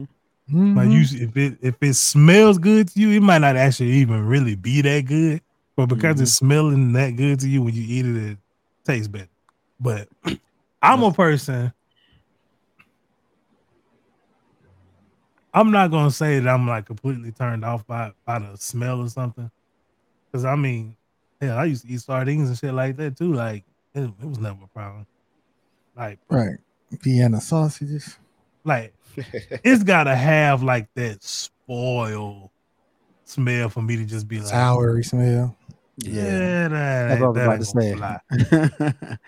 [SPEAKER 3] mm-hmm,
[SPEAKER 1] Like you, if it if it smells good to you, it might not actually even really be that good, but because it's smelling that good to you when you eat it, it tastes better. But I'm a person. I'm not gonna say that I'm like completely turned off by by the smell or something, because I mean, hell, I used to eat sardines and shit like that too. Like it, it was never a problem. Like
[SPEAKER 3] right. Vienna sausages.
[SPEAKER 1] Like it's gotta have like that spoil smell for me to just be like,
[SPEAKER 3] Soury smell.
[SPEAKER 1] yeah, that,
[SPEAKER 4] That's what I
[SPEAKER 1] that
[SPEAKER 4] was
[SPEAKER 1] ain't
[SPEAKER 4] about to say.
[SPEAKER 1] gonna fly.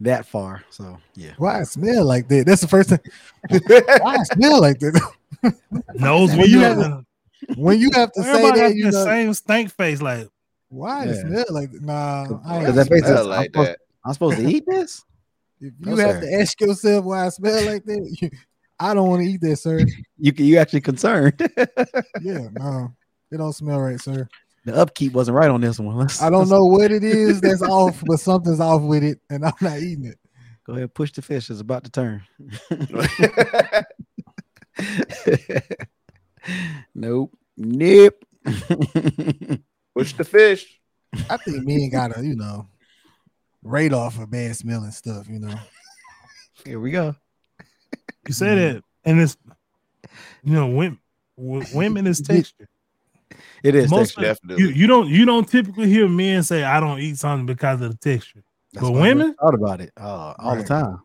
[SPEAKER 4] that far. So yeah.
[SPEAKER 3] Why it smell like that? That's the first time. Why it smell like that?
[SPEAKER 1] Nose
[SPEAKER 3] When
[SPEAKER 1] when
[SPEAKER 3] you
[SPEAKER 1] you
[SPEAKER 3] have- when you have to say
[SPEAKER 1] everybody
[SPEAKER 3] that,
[SPEAKER 1] has
[SPEAKER 3] you
[SPEAKER 1] the
[SPEAKER 3] know,
[SPEAKER 1] same stank face. Like
[SPEAKER 3] why it
[SPEAKER 4] Yeah.
[SPEAKER 3] smell like that? Nah, I
[SPEAKER 4] Cause
[SPEAKER 3] ain't
[SPEAKER 4] that face is-
[SPEAKER 2] Smell like
[SPEAKER 4] I'm
[SPEAKER 2] that.
[SPEAKER 4] I'm supposed to eat this?
[SPEAKER 3] If you
[SPEAKER 4] No,
[SPEAKER 3] have
[SPEAKER 4] sir.
[SPEAKER 3] to ask yourself why I smell like that, you, I don't want to eat that, sir.
[SPEAKER 4] You you actually concerned? the
[SPEAKER 3] Yeah, no, it don't smell right, sir.
[SPEAKER 4] upkeep wasn't right on this one. Let's,
[SPEAKER 3] I don't know what it is that's off, but something's off with it, and I'm not eating it.
[SPEAKER 4] Go ahead, push the fish. It's about to turn. nope. Nip.
[SPEAKER 2] Push the fish.
[SPEAKER 3] I think men gotta, you know, radar for bad smelling stuff. You know,
[SPEAKER 4] Here we go.
[SPEAKER 1] you said it, and it's you know women. Women is texture.
[SPEAKER 4] It is.
[SPEAKER 1] Most
[SPEAKER 4] texture.
[SPEAKER 1] You,
[SPEAKER 2] Definitely.
[SPEAKER 1] you don't you don't typically hear men say I don't eat something because of the texture.
[SPEAKER 4] That's
[SPEAKER 1] but
[SPEAKER 4] why I never
[SPEAKER 1] women?
[SPEAKER 4] thought about it uh, all the
[SPEAKER 3] Right.
[SPEAKER 4] time.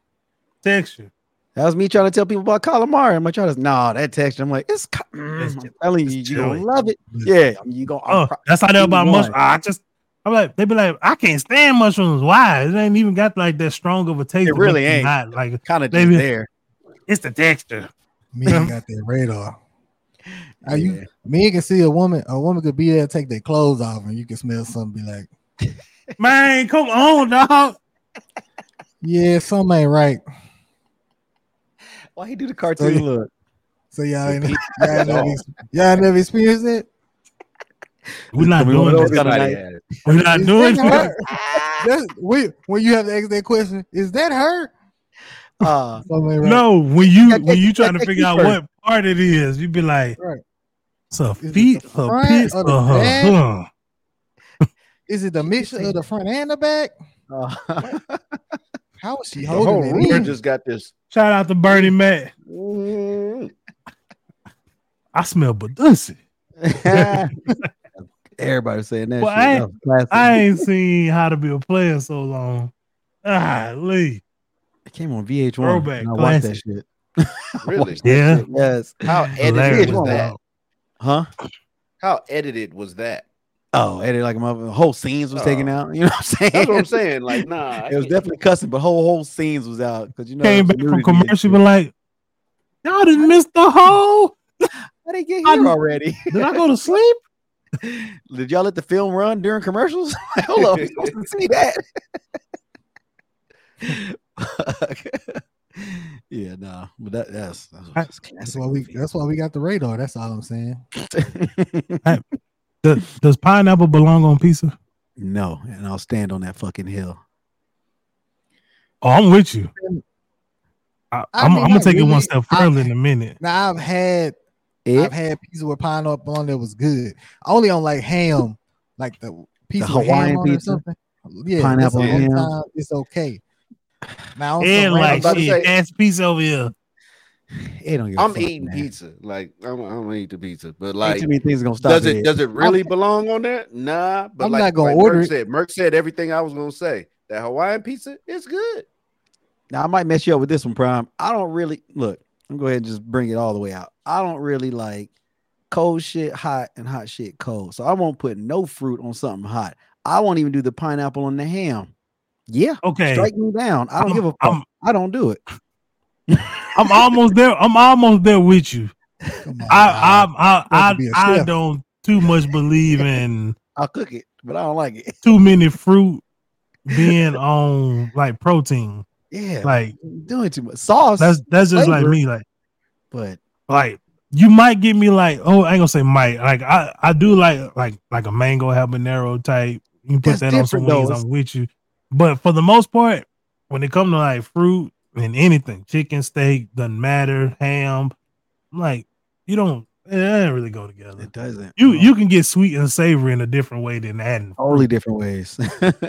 [SPEAKER 1] Texture.
[SPEAKER 4] That was me trying to tell people about calamari. I'm like, trying to, nah, that texture. I'm like, it's, ca- mm,
[SPEAKER 1] It's
[SPEAKER 4] I'm telling
[SPEAKER 1] it's
[SPEAKER 4] you, you gonna
[SPEAKER 1] chewy.
[SPEAKER 4] love it.
[SPEAKER 3] Yeah.
[SPEAKER 4] Yeah, I mean, you gonna.
[SPEAKER 1] Oh,
[SPEAKER 4] I'm pro-
[SPEAKER 1] that's how they about
[SPEAKER 4] Either
[SPEAKER 1] mushrooms.
[SPEAKER 4] one.
[SPEAKER 1] I just I'm like they be like I can't stand mushrooms. Why? It ain't even got like that strong of a taste.
[SPEAKER 4] It
[SPEAKER 1] to make
[SPEAKER 4] really
[SPEAKER 1] you
[SPEAKER 4] ain't.
[SPEAKER 1] not- Like
[SPEAKER 4] kind of just
[SPEAKER 1] Maybe-
[SPEAKER 4] there.
[SPEAKER 1] it's the texture.
[SPEAKER 3] men got that radar. Are
[SPEAKER 4] Yeah.
[SPEAKER 3] you men can see a woman? A woman could be there, take their clothes off, and you can smell something. Be like,
[SPEAKER 1] Man, come on, dog.
[SPEAKER 3] yeah, something ain't right.
[SPEAKER 4] Why he do the cartoon
[SPEAKER 3] you-
[SPEAKER 4] look?
[SPEAKER 3] So y'all ain't, y'all, ain't never, y'all never experienced it.
[SPEAKER 1] We're not
[SPEAKER 4] We
[SPEAKER 1] doing this.
[SPEAKER 4] won't go kinda
[SPEAKER 2] Everybody
[SPEAKER 4] nice.
[SPEAKER 2] has it.
[SPEAKER 1] We're not
[SPEAKER 3] Is
[SPEAKER 1] doing
[SPEAKER 3] that
[SPEAKER 1] this.
[SPEAKER 3] her? That's, when, when you have to ask that question, is that her?
[SPEAKER 4] Uh,
[SPEAKER 3] Something ain't right.
[SPEAKER 1] No, when you
[SPEAKER 4] Gotta
[SPEAKER 1] when
[SPEAKER 4] take-
[SPEAKER 1] you trying to
[SPEAKER 4] gotta take
[SPEAKER 1] figure out
[SPEAKER 4] you
[SPEAKER 1] what part it is, you be like,
[SPEAKER 3] Right.
[SPEAKER 1] it's her
[SPEAKER 3] it the
[SPEAKER 1] feet, her
[SPEAKER 3] front
[SPEAKER 1] pits,
[SPEAKER 3] or
[SPEAKER 1] or
[SPEAKER 3] the
[SPEAKER 1] her
[SPEAKER 3] back?
[SPEAKER 1] uh-huh, huh.
[SPEAKER 3] Is it the mixture of the front and the back?
[SPEAKER 4] uh,
[SPEAKER 3] How is she
[SPEAKER 2] The whole
[SPEAKER 3] holding it?
[SPEAKER 2] room
[SPEAKER 3] in?
[SPEAKER 2] just got this. mm,
[SPEAKER 1] Shout out to Bernie Mac. I smell Badusi.
[SPEAKER 4] Everybody saying that.
[SPEAKER 1] Well,
[SPEAKER 4] shit.
[SPEAKER 1] I-
[SPEAKER 4] That was classic.
[SPEAKER 1] I ain't seen how to be a player in so long. Ah, Lee.
[SPEAKER 4] It came on VH1.
[SPEAKER 1] Throwback
[SPEAKER 4] and I watched that
[SPEAKER 1] classic.
[SPEAKER 4] shit.
[SPEAKER 2] Really?
[SPEAKER 1] Yeah.
[SPEAKER 4] Yes.
[SPEAKER 2] How
[SPEAKER 1] Hilarious
[SPEAKER 2] edited was that?
[SPEAKER 1] dog.
[SPEAKER 4] Huh?
[SPEAKER 2] How edited was that?
[SPEAKER 4] Oh, and it, like my whole scenes was taken
[SPEAKER 2] Oh.
[SPEAKER 4] out. You know what I'm saying?
[SPEAKER 2] That's what I'm saying. Like, nah, I
[SPEAKER 4] It was
[SPEAKER 2] can't-
[SPEAKER 4] definitely cussing, but whole whole scenes was out because you know
[SPEAKER 1] Came back
[SPEAKER 4] it was
[SPEAKER 1] from
[SPEAKER 4] nudity and
[SPEAKER 1] commercial,
[SPEAKER 4] shit.
[SPEAKER 1] been like, y'all didn't miss the whole.
[SPEAKER 4] How they get
[SPEAKER 1] I
[SPEAKER 4] here
[SPEAKER 1] kn-
[SPEAKER 4] already?
[SPEAKER 1] Did I go to sleep?
[SPEAKER 4] Did y'all let the film run during commercials? Like, Hold on, we supposed to see that. Fuck. yeah, nah, but that, that's that's,
[SPEAKER 1] I-
[SPEAKER 4] that's classic.
[SPEAKER 3] That's why we.
[SPEAKER 4] movie.
[SPEAKER 3] That's why we got the radar. That's all I'm saying.
[SPEAKER 1] Does, does pineapple belong on pizza?
[SPEAKER 4] no, and I'll stand on that fucking hill.
[SPEAKER 1] Oh, I'm with you. I,
[SPEAKER 3] I
[SPEAKER 1] am
[SPEAKER 3] mean,
[SPEAKER 1] gonna
[SPEAKER 3] not
[SPEAKER 1] take it
[SPEAKER 3] really.
[SPEAKER 1] one step
[SPEAKER 3] I-
[SPEAKER 1] further in a minute.
[SPEAKER 3] Now I've had
[SPEAKER 4] It,
[SPEAKER 3] I've had pizza with pineapple on that was good. Only on like ham, like the pizza with
[SPEAKER 4] Hawaiian
[SPEAKER 3] ham on it or
[SPEAKER 4] pizza?
[SPEAKER 3] something. Yeah,
[SPEAKER 4] Pineapple
[SPEAKER 3] it's, on
[SPEAKER 4] ham.
[SPEAKER 3] time, it's okay. Now on some
[SPEAKER 1] And
[SPEAKER 3] random-
[SPEAKER 1] like
[SPEAKER 2] about to
[SPEAKER 1] shit,
[SPEAKER 2] say-
[SPEAKER 1] ass pizza over here.
[SPEAKER 4] it don't give a
[SPEAKER 2] I'm
[SPEAKER 4] fuck,
[SPEAKER 2] eating
[SPEAKER 4] man.
[SPEAKER 2] pizza. Like, I'm, I'm gonna eat the pizza, but
[SPEAKER 4] Ain't
[SPEAKER 2] like,
[SPEAKER 4] too many things gonna stop
[SPEAKER 2] does
[SPEAKER 4] it.
[SPEAKER 2] it does it really belong on there? Nah, but
[SPEAKER 3] I'm
[SPEAKER 2] like,
[SPEAKER 3] not gonna
[SPEAKER 2] like
[SPEAKER 3] order
[SPEAKER 2] Merck
[SPEAKER 3] it.
[SPEAKER 2] said, Merck said everything I was gonna say. That Hawaiian pizza, it's good.
[SPEAKER 4] Now I might mess you up with this one, Prime. I don't really look. I'm go ahead and just bring it all the way out. I don't really like cold shit hot and hot shit cold. So I won't put no fruit on something hot. I won't even do the pineapple on the ham. Yeah,
[SPEAKER 1] Okay,
[SPEAKER 4] strike me down. I don't
[SPEAKER 1] I'm-
[SPEAKER 4] give a fuck.
[SPEAKER 1] I'm-
[SPEAKER 4] I don't do it.
[SPEAKER 1] I'm almost there. I'm almost there with you.
[SPEAKER 3] Come on,
[SPEAKER 1] I
[SPEAKER 3] now.
[SPEAKER 1] I
[SPEAKER 3] Supposed to be
[SPEAKER 1] I
[SPEAKER 3] a
[SPEAKER 1] I, I
[SPEAKER 3] chef.
[SPEAKER 1] don't too much believe in
[SPEAKER 4] I'll cook it, but I don't like it.
[SPEAKER 1] too many fruit being on like protein.
[SPEAKER 4] Yeah,
[SPEAKER 1] Like
[SPEAKER 4] doing too much sauce.
[SPEAKER 1] that's that's just like
[SPEAKER 4] Flavor.
[SPEAKER 1] me. Like
[SPEAKER 4] but
[SPEAKER 1] like you might get me like oh I ain't gonna say might like I I do like like like a mango habanero type. You put
[SPEAKER 4] That's
[SPEAKER 1] that on some
[SPEAKER 4] different, though.
[SPEAKER 1] wings, I'm with you. But for the most part, when it comes to like fruit and anything, chicken, steak, doesn't matter, ham, I'm like you don't it doesn't really go together.
[SPEAKER 4] it doesn't.
[SPEAKER 1] You
[SPEAKER 4] No.
[SPEAKER 1] you can get sweet and savory in a different way than adding.
[SPEAKER 4] totally different ways.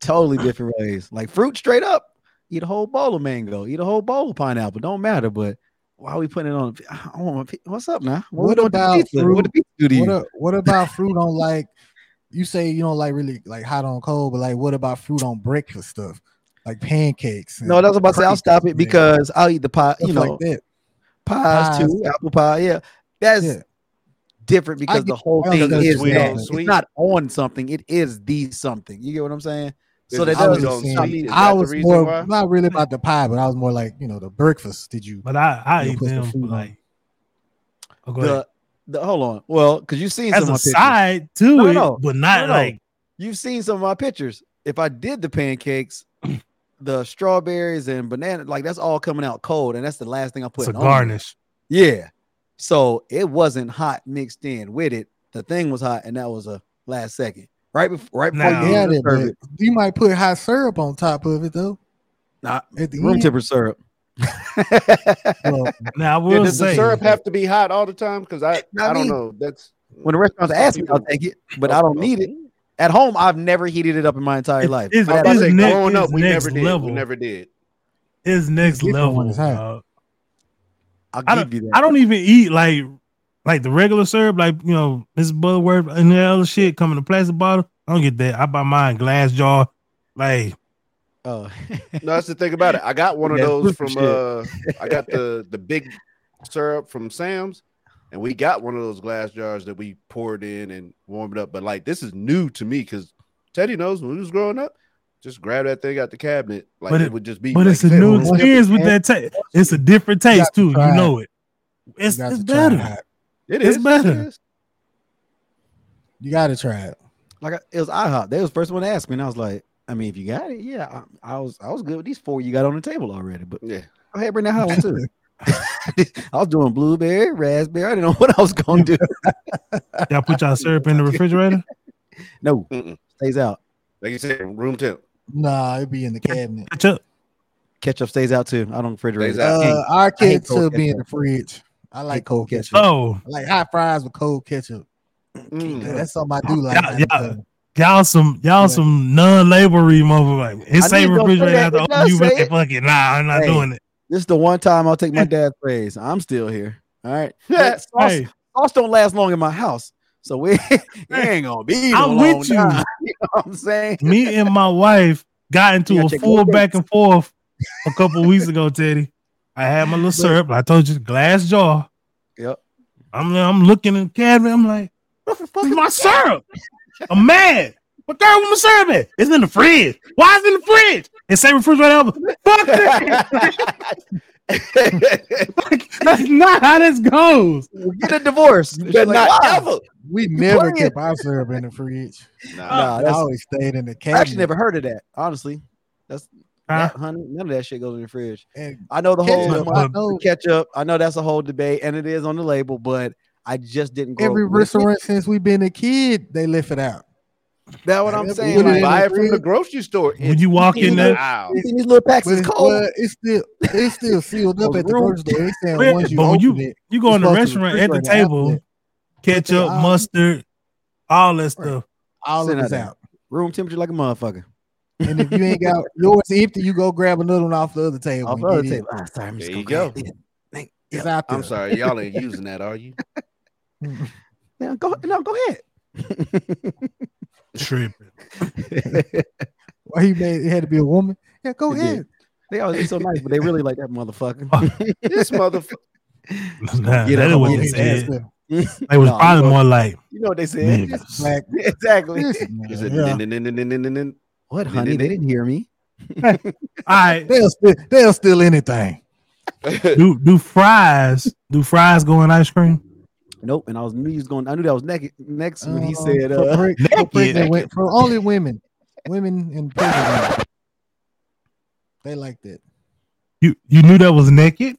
[SPEAKER 4] totally different ways. Like fruit straight up. Eat a whole bowl of mango. Eat a whole bowl of pineapple. Don't matter. But why are we putting it on? I want my pi- What's up now? we
[SPEAKER 3] What
[SPEAKER 4] doing with the
[SPEAKER 3] about
[SPEAKER 4] pizza? What
[SPEAKER 3] fruit?
[SPEAKER 4] the pizza do to
[SPEAKER 3] What,
[SPEAKER 4] you?
[SPEAKER 3] a, what about fruit on like? You say you don't like really like hot on cold, but like what about fruit on breakfast stuff? like pancakes. and
[SPEAKER 4] No, that's what I'm about to say. I'll
[SPEAKER 3] crackers
[SPEAKER 4] stop it
[SPEAKER 3] and
[SPEAKER 4] because I'll eat the pie,
[SPEAKER 3] stuff
[SPEAKER 4] you know,
[SPEAKER 3] like that.
[SPEAKER 4] pies, too, apple pie. Yeah, that's
[SPEAKER 3] Yeah.
[SPEAKER 4] different because
[SPEAKER 3] get-
[SPEAKER 4] the whole
[SPEAKER 3] I
[SPEAKER 4] thing
[SPEAKER 3] understand
[SPEAKER 4] is
[SPEAKER 3] sweet
[SPEAKER 4] that.
[SPEAKER 3] on
[SPEAKER 4] It's
[SPEAKER 2] sweet.
[SPEAKER 4] not on something. It is the something. You get what I'm saying? So that
[SPEAKER 2] It's
[SPEAKER 3] I was,
[SPEAKER 2] sweet
[SPEAKER 4] doesn't.
[SPEAKER 2] on
[SPEAKER 3] just
[SPEAKER 2] sweet.
[SPEAKER 4] I
[SPEAKER 3] saying,
[SPEAKER 4] mean,
[SPEAKER 2] Is
[SPEAKER 3] I
[SPEAKER 2] that the
[SPEAKER 3] was
[SPEAKER 2] reason
[SPEAKER 3] more
[SPEAKER 2] why?
[SPEAKER 3] not really about the pie, but I was more like you know the breakfast. Did you?
[SPEAKER 1] But I I
[SPEAKER 3] You
[SPEAKER 1] eat
[SPEAKER 3] put some
[SPEAKER 1] them
[SPEAKER 3] food
[SPEAKER 1] for
[SPEAKER 3] on.
[SPEAKER 1] like. Oh, go ahead.
[SPEAKER 4] the, the hold on. Well, because you've seen
[SPEAKER 1] As
[SPEAKER 4] some
[SPEAKER 1] a
[SPEAKER 4] of my pictures.
[SPEAKER 1] side to
[SPEAKER 4] No,
[SPEAKER 1] it,
[SPEAKER 4] no.
[SPEAKER 1] but not
[SPEAKER 4] No, no.
[SPEAKER 1] like
[SPEAKER 4] You've seen some of my pictures. If I did the pancakes, the strawberries and banana, like that's all coming out cold, and that's the last thing I put.
[SPEAKER 1] it's a
[SPEAKER 4] on.
[SPEAKER 1] garnish.
[SPEAKER 4] Yeah. So it wasn't hot mixed in with it. The thing was hot, and that was a last second. Right before, right before
[SPEAKER 1] Now-
[SPEAKER 4] you
[SPEAKER 3] yeah,
[SPEAKER 4] even serve
[SPEAKER 3] but
[SPEAKER 4] it.
[SPEAKER 3] you might put hot syrup on top of it though.
[SPEAKER 4] Nah,
[SPEAKER 3] At the
[SPEAKER 4] room
[SPEAKER 3] end,
[SPEAKER 4] temperature syrup.
[SPEAKER 3] well,
[SPEAKER 1] Now I
[SPEAKER 2] Yeah,
[SPEAKER 1] will
[SPEAKER 2] does the
[SPEAKER 1] say,
[SPEAKER 2] syrup have to be hot all the time? Because I,
[SPEAKER 4] I
[SPEAKER 2] I don't
[SPEAKER 4] mean-
[SPEAKER 2] know. That's
[SPEAKER 4] when the restaurants ask me, I'll take it, but I don't need it. At home, I've never heated it up in my entire
[SPEAKER 1] It-
[SPEAKER 4] life.
[SPEAKER 1] it's-
[SPEAKER 2] I'm
[SPEAKER 4] I-
[SPEAKER 2] about to
[SPEAKER 1] His
[SPEAKER 2] say,
[SPEAKER 1] neck
[SPEAKER 2] growing
[SPEAKER 1] is
[SPEAKER 2] up, we
[SPEAKER 1] next
[SPEAKER 2] never did.
[SPEAKER 1] level.
[SPEAKER 2] We never did.
[SPEAKER 1] is next
[SPEAKER 3] different
[SPEAKER 1] level.
[SPEAKER 3] when it's hot.
[SPEAKER 1] dog.
[SPEAKER 4] I'll give you that.
[SPEAKER 1] I don't even eat like like the regular syrup, like you know, Miss Butterworth and the other shit come in a plastic bottle. I don't get that. I buy mine glass jar. Like
[SPEAKER 4] Oh.
[SPEAKER 2] No, that's the thing about it. I got one of
[SPEAKER 4] Yeah,
[SPEAKER 2] those
[SPEAKER 4] fruit
[SPEAKER 2] from.
[SPEAKER 4] shit.
[SPEAKER 2] uh I got the the big syrup from Sam's, and we got one of those glass jars that we poured in and warmed up. But like, this is new to me because Teddy knows when we was growing up, just grab that thing out the cabinet. Like
[SPEAKER 1] But
[SPEAKER 2] it,
[SPEAKER 1] it-
[SPEAKER 2] would just be.
[SPEAKER 1] but
[SPEAKER 2] like
[SPEAKER 1] it's a
[SPEAKER 2] you said,
[SPEAKER 1] new
[SPEAKER 2] on the
[SPEAKER 1] experience
[SPEAKER 2] tip.
[SPEAKER 1] with that taste. It's a different
[SPEAKER 3] You
[SPEAKER 1] taste
[SPEAKER 3] got to
[SPEAKER 1] too. You
[SPEAKER 3] try
[SPEAKER 1] know it. It's,
[SPEAKER 3] you got
[SPEAKER 1] it's
[SPEAKER 3] to try
[SPEAKER 1] better.
[SPEAKER 3] it.
[SPEAKER 2] It
[SPEAKER 1] It's
[SPEAKER 2] is it
[SPEAKER 1] better.
[SPEAKER 2] is.
[SPEAKER 3] You got to try it.
[SPEAKER 4] like I- it was IHOP. They was the first one to ask me, and I was like, I mean, if you got it, yeah, I, I was I was good with these four you got on the table already. But
[SPEAKER 2] Yeah.
[SPEAKER 4] go ahead, bring that hot one too. I was doing blueberry, raspberry. I didn't know what I was gonna do.
[SPEAKER 1] Y'all put y'all syrup in the refrigerator.
[SPEAKER 4] No,
[SPEAKER 2] Mm-mm.
[SPEAKER 4] stays out.
[SPEAKER 2] Like you said, room temp.
[SPEAKER 3] Nah, it'd be in the cabinet.
[SPEAKER 1] Catch up.
[SPEAKER 4] Ketchup stays out too. I don't refrigerate.
[SPEAKER 2] Stays
[SPEAKER 4] it.
[SPEAKER 2] out.
[SPEAKER 3] Uh, our
[SPEAKER 4] hate
[SPEAKER 3] kids
[SPEAKER 4] cold
[SPEAKER 3] should be in the
[SPEAKER 4] ketchup.
[SPEAKER 3] fridge. I like cold ketchup.
[SPEAKER 1] Oh,
[SPEAKER 3] I like hot fries with cold ketchup.
[SPEAKER 2] Mm.
[SPEAKER 3] That's something I do like.
[SPEAKER 1] Yeah,
[SPEAKER 3] I'm
[SPEAKER 1] yeah.
[SPEAKER 3] telling you.
[SPEAKER 1] y'all some y'all
[SPEAKER 3] Yeah.
[SPEAKER 1] some non-labory motherfucker. Like,
[SPEAKER 4] I
[SPEAKER 1] it's
[SPEAKER 4] knew
[SPEAKER 1] safe
[SPEAKER 4] you was gonna say
[SPEAKER 1] refrigerator
[SPEAKER 4] that.
[SPEAKER 1] after
[SPEAKER 4] Didn't I
[SPEAKER 1] all. You
[SPEAKER 4] say
[SPEAKER 1] really
[SPEAKER 4] it?
[SPEAKER 1] fucking nah. I'm not
[SPEAKER 4] Hey.
[SPEAKER 1] doing it.
[SPEAKER 4] This is the one time I'll take my dad's praise. I'm still here. All right.
[SPEAKER 2] Yeah.
[SPEAKER 4] But sauce,
[SPEAKER 1] Hey,
[SPEAKER 4] sauce don't last long in my house. So we it ain't gonna be. No
[SPEAKER 1] I'm
[SPEAKER 4] long
[SPEAKER 1] with you.
[SPEAKER 4] time. You know what I'm saying?
[SPEAKER 1] me and my wife got into
[SPEAKER 4] You
[SPEAKER 1] a
[SPEAKER 4] gotta check
[SPEAKER 1] full
[SPEAKER 4] your
[SPEAKER 1] back and forth a couple weeks ago, Teddy. I had my little syrup. I told you, glass jar.
[SPEAKER 4] Yep.
[SPEAKER 1] I'm I'm looking in the cabinet. I'm like,
[SPEAKER 4] What the fuck
[SPEAKER 1] where's my syrup? I'm mad. What the hell with my syrup at? It's in the fridge. Why is it in the fridge? It's say refrigerator. Album. Fuck that. Like, that's not how this goes.
[SPEAKER 4] Get a divorce. She's like,
[SPEAKER 2] not
[SPEAKER 4] "Why?"
[SPEAKER 2] ever.
[SPEAKER 3] We never
[SPEAKER 4] playing.
[SPEAKER 3] kept our syrup in the fridge.
[SPEAKER 2] Nah.
[SPEAKER 4] Nah,
[SPEAKER 3] I
[SPEAKER 4] that's,
[SPEAKER 3] always stayed in the
[SPEAKER 4] Oh, I
[SPEAKER 3] cabinet.
[SPEAKER 4] actually never heard of that. Honestly,
[SPEAKER 1] Huh?
[SPEAKER 4] that, honey, none of that shit goes in the fridge.
[SPEAKER 3] And
[SPEAKER 4] I know the whole
[SPEAKER 3] ketchup,
[SPEAKER 1] But-
[SPEAKER 3] I
[SPEAKER 1] but-
[SPEAKER 3] know
[SPEAKER 4] ketchup. I know that's a whole debate, and it is on the label, but I just didn't grow
[SPEAKER 3] every
[SPEAKER 4] up with it.
[SPEAKER 3] restaurant since we've been a kid, they left it out.
[SPEAKER 4] That's what
[SPEAKER 3] Every-
[SPEAKER 4] I'm
[SPEAKER 2] You
[SPEAKER 4] saying.
[SPEAKER 3] Put it
[SPEAKER 2] can
[SPEAKER 3] in
[SPEAKER 4] Like,
[SPEAKER 2] buy
[SPEAKER 3] the
[SPEAKER 2] it from the
[SPEAKER 3] fridge.
[SPEAKER 2] grocery store.
[SPEAKER 1] When you walk in there,
[SPEAKER 2] Wow.
[SPEAKER 4] you see these little packs
[SPEAKER 3] But
[SPEAKER 4] is
[SPEAKER 3] it's,
[SPEAKER 4] cold.
[SPEAKER 3] well, it's still it's still sealed up
[SPEAKER 4] Those
[SPEAKER 3] at the
[SPEAKER 4] rooms.
[SPEAKER 3] grocery store. They saying
[SPEAKER 1] Yeah,
[SPEAKER 3] once you
[SPEAKER 1] but when
[SPEAKER 3] open
[SPEAKER 1] you-
[SPEAKER 3] it,
[SPEAKER 1] You go in the
[SPEAKER 3] supposed to
[SPEAKER 1] restaurant at the
[SPEAKER 3] refrigerate the apple
[SPEAKER 1] table,
[SPEAKER 3] in.
[SPEAKER 1] ketchup,
[SPEAKER 3] all-
[SPEAKER 1] mustard, all that
[SPEAKER 3] Right.
[SPEAKER 1] stuff.
[SPEAKER 3] all of
[SPEAKER 4] Send
[SPEAKER 3] it's
[SPEAKER 4] out
[SPEAKER 3] out.
[SPEAKER 4] Room temperature like a motherfucker.
[SPEAKER 3] And if you ain't got yours empty, you go grab another one off the other table.
[SPEAKER 4] Off
[SPEAKER 3] and
[SPEAKER 4] the other
[SPEAKER 3] get it.
[SPEAKER 4] table. Ah, sorry, I'm just
[SPEAKER 2] There you
[SPEAKER 4] gonna
[SPEAKER 2] go.
[SPEAKER 4] grab it. Thank-
[SPEAKER 3] It's
[SPEAKER 4] yeah.
[SPEAKER 3] out there.
[SPEAKER 2] I'm sorry, y'all ain't using that, are you?
[SPEAKER 4] Now go. No, go
[SPEAKER 1] Tripping.
[SPEAKER 4] ahead.
[SPEAKER 3] Why you made it had to be a woman? Yeah, go
[SPEAKER 4] It
[SPEAKER 3] ahead.
[SPEAKER 4] they always be so nice, but they really like that motherfucker.
[SPEAKER 2] This motherfucker.
[SPEAKER 1] Nah,
[SPEAKER 4] Get
[SPEAKER 1] that
[SPEAKER 4] up
[SPEAKER 1] was
[SPEAKER 4] on
[SPEAKER 1] they
[SPEAKER 4] it,
[SPEAKER 1] said.
[SPEAKER 3] Listen,
[SPEAKER 1] They was
[SPEAKER 4] No, I'm
[SPEAKER 1] probably more like,
[SPEAKER 4] You know what they said?
[SPEAKER 1] man,
[SPEAKER 3] black.
[SPEAKER 4] exactly.
[SPEAKER 3] listen, man,
[SPEAKER 2] Is it?
[SPEAKER 3] yeah.
[SPEAKER 4] What, honey? They didn't hear me.
[SPEAKER 1] all right,
[SPEAKER 3] They'll still they'll steal anything.
[SPEAKER 1] do do fries do fries go in ice cream?
[SPEAKER 4] Nope. And I was knew he was going. I knew that was next. Next when he
[SPEAKER 3] Uh,
[SPEAKER 4] said,
[SPEAKER 3] for,
[SPEAKER 4] uh,
[SPEAKER 3] pre- for,
[SPEAKER 1] naked.
[SPEAKER 3] pregnant wo- for only women, women and pregnant women. They like that.
[SPEAKER 1] You you knew that was naked.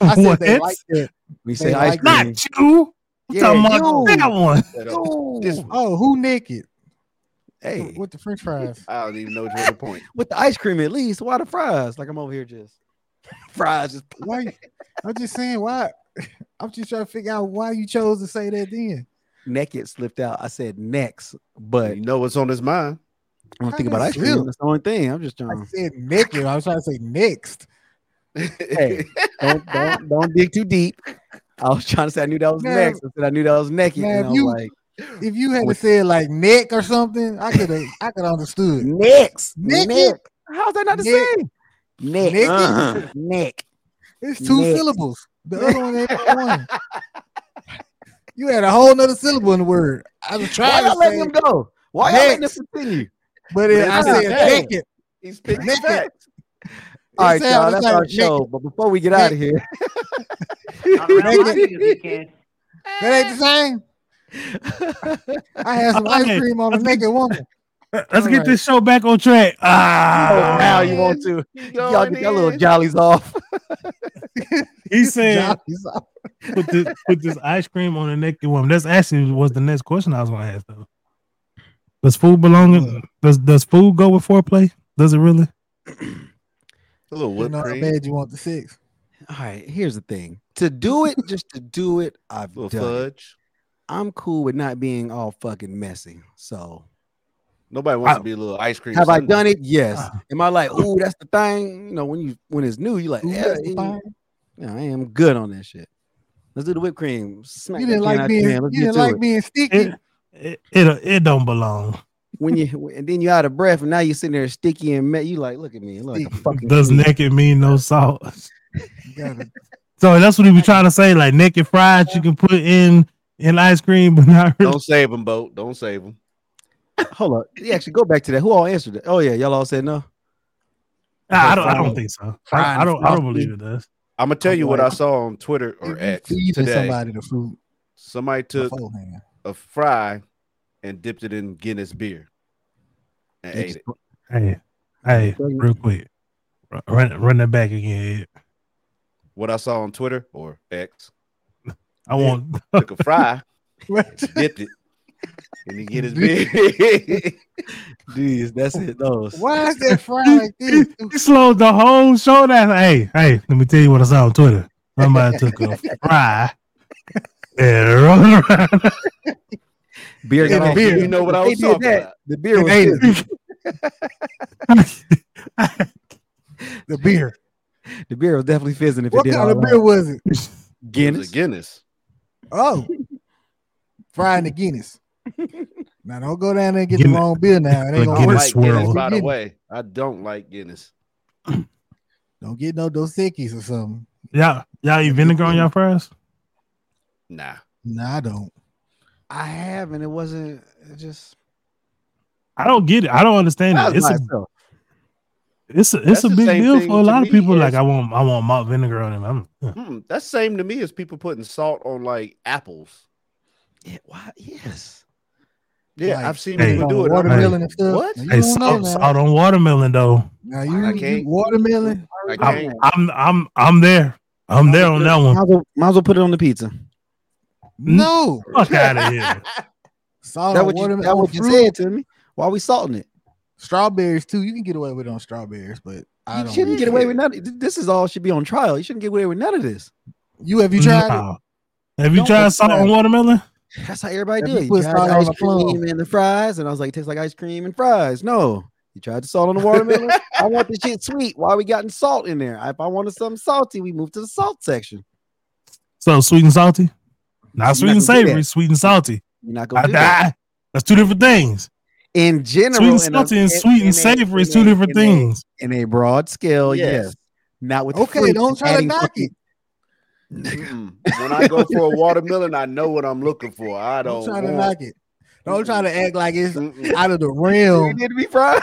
[SPEAKER 3] I said they
[SPEAKER 1] What?
[SPEAKER 3] like that.
[SPEAKER 4] "We
[SPEAKER 3] they
[SPEAKER 4] say ice
[SPEAKER 3] like
[SPEAKER 1] Not
[SPEAKER 4] cream."
[SPEAKER 1] you. I'm
[SPEAKER 4] Yeah,
[SPEAKER 1] talking about
[SPEAKER 4] you.
[SPEAKER 1] that one.
[SPEAKER 4] This-
[SPEAKER 3] Oh, who naked?
[SPEAKER 4] hey,
[SPEAKER 3] With the French fries.
[SPEAKER 2] I don't even know to the point.
[SPEAKER 4] with the ice cream at least. Why the fries? Like I'm over here just fries. Just
[SPEAKER 3] Why? I'm just saying why. I'm just trying to figure out why you chose to say that. Then
[SPEAKER 4] naked slipped out. I said next, but
[SPEAKER 2] You know what's on his mind.
[SPEAKER 4] I don't
[SPEAKER 3] How
[SPEAKER 4] think about
[SPEAKER 3] does
[SPEAKER 4] ice cream.
[SPEAKER 3] you-
[SPEAKER 4] That's the only thing. I'm just
[SPEAKER 3] I
[SPEAKER 4] trying.
[SPEAKER 3] said naked. I was trying to say next.
[SPEAKER 4] Hey, don't don't don't dig too deep. I was trying to say I knew that was
[SPEAKER 3] Man.
[SPEAKER 4] next. I said I knew that was naked.
[SPEAKER 3] Man,
[SPEAKER 4] and I was
[SPEAKER 3] you-
[SPEAKER 4] like,
[SPEAKER 3] If you had
[SPEAKER 4] With-
[SPEAKER 3] said like neck or something, I could have I could have understood.
[SPEAKER 4] next,
[SPEAKER 3] Naked?
[SPEAKER 4] next. How's that not the
[SPEAKER 3] Nick.
[SPEAKER 4] same? Nick.
[SPEAKER 3] Nick.
[SPEAKER 4] Uh-huh. Nick.
[SPEAKER 3] It's two
[SPEAKER 4] Nick.
[SPEAKER 3] syllables. The other one ain't but one. You had a whole nother syllable in the word. I was
[SPEAKER 4] Why
[SPEAKER 3] trying
[SPEAKER 4] y'all
[SPEAKER 3] to say,
[SPEAKER 4] letting him go? Why y'all letting him
[SPEAKER 3] Nick.
[SPEAKER 4] continue?
[SPEAKER 3] but it, I
[SPEAKER 4] That's
[SPEAKER 3] said
[SPEAKER 2] not bad.
[SPEAKER 3] naked.
[SPEAKER 2] He's picking
[SPEAKER 3] Naked.
[SPEAKER 2] facts.
[SPEAKER 4] All right,
[SPEAKER 3] It
[SPEAKER 4] y'all.
[SPEAKER 3] sounds
[SPEAKER 4] That's
[SPEAKER 3] like
[SPEAKER 4] our
[SPEAKER 3] naked.
[SPEAKER 4] show. But before we get out of here,
[SPEAKER 3] That ain't the same. I had some ice
[SPEAKER 1] Okay.
[SPEAKER 3] cream on a naked woman.
[SPEAKER 1] Let's get
[SPEAKER 3] Alright.
[SPEAKER 1] this show back on track.
[SPEAKER 4] oh, now
[SPEAKER 1] Ah,
[SPEAKER 4] you want to.
[SPEAKER 2] He's
[SPEAKER 4] Y'all
[SPEAKER 2] going
[SPEAKER 4] get that little
[SPEAKER 2] in.
[SPEAKER 4] jollies off.
[SPEAKER 1] he said
[SPEAKER 3] Jollies off.
[SPEAKER 1] put this put this ice cream on the naked woman. That's actually was the next question I was gonna ask though. Does food belong? In, does does food go with foreplay? Does it really?
[SPEAKER 2] A little
[SPEAKER 3] You
[SPEAKER 2] whipped
[SPEAKER 3] know how
[SPEAKER 2] cream,
[SPEAKER 3] bad you want the six.
[SPEAKER 4] All right, here's the thing. To do it, just to do it, I've
[SPEAKER 2] little
[SPEAKER 4] done. it.
[SPEAKER 2] fudge.
[SPEAKER 4] I'm cool with not being all fucking messy. So
[SPEAKER 2] Nobody wants
[SPEAKER 1] I-
[SPEAKER 2] to be a little ice cream.
[SPEAKER 4] have I
[SPEAKER 2] sundae.
[SPEAKER 4] done it? Yes.
[SPEAKER 1] Ah.
[SPEAKER 4] Am I like, ooh, that's the thing? You know, when you when it's new, you like,
[SPEAKER 3] Ooh,
[SPEAKER 4] yeah,
[SPEAKER 3] that's the
[SPEAKER 4] yeah,
[SPEAKER 3] thing.
[SPEAKER 4] yeah, I am good on that shit. Let's do the whipped cream. Smack
[SPEAKER 3] You
[SPEAKER 4] that
[SPEAKER 3] didn't
[SPEAKER 4] can
[SPEAKER 3] like
[SPEAKER 4] out
[SPEAKER 3] being
[SPEAKER 4] your hand. Let's
[SPEAKER 3] you
[SPEAKER 4] get
[SPEAKER 3] didn't
[SPEAKER 4] to
[SPEAKER 3] like
[SPEAKER 4] it.
[SPEAKER 3] being sticky.
[SPEAKER 1] It it it, it don't belong.
[SPEAKER 4] when you and then you out of breath and now you're sitting there sticky and met you like look at me look like a
[SPEAKER 3] Sticky.
[SPEAKER 4] fucking
[SPEAKER 1] Does
[SPEAKER 4] kid.
[SPEAKER 1] naked mean no salt?
[SPEAKER 3] You gotta-
[SPEAKER 1] So that's what he was trying to say. Like naked fried, you can put in in ice cream, but not really.
[SPEAKER 2] Don't save him, boat. Don't save him.
[SPEAKER 4] hold up yeah, actually go back to that who all answered it oh yeah y'all all said no
[SPEAKER 1] Nah, I don't. I don't think so. I, I don't. I don't believe it does.
[SPEAKER 2] I'm gonna tell you what I saw on Twitter
[SPEAKER 3] if
[SPEAKER 2] or
[SPEAKER 3] you
[SPEAKER 2] X
[SPEAKER 3] feeding
[SPEAKER 2] today.
[SPEAKER 3] somebody the fruit
[SPEAKER 2] Somebody took
[SPEAKER 3] beforehand.
[SPEAKER 2] a fry and dipped it in Guinness beer and ate it.
[SPEAKER 1] Hey, hey, real quick, Ru- run run that back again. Ed.
[SPEAKER 2] What I saw on Twitter or X
[SPEAKER 1] I want.
[SPEAKER 2] took a fry,
[SPEAKER 3] Right.
[SPEAKER 2] dipped it, and he get his beer.
[SPEAKER 4] Jeez, that's it those
[SPEAKER 3] Why is that fried like
[SPEAKER 1] He
[SPEAKER 3] this?
[SPEAKER 1] he slowed the whole show down. Hey, hey, let me tell you what I saw on Twitter. Somebody took a fry and run around.
[SPEAKER 4] beer
[SPEAKER 3] Yeah,
[SPEAKER 4] got
[SPEAKER 3] the
[SPEAKER 4] all-
[SPEAKER 3] beer.
[SPEAKER 2] You know what I
[SPEAKER 4] They
[SPEAKER 2] was
[SPEAKER 4] did
[SPEAKER 2] talking
[SPEAKER 4] that.
[SPEAKER 2] about.
[SPEAKER 4] the beer was
[SPEAKER 3] They
[SPEAKER 4] good.
[SPEAKER 3] The beer.
[SPEAKER 4] the beer was definitely fizzing if
[SPEAKER 3] What
[SPEAKER 4] it did
[SPEAKER 3] kind
[SPEAKER 4] all
[SPEAKER 3] of
[SPEAKER 4] that.
[SPEAKER 3] beer was it?
[SPEAKER 2] It was
[SPEAKER 4] Guinness
[SPEAKER 2] a Guinness.
[SPEAKER 3] Oh, frying the Guinness. Now don't go down there and get
[SPEAKER 1] Guinness.
[SPEAKER 3] the wrong beer now. It
[SPEAKER 1] The
[SPEAKER 3] ain't
[SPEAKER 2] I
[SPEAKER 3] gonna
[SPEAKER 2] don't
[SPEAKER 1] Guinness
[SPEAKER 3] work.
[SPEAKER 2] like Guinness
[SPEAKER 1] swirl.
[SPEAKER 2] right
[SPEAKER 3] Guinness.
[SPEAKER 2] away. I don't like Guinness.
[SPEAKER 3] Don't get no Dos Equis or something.
[SPEAKER 1] Y'all, y'all eat vinegar on y'all fries?
[SPEAKER 2] Nah.
[SPEAKER 3] No, I don't.
[SPEAKER 4] I have and it wasn't it just
[SPEAKER 1] I don't get it. I don't understand it.
[SPEAKER 4] I was
[SPEAKER 1] It's
[SPEAKER 4] by
[SPEAKER 1] a
[SPEAKER 4] itself.
[SPEAKER 1] it's a, it's
[SPEAKER 2] That's
[SPEAKER 1] a
[SPEAKER 2] the
[SPEAKER 1] big
[SPEAKER 2] same
[SPEAKER 1] deal
[SPEAKER 2] thing
[SPEAKER 1] for a
[SPEAKER 2] to
[SPEAKER 1] lot of
[SPEAKER 2] me
[SPEAKER 1] people.
[SPEAKER 2] is-
[SPEAKER 1] Like I want I want malt vinegar on them. I'm, huh.
[SPEAKER 2] Hmm, that's same to me as people putting salt on like apples.
[SPEAKER 4] yeah, why yes
[SPEAKER 2] Yeah,
[SPEAKER 3] Like,
[SPEAKER 2] I've seen
[SPEAKER 1] Hey.
[SPEAKER 2] people
[SPEAKER 3] On
[SPEAKER 2] do it. I'm like,
[SPEAKER 3] Watermelon and stuff.
[SPEAKER 2] what?
[SPEAKER 3] Now, you
[SPEAKER 1] hey,
[SPEAKER 3] don't know
[SPEAKER 1] salt,
[SPEAKER 3] now.
[SPEAKER 1] salt on watermelon though.
[SPEAKER 3] Now
[SPEAKER 2] I
[SPEAKER 3] you, you
[SPEAKER 2] can't.
[SPEAKER 3] watermelon.
[SPEAKER 2] I
[SPEAKER 1] I'm
[SPEAKER 2] can't.
[SPEAKER 1] I'm I'm I'm there. I'm there on that
[SPEAKER 4] might
[SPEAKER 1] one.
[SPEAKER 4] as well, might as well put it on the pizza
[SPEAKER 3] No,
[SPEAKER 1] Fuck out of here.
[SPEAKER 3] salt
[SPEAKER 4] that
[SPEAKER 3] on
[SPEAKER 4] what you,
[SPEAKER 3] watermelon. Oh,
[SPEAKER 4] that
[SPEAKER 3] on
[SPEAKER 4] what you
[SPEAKER 3] fruit.
[SPEAKER 4] said to me why we salting it
[SPEAKER 3] Strawberries too. You can get away with it on strawberries, but I
[SPEAKER 4] you
[SPEAKER 3] don't.
[SPEAKER 4] shouldn't
[SPEAKER 3] really-
[SPEAKER 4] get away with none this is all should be on trial you shouldn't get away with none of this
[SPEAKER 3] You have you tried it?
[SPEAKER 1] Nah. Have you
[SPEAKER 3] Don't
[SPEAKER 1] tried
[SPEAKER 3] look
[SPEAKER 1] salt
[SPEAKER 3] bad.
[SPEAKER 1] on watermelon?
[SPEAKER 4] That's how everybody
[SPEAKER 3] That
[SPEAKER 4] did. it.
[SPEAKER 3] people
[SPEAKER 4] You
[SPEAKER 3] is
[SPEAKER 4] tried
[SPEAKER 3] probably
[SPEAKER 4] the
[SPEAKER 3] all
[SPEAKER 4] ice
[SPEAKER 3] the plum.
[SPEAKER 4] cream and the fries, and I was like, it tastes like ice cream and fries. No, you tried the salt on the watermelon. I want the shit sweet. Why we gotten salt in there? If I wanted something salty, we moved to the salt section.
[SPEAKER 1] So sweet and salty? Not sweet
[SPEAKER 4] not
[SPEAKER 1] and
[SPEAKER 4] gonna do
[SPEAKER 1] savory,
[SPEAKER 4] that.
[SPEAKER 1] sweet and salty.
[SPEAKER 4] You're not
[SPEAKER 1] I,
[SPEAKER 4] gonna do that.
[SPEAKER 1] I- that's two different things.
[SPEAKER 4] In general,
[SPEAKER 1] Sweet and
[SPEAKER 4] in a-
[SPEAKER 1] salty
[SPEAKER 4] in-
[SPEAKER 1] and sweet
[SPEAKER 4] in a-
[SPEAKER 1] and savory is
[SPEAKER 4] in
[SPEAKER 1] two
[SPEAKER 4] a-
[SPEAKER 1] different
[SPEAKER 4] in a-
[SPEAKER 1] things.
[SPEAKER 4] In a broad scale, yes.
[SPEAKER 2] Yes.
[SPEAKER 4] Not with the
[SPEAKER 3] Okay,
[SPEAKER 4] fruit
[SPEAKER 3] don't
[SPEAKER 4] and
[SPEAKER 3] try to
[SPEAKER 4] adding
[SPEAKER 3] knock
[SPEAKER 4] fucking-
[SPEAKER 3] it.
[SPEAKER 2] Mm-mm. Hmm, when I go for a watermelon, I know what I'm looking for. I
[SPEAKER 3] Don't
[SPEAKER 2] don't
[SPEAKER 3] try to
[SPEAKER 2] want-
[SPEAKER 3] knock it. Don't try to act like it's
[SPEAKER 2] Mm-mm.
[SPEAKER 3] out of the
[SPEAKER 4] You
[SPEAKER 3] realm.
[SPEAKER 4] did me fried.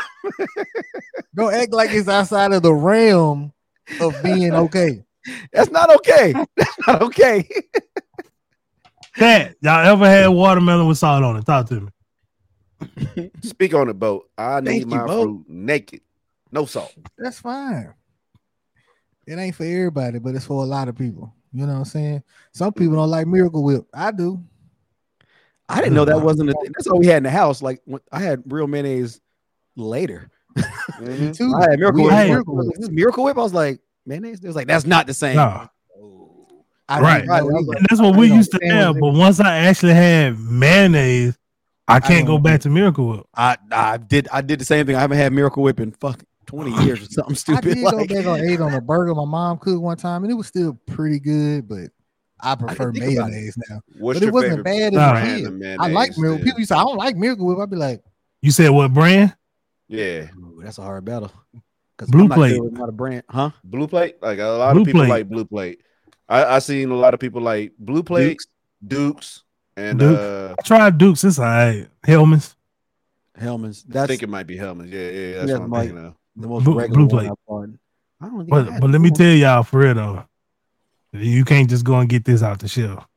[SPEAKER 3] Don't act like it's outside of the realm of being okay.
[SPEAKER 4] That's not okay. That's not okay.
[SPEAKER 1] That y'all ever had watermelon with salt on it? Talk to me.
[SPEAKER 2] Speak on it, boat. I
[SPEAKER 4] Thank
[SPEAKER 2] need
[SPEAKER 4] you,
[SPEAKER 2] my
[SPEAKER 4] Bo.
[SPEAKER 2] fruit naked, no salt.
[SPEAKER 3] That's fine. It ain't for everybody, but it's for a lot of people. You know what I'm saying? Some people don't like Miracle Whip. I do.
[SPEAKER 4] I didn't know that wasn't a thing. That's all we had in the house. Like when- I had real mayonnaise later.
[SPEAKER 3] Me too.
[SPEAKER 4] I had Miracle
[SPEAKER 3] We
[SPEAKER 4] Whip.
[SPEAKER 1] had
[SPEAKER 4] Miracle Whip. This Miracle Whip. I was like, mayonnaise. They was like, that's not the same.
[SPEAKER 1] No.
[SPEAKER 3] I
[SPEAKER 1] Right.
[SPEAKER 3] didn't know either.
[SPEAKER 1] And that's what
[SPEAKER 3] I
[SPEAKER 1] we
[SPEAKER 3] don't
[SPEAKER 1] used to
[SPEAKER 3] understand
[SPEAKER 1] have.
[SPEAKER 3] what
[SPEAKER 1] But once I actually had mayonnaise, I can't go
[SPEAKER 3] don't-
[SPEAKER 1] back to Miracle Whip.
[SPEAKER 4] I, I did I did the same thing. I haven't had Miracle Whip in fucking 20 years or something
[SPEAKER 3] I
[SPEAKER 4] stupid.
[SPEAKER 3] did
[SPEAKER 4] like,
[SPEAKER 3] go back on eight on a burger my mom cooked one time, and it was still pretty good, but I prefer
[SPEAKER 4] think about it.
[SPEAKER 3] mayonnaise now.
[SPEAKER 2] What's
[SPEAKER 3] but it
[SPEAKER 2] your
[SPEAKER 3] wasn't
[SPEAKER 2] favorite
[SPEAKER 3] bad
[SPEAKER 1] Nah.
[SPEAKER 3] as a
[SPEAKER 2] brand
[SPEAKER 3] kid.
[SPEAKER 2] of mayonnaise?
[SPEAKER 3] I like Miracle.
[SPEAKER 2] then?
[SPEAKER 3] People used to say, I don't like Miracle Whip. I'd be like,
[SPEAKER 1] You said what brand?
[SPEAKER 2] Yeah,
[SPEAKER 4] Ooh, that's a hard battle. Because
[SPEAKER 1] Blue Plate.
[SPEAKER 4] not a brand, huh?
[SPEAKER 2] Blue plate, like a lot
[SPEAKER 1] Blue
[SPEAKER 2] of people
[SPEAKER 1] Plate.
[SPEAKER 2] like blue plate. I, I seen a lot of people like blue plate, Dukes, and
[SPEAKER 1] Duke.
[SPEAKER 2] uh,
[SPEAKER 1] I tried Dukes. It's all right. Hellman's.
[SPEAKER 4] Hellman's.
[SPEAKER 2] I
[SPEAKER 4] That's
[SPEAKER 2] think it might be Hellman's. Yeah, yeah, that's
[SPEAKER 4] Yeah,
[SPEAKER 2] what I'm
[SPEAKER 4] Mike.
[SPEAKER 2] thinking of.
[SPEAKER 4] the most
[SPEAKER 1] Blue-
[SPEAKER 4] regular
[SPEAKER 1] Blue
[SPEAKER 4] one
[SPEAKER 1] Plate.
[SPEAKER 4] I bought. I don't think I
[SPEAKER 1] But
[SPEAKER 4] had
[SPEAKER 1] but let me
[SPEAKER 4] Blue Plate.
[SPEAKER 1] tell y'all for real though, you can't just go and get this out the shelf.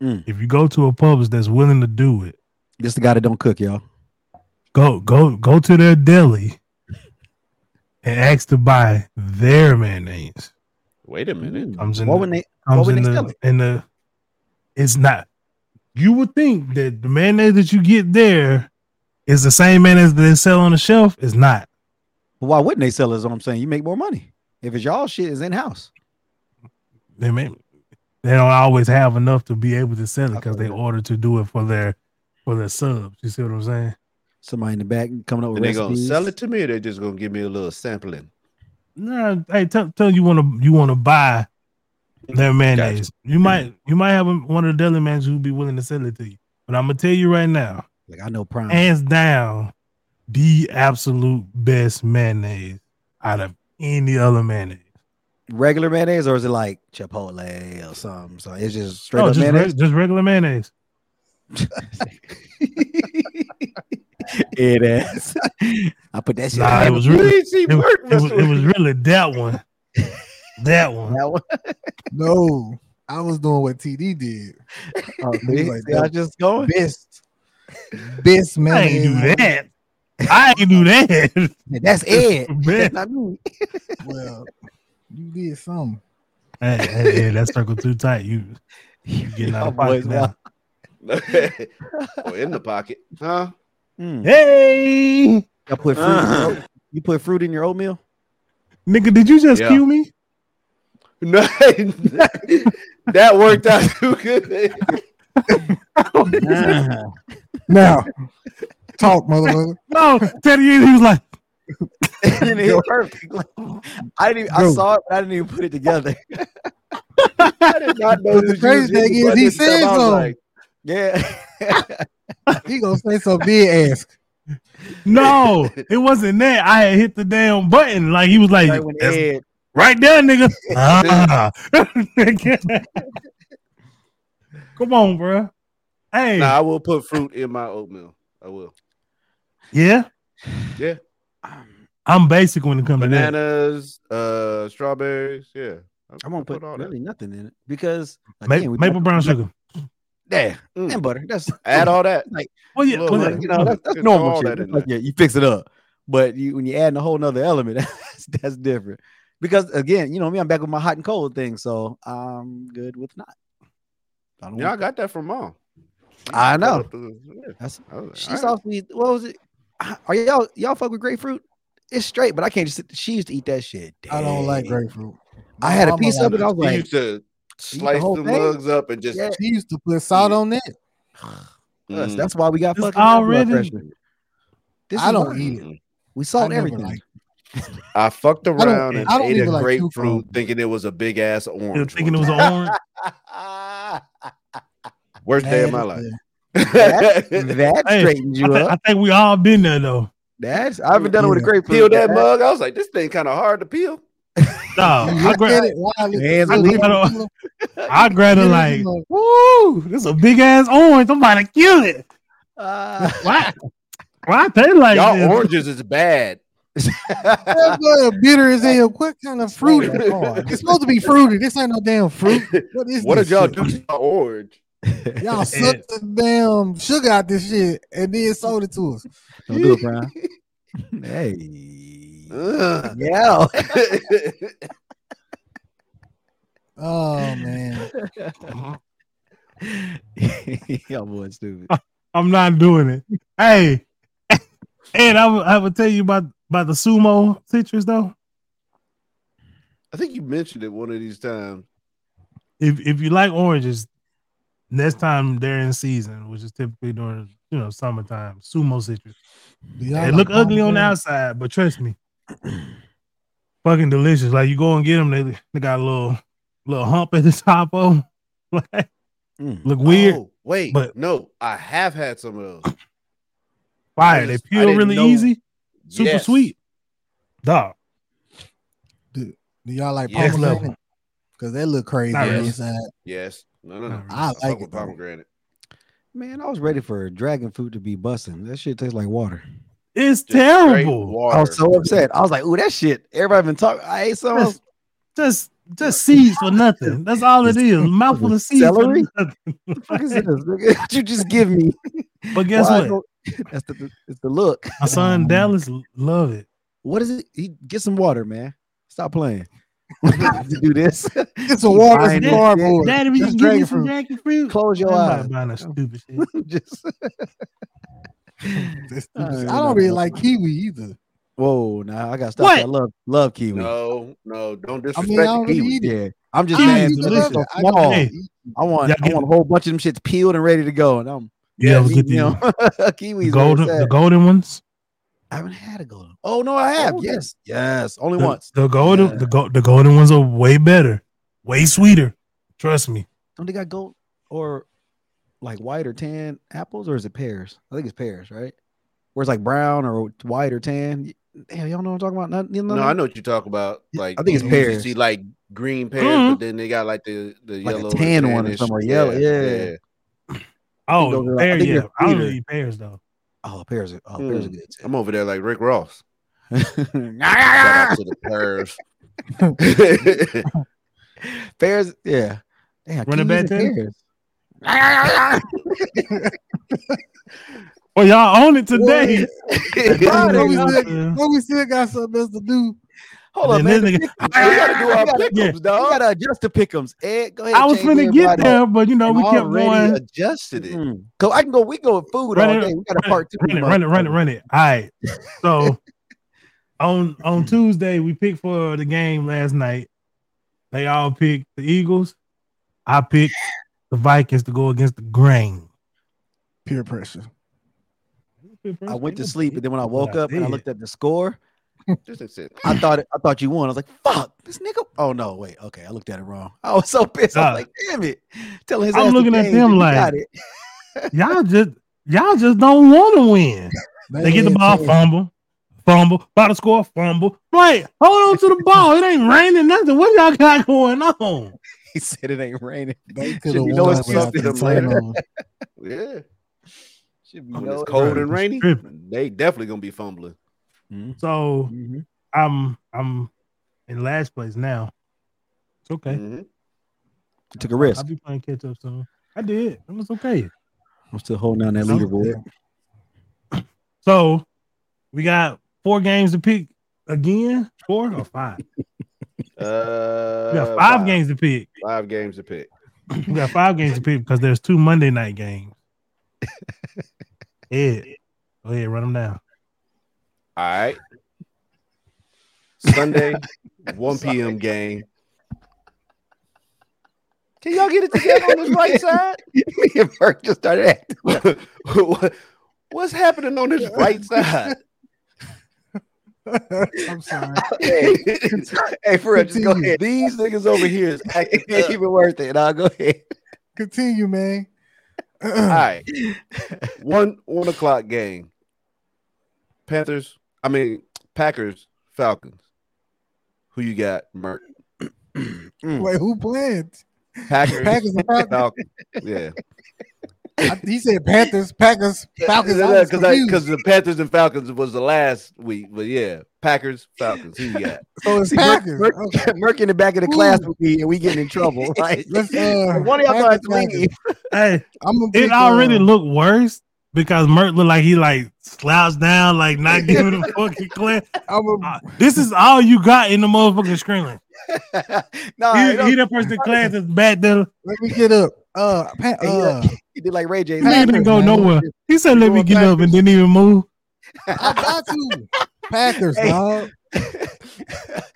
[SPEAKER 4] Mm.
[SPEAKER 1] If you go to a Publix that's willing to do it,
[SPEAKER 4] This the guy that don't cook, y'all.
[SPEAKER 1] go go go to their deli and ask to buy their mayonnaise.
[SPEAKER 2] Wait a minute.
[SPEAKER 1] Comes in
[SPEAKER 4] What
[SPEAKER 1] the-
[SPEAKER 4] when they
[SPEAKER 1] comes
[SPEAKER 4] would
[SPEAKER 1] in
[SPEAKER 4] they
[SPEAKER 1] the,
[SPEAKER 4] sell it?
[SPEAKER 1] in the it's not. You would think that the mayonnaise that you get there is the same mayonnaise that they sell on the shelf. It's not.
[SPEAKER 4] why wouldn't they sell it? Is what I'm saying. You make more money if it's y'all shit is in house.
[SPEAKER 1] They may they don't always have enough to be able to sell it
[SPEAKER 4] I
[SPEAKER 1] because
[SPEAKER 4] feel
[SPEAKER 1] they
[SPEAKER 4] that.
[SPEAKER 1] order to do it for their for their subs. You see what I'm saying?
[SPEAKER 4] Somebody in the back coming up with
[SPEAKER 2] And they gonna
[SPEAKER 4] recipes.
[SPEAKER 2] sell it to me, or they just gonna give me a little sampling.
[SPEAKER 1] No, hey, tell tell you want to you want to buy their mayonnaise. You might you might have one of the deli managers who be willing to sell it to you. But I'm gonna tell you right now,
[SPEAKER 4] Like I know prime.
[SPEAKER 1] hands down, the absolute best mayonnaise out of any other mayonnaise.
[SPEAKER 4] regular mayonnaise, or is it like Chipotle or something? So it's just straight
[SPEAKER 1] No,
[SPEAKER 4] up
[SPEAKER 1] just reg-
[SPEAKER 4] mayonnaise.
[SPEAKER 1] just regular mayonnaise.
[SPEAKER 4] it is. I put that shit.
[SPEAKER 1] Nah,
[SPEAKER 4] on
[SPEAKER 1] it was really
[SPEAKER 2] Please, he
[SPEAKER 1] it, was-
[SPEAKER 2] worked,
[SPEAKER 1] it was,
[SPEAKER 2] Mr.
[SPEAKER 1] it was really that one. That one.
[SPEAKER 4] that one.
[SPEAKER 3] No, I was doing what TD did.
[SPEAKER 4] Oh,
[SPEAKER 3] was
[SPEAKER 4] see,
[SPEAKER 3] like
[SPEAKER 4] see, I
[SPEAKER 3] that.
[SPEAKER 4] just going.
[SPEAKER 3] Best, best man.
[SPEAKER 1] I ain't do that. I ain't do that.
[SPEAKER 4] That's Ed.
[SPEAKER 1] Man.
[SPEAKER 4] That's not me.
[SPEAKER 3] Well, you did something.
[SPEAKER 1] hey, hey, hey, that circle too tight. You you getting out
[SPEAKER 4] Y'all
[SPEAKER 1] of pocket
[SPEAKER 4] boys
[SPEAKER 1] now.
[SPEAKER 4] wild.
[SPEAKER 2] or in the pocket, huh?
[SPEAKER 4] Mm.
[SPEAKER 1] Hey,
[SPEAKER 4] I put fruit. in your oat- you put fruit in your oatmeal.
[SPEAKER 1] nigga, did you just
[SPEAKER 2] Yeah.
[SPEAKER 1] cue me?
[SPEAKER 2] No, that worked out too good.
[SPEAKER 3] Now, talk, motherfucker.
[SPEAKER 1] No, Teddy, he was like,
[SPEAKER 4] And it hit perfect. Like, I didn't. Even, I
[SPEAKER 3] Yo.
[SPEAKER 4] saw it, but I didn't even put it together.
[SPEAKER 2] I did not know
[SPEAKER 3] The
[SPEAKER 2] that you
[SPEAKER 3] crazy
[SPEAKER 2] was hitting
[SPEAKER 3] thing
[SPEAKER 2] the
[SPEAKER 3] is he
[SPEAKER 2] button and stuff.
[SPEAKER 3] said
[SPEAKER 2] I was
[SPEAKER 3] something.
[SPEAKER 2] like,
[SPEAKER 4] Yeah.
[SPEAKER 3] He gonna say some big ass.
[SPEAKER 1] no, it wasn't that. I had hit the damn button. Like he was like,
[SPEAKER 4] Like when
[SPEAKER 1] "That's
[SPEAKER 4] Ed,
[SPEAKER 1] right there, nigga. Ah. Nigga. Come on, bro. Hey,
[SPEAKER 2] Nah, I will put fruit in my oatmeal. I will.
[SPEAKER 1] yeah,
[SPEAKER 4] I'm
[SPEAKER 1] I'm basic when it comes to that.
[SPEAKER 2] Bananas, uh, strawberries. Yeah, I-
[SPEAKER 4] gonna
[SPEAKER 2] I
[SPEAKER 4] put
[SPEAKER 2] all
[SPEAKER 4] really nothing in it because
[SPEAKER 1] Ma-
[SPEAKER 4] again, we
[SPEAKER 1] maple
[SPEAKER 4] talked-
[SPEAKER 1] brown sugar.
[SPEAKER 2] that. Yeah,
[SPEAKER 4] and
[SPEAKER 2] mm.
[SPEAKER 4] butter. That's
[SPEAKER 2] add all that.
[SPEAKER 1] Well, yeah,
[SPEAKER 2] Look,
[SPEAKER 1] well,
[SPEAKER 2] look,
[SPEAKER 1] yeah,
[SPEAKER 4] you know, that's, that's
[SPEAKER 2] It's
[SPEAKER 4] normal.
[SPEAKER 2] all
[SPEAKER 4] Shit.
[SPEAKER 2] that in
[SPEAKER 4] Like, yeah, you fix it up, but you when you add a whole nother element, that's, that's different. Because again, you know me, I'm back with my hot and cold thing, so I'm good with not. I don't.
[SPEAKER 2] Yeah, I
[SPEAKER 4] want-
[SPEAKER 2] got that from mom.
[SPEAKER 4] I know.
[SPEAKER 2] Yeah.
[SPEAKER 4] That's-
[SPEAKER 2] I was like,
[SPEAKER 4] She
[SPEAKER 2] all
[SPEAKER 4] saw me. What was it? Are y'all y'all fuck with grapefruit? It's straight, but I can't just. She used to eat that shit.
[SPEAKER 3] I don't like
[SPEAKER 4] daily.
[SPEAKER 3] grapefruit.
[SPEAKER 4] I had a
[SPEAKER 3] Mama
[SPEAKER 4] piece of
[SPEAKER 3] liked
[SPEAKER 4] it. I was
[SPEAKER 2] right. She
[SPEAKER 4] like,
[SPEAKER 2] used to slice
[SPEAKER 4] whole
[SPEAKER 2] the
[SPEAKER 4] thing?
[SPEAKER 2] mugs up and just.
[SPEAKER 4] Yeah.
[SPEAKER 3] She used to put salt on that.
[SPEAKER 4] "Us,
[SPEAKER 2] Mm.
[SPEAKER 4] that's why we got
[SPEAKER 1] It's
[SPEAKER 4] fucking blood
[SPEAKER 1] already-
[SPEAKER 4] pressure." This
[SPEAKER 3] I
[SPEAKER 4] is
[SPEAKER 3] don't
[SPEAKER 4] why.
[SPEAKER 3] eat it. I
[SPEAKER 4] We salt
[SPEAKER 3] never
[SPEAKER 4] everything.
[SPEAKER 3] liked
[SPEAKER 2] I fucked around and
[SPEAKER 3] I don't
[SPEAKER 2] ate a
[SPEAKER 3] even like
[SPEAKER 2] grapefruit,
[SPEAKER 3] cucumber.
[SPEAKER 2] thinking it was a big ass
[SPEAKER 1] you were
[SPEAKER 2] orange.
[SPEAKER 1] thinking it
[SPEAKER 2] one
[SPEAKER 1] was
[SPEAKER 2] time.
[SPEAKER 1] orange.
[SPEAKER 2] worst day of
[SPEAKER 3] Mad
[SPEAKER 2] my
[SPEAKER 3] as
[SPEAKER 2] life.
[SPEAKER 3] hell.
[SPEAKER 4] That, that
[SPEAKER 1] Hey,
[SPEAKER 4] straightens
[SPEAKER 1] I,
[SPEAKER 4] you
[SPEAKER 1] think, I
[SPEAKER 4] up.
[SPEAKER 1] think we all been there though.
[SPEAKER 4] That's I haven't done it with a
[SPEAKER 3] Yeah.
[SPEAKER 2] Peel
[SPEAKER 4] grapefruit.
[SPEAKER 2] that mug. I was like, this thing kind of hard to peel.
[SPEAKER 1] No, I,
[SPEAKER 3] You look at
[SPEAKER 1] gra-
[SPEAKER 3] it, why I look-
[SPEAKER 4] Hands
[SPEAKER 3] I
[SPEAKER 4] are
[SPEAKER 3] look
[SPEAKER 1] leaking.
[SPEAKER 3] at it,
[SPEAKER 1] I grabbed it like,
[SPEAKER 3] you know,
[SPEAKER 1] woo, this a big ass orange. I'm about to kill it.
[SPEAKER 4] Uh,
[SPEAKER 1] Why? Why they like
[SPEAKER 2] Y'all
[SPEAKER 1] this?
[SPEAKER 2] oranges is bad.
[SPEAKER 3] that blood bitter as hell. What kind of fruit? is that? It's supposed to be fruity. This ain't no damn fruit. What is
[SPEAKER 2] what
[SPEAKER 3] this
[SPEAKER 2] did y'all
[SPEAKER 3] shit?
[SPEAKER 2] do to the orange?
[SPEAKER 3] Y'all sucked the damn sugar out this shit and then sold it to us.
[SPEAKER 4] Don't do it, Brian. hey.
[SPEAKER 2] Ugh.
[SPEAKER 4] Yeah.
[SPEAKER 3] Oh man,
[SPEAKER 4] Y'all boys stupid.
[SPEAKER 1] I'm not doing it. Hey, and I would I would tell you about about the sumo citrus though.
[SPEAKER 2] I think you mentioned it one of these times.
[SPEAKER 1] If if you like oranges, next time they're in season, which is typically during you know summertime, sumo citrus.
[SPEAKER 3] Do y'all
[SPEAKER 1] They
[SPEAKER 3] like
[SPEAKER 1] look ugly
[SPEAKER 3] pomegranate?
[SPEAKER 1] on the outside, but trust me, fucking delicious. Like you go and get them, they they got a little little hump at the top of them. Like,
[SPEAKER 4] Mm.
[SPEAKER 1] look weird.
[SPEAKER 2] Oh, wait,
[SPEAKER 1] but-
[SPEAKER 2] no, I have had some of those.
[SPEAKER 1] Fire.
[SPEAKER 2] I
[SPEAKER 1] They
[SPEAKER 2] just- I
[SPEAKER 1] peel
[SPEAKER 2] didn't
[SPEAKER 1] really
[SPEAKER 2] know.
[SPEAKER 1] easy. Super
[SPEAKER 2] Yes.
[SPEAKER 1] sweet. Dog.
[SPEAKER 3] Do y'all like
[SPEAKER 2] Yes,
[SPEAKER 3] pomegranate? Because they look crazy
[SPEAKER 1] Not
[SPEAKER 3] on the
[SPEAKER 2] really.
[SPEAKER 3] inside.
[SPEAKER 2] Yes. No, no, no. I
[SPEAKER 3] I like
[SPEAKER 2] fuck
[SPEAKER 3] it.
[SPEAKER 2] with
[SPEAKER 3] Though.
[SPEAKER 2] pomegranate.
[SPEAKER 4] Man, I was ready for dragon fruit to be busting. That shit tastes like water.
[SPEAKER 1] It's
[SPEAKER 2] Just straight
[SPEAKER 1] terrible.
[SPEAKER 2] Water.
[SPEAKER 4] I was so upset. I was like, "Ooh, that shit!" Everybody been talking. I ate some. I was-
[SPEAKER 1] Just just seeds for nothing. That's all it is. Mouthful of seeds. for
[SPEAKER 4] Celery?
[SPEAKER 1] nothing.
[SPEAKER 4] What the fuck is this? nigga? What you just give me.
[SPEAKER 1] But guess
[SPEAKER 4] Why I
[SPEAKER 1] what?
[SPEAKER 4] don't- That's the, it's the look.
[SPEAKER 1] My son
[SPEAKER 3] Um,
[SPEAKER 1] Dallas l- love it.
[SPEAKER 4] What is it? He get some water, man. Stop playing. to do this.
[SPEAKER 3] It's a water
[SPEAKER 4] Fine.
[SPEAKER 3] and cardboard.
[SPEAKER 1] Daddy, we
[SPEAKER 3] That's
[SPEAKER 1] can give me
[SPEAKER 3] dragon
[SPEAKER 1] some
[SPEAKER 3] fruit.
[SPEAKER 1] dragon fruit.
[SPEAKER 4] Close your
[SPEAKER 1] I'm
[SPEAKER 4] eyes.
[SPEAKER 1] not buying that stupid shit.
[SPEAKER 4] just.
[SPEAKER 3] That's stupid.
[SPEAKER 4] I
[SPEAKER 3] I don't
[SPEAKER 4] don't
[SPEAKER 3] really
[SPEAKER 4] know.
[SPEAKER 3] like kiwi either.
[SPEAKER 4] Whoa, nah, I gotta stop.
[SPEAKER 1] What?
[SPEAKER 4] I love love kiwi.
[SPEAKER 2] No, no, don't
[SPEAKER 3] I
[SPEAKER 2] disrespect
[SPEAKER 3] mean, I
[SPEAKER 2] the
[SPEAKER 3] don't really
[SPEAKER 2] kiwi.
[SPEAKER 3] eat it.
[SPEAKER 4] Yeah, I'm just
[SPEAKER 3] I don't
[SPEAKER 4] mad.
[SPEAKER 3] eat
[SPEAKER 4] that
[SPEAKER 3] the
[SPEAKER 4] it's
[SPEAKER 3] other.
[SPEAKER 4] so
[SPEAKER 3] I don't
[SPEAKER 4] small.
[SPEAKER 1] Hey.
[SPEAKER 3] eat-
[SPEAKER 4] I want,
[SPEAKER 1] Y'all
[SPEAKER 4] I
[SPEAKER 1] get-
[SPEAKER 4] want a whole bunch of them shits peeled and ready to go, and I'm
[SPEAKER 1] Yeah, we
[SPEAKER 4] you
[SPEAKER 1] get the,
[SPEAKER 4] know,
[SPEAKER 1] the
[SPEAKER 4] kiwis.
[SPEAKER 1] golden
[SPEAKER 4] are
[SPEAKER 1] the
[SPEAKER 4] sad.
[SPEAKER 1] golden ones.
[SPEAKER 4] I haven't had a golden. Oh no, I have.
[SPEAKER 3] Golden.
[SPEAKER 4] yes, yes, only
[SPEAKER 1] The,
[SPEAKER 4] once.
[SPEAKER 1] the golden
[SPEAKER 4] Yeah.
[SPEAKER 1] the go, the golden ones are way better, way sweeter. Trust me.
[SPEAKER 4] Don't they got gold or like white or tan apples, or is it pears? I think it's pears, right? Where it's like brown or white or tan. Damn, y'all know what I'm talking about? Not, you
[SPEAKER 2] No, I know what you're talking about. Like
[SPEAKER 4] I think it's
[SPEAKER 2] you usually
[SPEAKER 4] pears.
[SPEAKER 2] See, like green pears,
[SPEAKER 1] Mhm.
[SPEAKER 2] but then they got like the the
[SPEAKER 4] a
[SPEAKER 2] yellow
[SPEAKER 4] tan one or
[SPEAKER 2] tannish-
[SPEAKER 4] something, or yellow, yeah.
[SPEAKER 1] Oh,
[SPEAKER 4] those are- I
[SPEAKER 1] pear,
[SPEAKER 4] think
[SPEAKER 1] yeah.
[SPEAKER 4] they're
[SPEAKER 1] I don't
[SPEAKER 4] sweeter.
[SPEAKER 1] really eat pears though.
[SPEAKER 4] Oh, pears. Are, oh, pears are
[SPEAKER 1] Hmm.
[SPEAKER 2] Mm.
[SPEAKER 4] good.
[SPEAKER 2] I'm over there like Rick Ross. Shout
[SPEAKER 4] Too.
[SPEAKER 2] out to the pears.
[SPEAKER 4] pears. Yeah. Damn,
[SPEAKER 1] Run it
[SPEAKER 4] kiwis
[SPEAKER 1] back
[SPEAKER 4] and
[SPEAKER 1] to him?
[SPEAKER 4] pears.
[SPEAKER 1] Well, Oh, y'all own it today.
[SPEAKER 3] God,
[SPEAKER 1] Yeah.
[SPEAKER 3] we
[SPEAKER 1] Yeah.
[SPEAKER 3] still, but we still got something else to do.
[SPEAKER 4] Hold up,
[SPEAKER 1] And
[SPEAKER 4] man.
[SPEAKER 1] then
[SPEAKER 4] We
[SPEAKER 1] this nigga-
[SPEAKER 4] gotta do our pickums,
[SPEAKER 1] Yeah.
[SPEAKER 4] dog. We gotta adjust the pickums. Ed, go ahead.
[SPEAKER 1] I was
[SPEAKER 4] change
[SPEAKER 1] finna get
[SPEAKER 4] everybody.
[SPEAKER 1] there, but you know, we
[SPEAKER 2] I'm
[SPEAKER 1] kept
[SPEAKER 2] already
[SPEAKER 1] going. Mm-hmm.
[SPEAKER 2] adjusted it.
[SPEAKER 4] Mm. Cause I can go. We go with food
[SPEAKER 1] Run
[SPEAKER 4] all
[SPEAKER 1] it-
[SPEAKER 4] day. We got a
[SPEAKER 1] run
[SPEAKER 4] part
[SPEAKER 1] it,
[SPEAKER 4] two.
[SPEAKER 1] Run it, run it, run it, run it. All right. So on on Tuesday, we picked for the game last night. They all picked the Eagles. I picked the Vikings to go against the grain.
[SPEAKER 3] Peer pressure.
[SPEAKER 4] I went to sleep, and then when I woke up and I looked at the score,
[SPEAKER 2] Just accept.
[SPEAKER 4] I thought it, I thought you won. I was like, "Fuck this nigga!" Oh no, wait, okay, I looked at it wrong. I was so pissed. I
[SPEAKER 1] Nah.
[SPEAKER 4] was like, "Damn it!" Telling his
[SPEAKER 1] I'm
[SPEAKER 4] ass to
[SPEAKER 1] looking at
[SPEAKER 4] game,
[SPEAKER 1] them
[SPEAKER 4] you
[SPEAKER 1] like-
[SPEAKER 4] got it.
[SPEAKER 1] y'all just y'all just don't want to win. They get the
[SPEAKER 3] ain't
[SPEAKER 1] ball,
[SPEAKER 3] saying-
[SPEAKER 1] fumble, fumble, bottle score, fumble. Like, hold on to the ball. It ain't raining nothing. What y'all got going on?
[SPEAKER 4] He said it ain't raining.
[SPEAKER 3] They could
[SPEAKER 4] Should
[SPEAKER 3] have
[SPEAKER 4] be
[SPEAKER 3] won
[SPEAKER 4] no
[SPEAKER 3] us
[SPEAKER 4] excuse
[SPEAKER 3] without
[SPEAKER 4] to
[SPEAKER 3] the
[SPEAKER 4] them later.
[SPEAKER 3] turnover.
[SPEAKER 2] Yeah.
[SPEAKER 4] Should be
[SPEAKER 2] When
[SPEAKER 4] no-
[SPEAKER 2] it's cold
[SPEAKER 1] right.
[SPEAKER 2] and rainy,
[SPEAKER 1] Tripping.
[SPEAKER 2] they definitely gonna be fumbling.
[SPEAKER 4] Mhm.
[SPEAKER 1] So
[SPEAKER 4] Mhm.
[SPEAKER 1] I'm I'm in last place now. It's okay.
[SPEAKER 2] Mhm.
[SPEAKER 4] You Took a
[SPEAKER 1] I'll
[SPEAKER 4] risk.
[SPEAKER 1] be playing catch up soon. I did. It was okay.
[SPEAKER 4] I'm still holding on that
[SPEAKER 1] Sounds
[SPEAKER 4] leaderboard.
[SPEAKER 1] So we got four games to pick again. Four or five?
[SPEAKER 2] Uh,
[SPEAKER 1] We got five, games to pick.
[SPEAKER 2] Five games to pick.
[SPEAKER 1] We got five games to pick because there's two Monday night games. Ed, go ahead, run them down.
[SPEAKER 2] All right. Sunday, 1 p.m. game. Can y'all get it together on this right side?
[SPEAKER 4] Me and Burke just started acting.
[SPEAKER 2] What- What's happening on this right side?
[SPEAKER 3] I'm sorry.
[SPEAKER 4] Hey, hey, for real, just go
[SPEAKER 3] Continue.
[SPEAKER 4] ahead. These niggas over here is acting ain't even worth it. I'll go ahead.
[SPEAKER 3] Continue, man.
[SPEAKER 2] All right. One one o'clock game. Panthers. I mean Packers. Falcons. Who you got, Merc?
[SPEAKER 3] Wait, who playing?
[SPEAKER 2] Packers.
[SPEAKER 3] Packers and Falcons.
[SPEAKER 2] Falcons. Yeah.
[SPEAKER 3] I- he said Panthers, Packers, Falcons.
[SPEAKER 2] uh,
[SPEAKER 3] I was
[SPEAKER 2] Because
[SPEAKER 3] confused.
[SPEAKER 2] the Panthers and Falcons was the last week. But yeah, Packers, Falcons. Who you got?
[SPEAKER 3] So it's
[SPEAKER 4] See, Merc,
[SPEAKER 3] Packers.
[SPEAKER 4] Merc-
[SPEAKER 3] Okay.
[SPEAKER 4] Merc in the back of the
[SPEAKER 3] Ooh.
[SPEAKER 4] class with me, and we getting in trouble. Right?
[SPEAKER 3] Let's, uh,
[SPEAKER 4] one of y'all
[SPEAKER 3] Packers,
[SPEAKER 4] got to leave.
[SPEAKER 1] Hey,
[SPEAKER 3] I'm gonna
[SPEAKER 1] it
[SPEAKER 3] pick,
[SPEAKER 1] already
[SPEAKER 3] uh,
[SPEAKER 1] looked worse because Mert looked like he like slouched down, like not giving a fucking clip.
[SPEAKER 3] I'm gonna,
[SPEAKER 1] Uh, This is all you got in the motherfucking screen.
[SPEAKER 4] no,
[SPEAKER 1] He,
[SPEAKER 4] he,
[SPEAKER 1] he the person in class that's back there.
[SPEAKER 3] let me get up. Uh, pa-
[SPEAKER 4] Hey,
[SPEAKER 3] uh,
[SPEAKER 4] he did like Ray J.
[SPEAKER 1] He didn't go
[SPEAKER 3] man.
[SPEAKER 1] nowhere. He said, "Let me
[SPEAKER 4] going
[SPEAKER 1] get up," and didn't even move.
[SPEAKER 3] uh, I got to Packers,
[SPEAKER 4] Hey.
[SPEAKER 3] dog.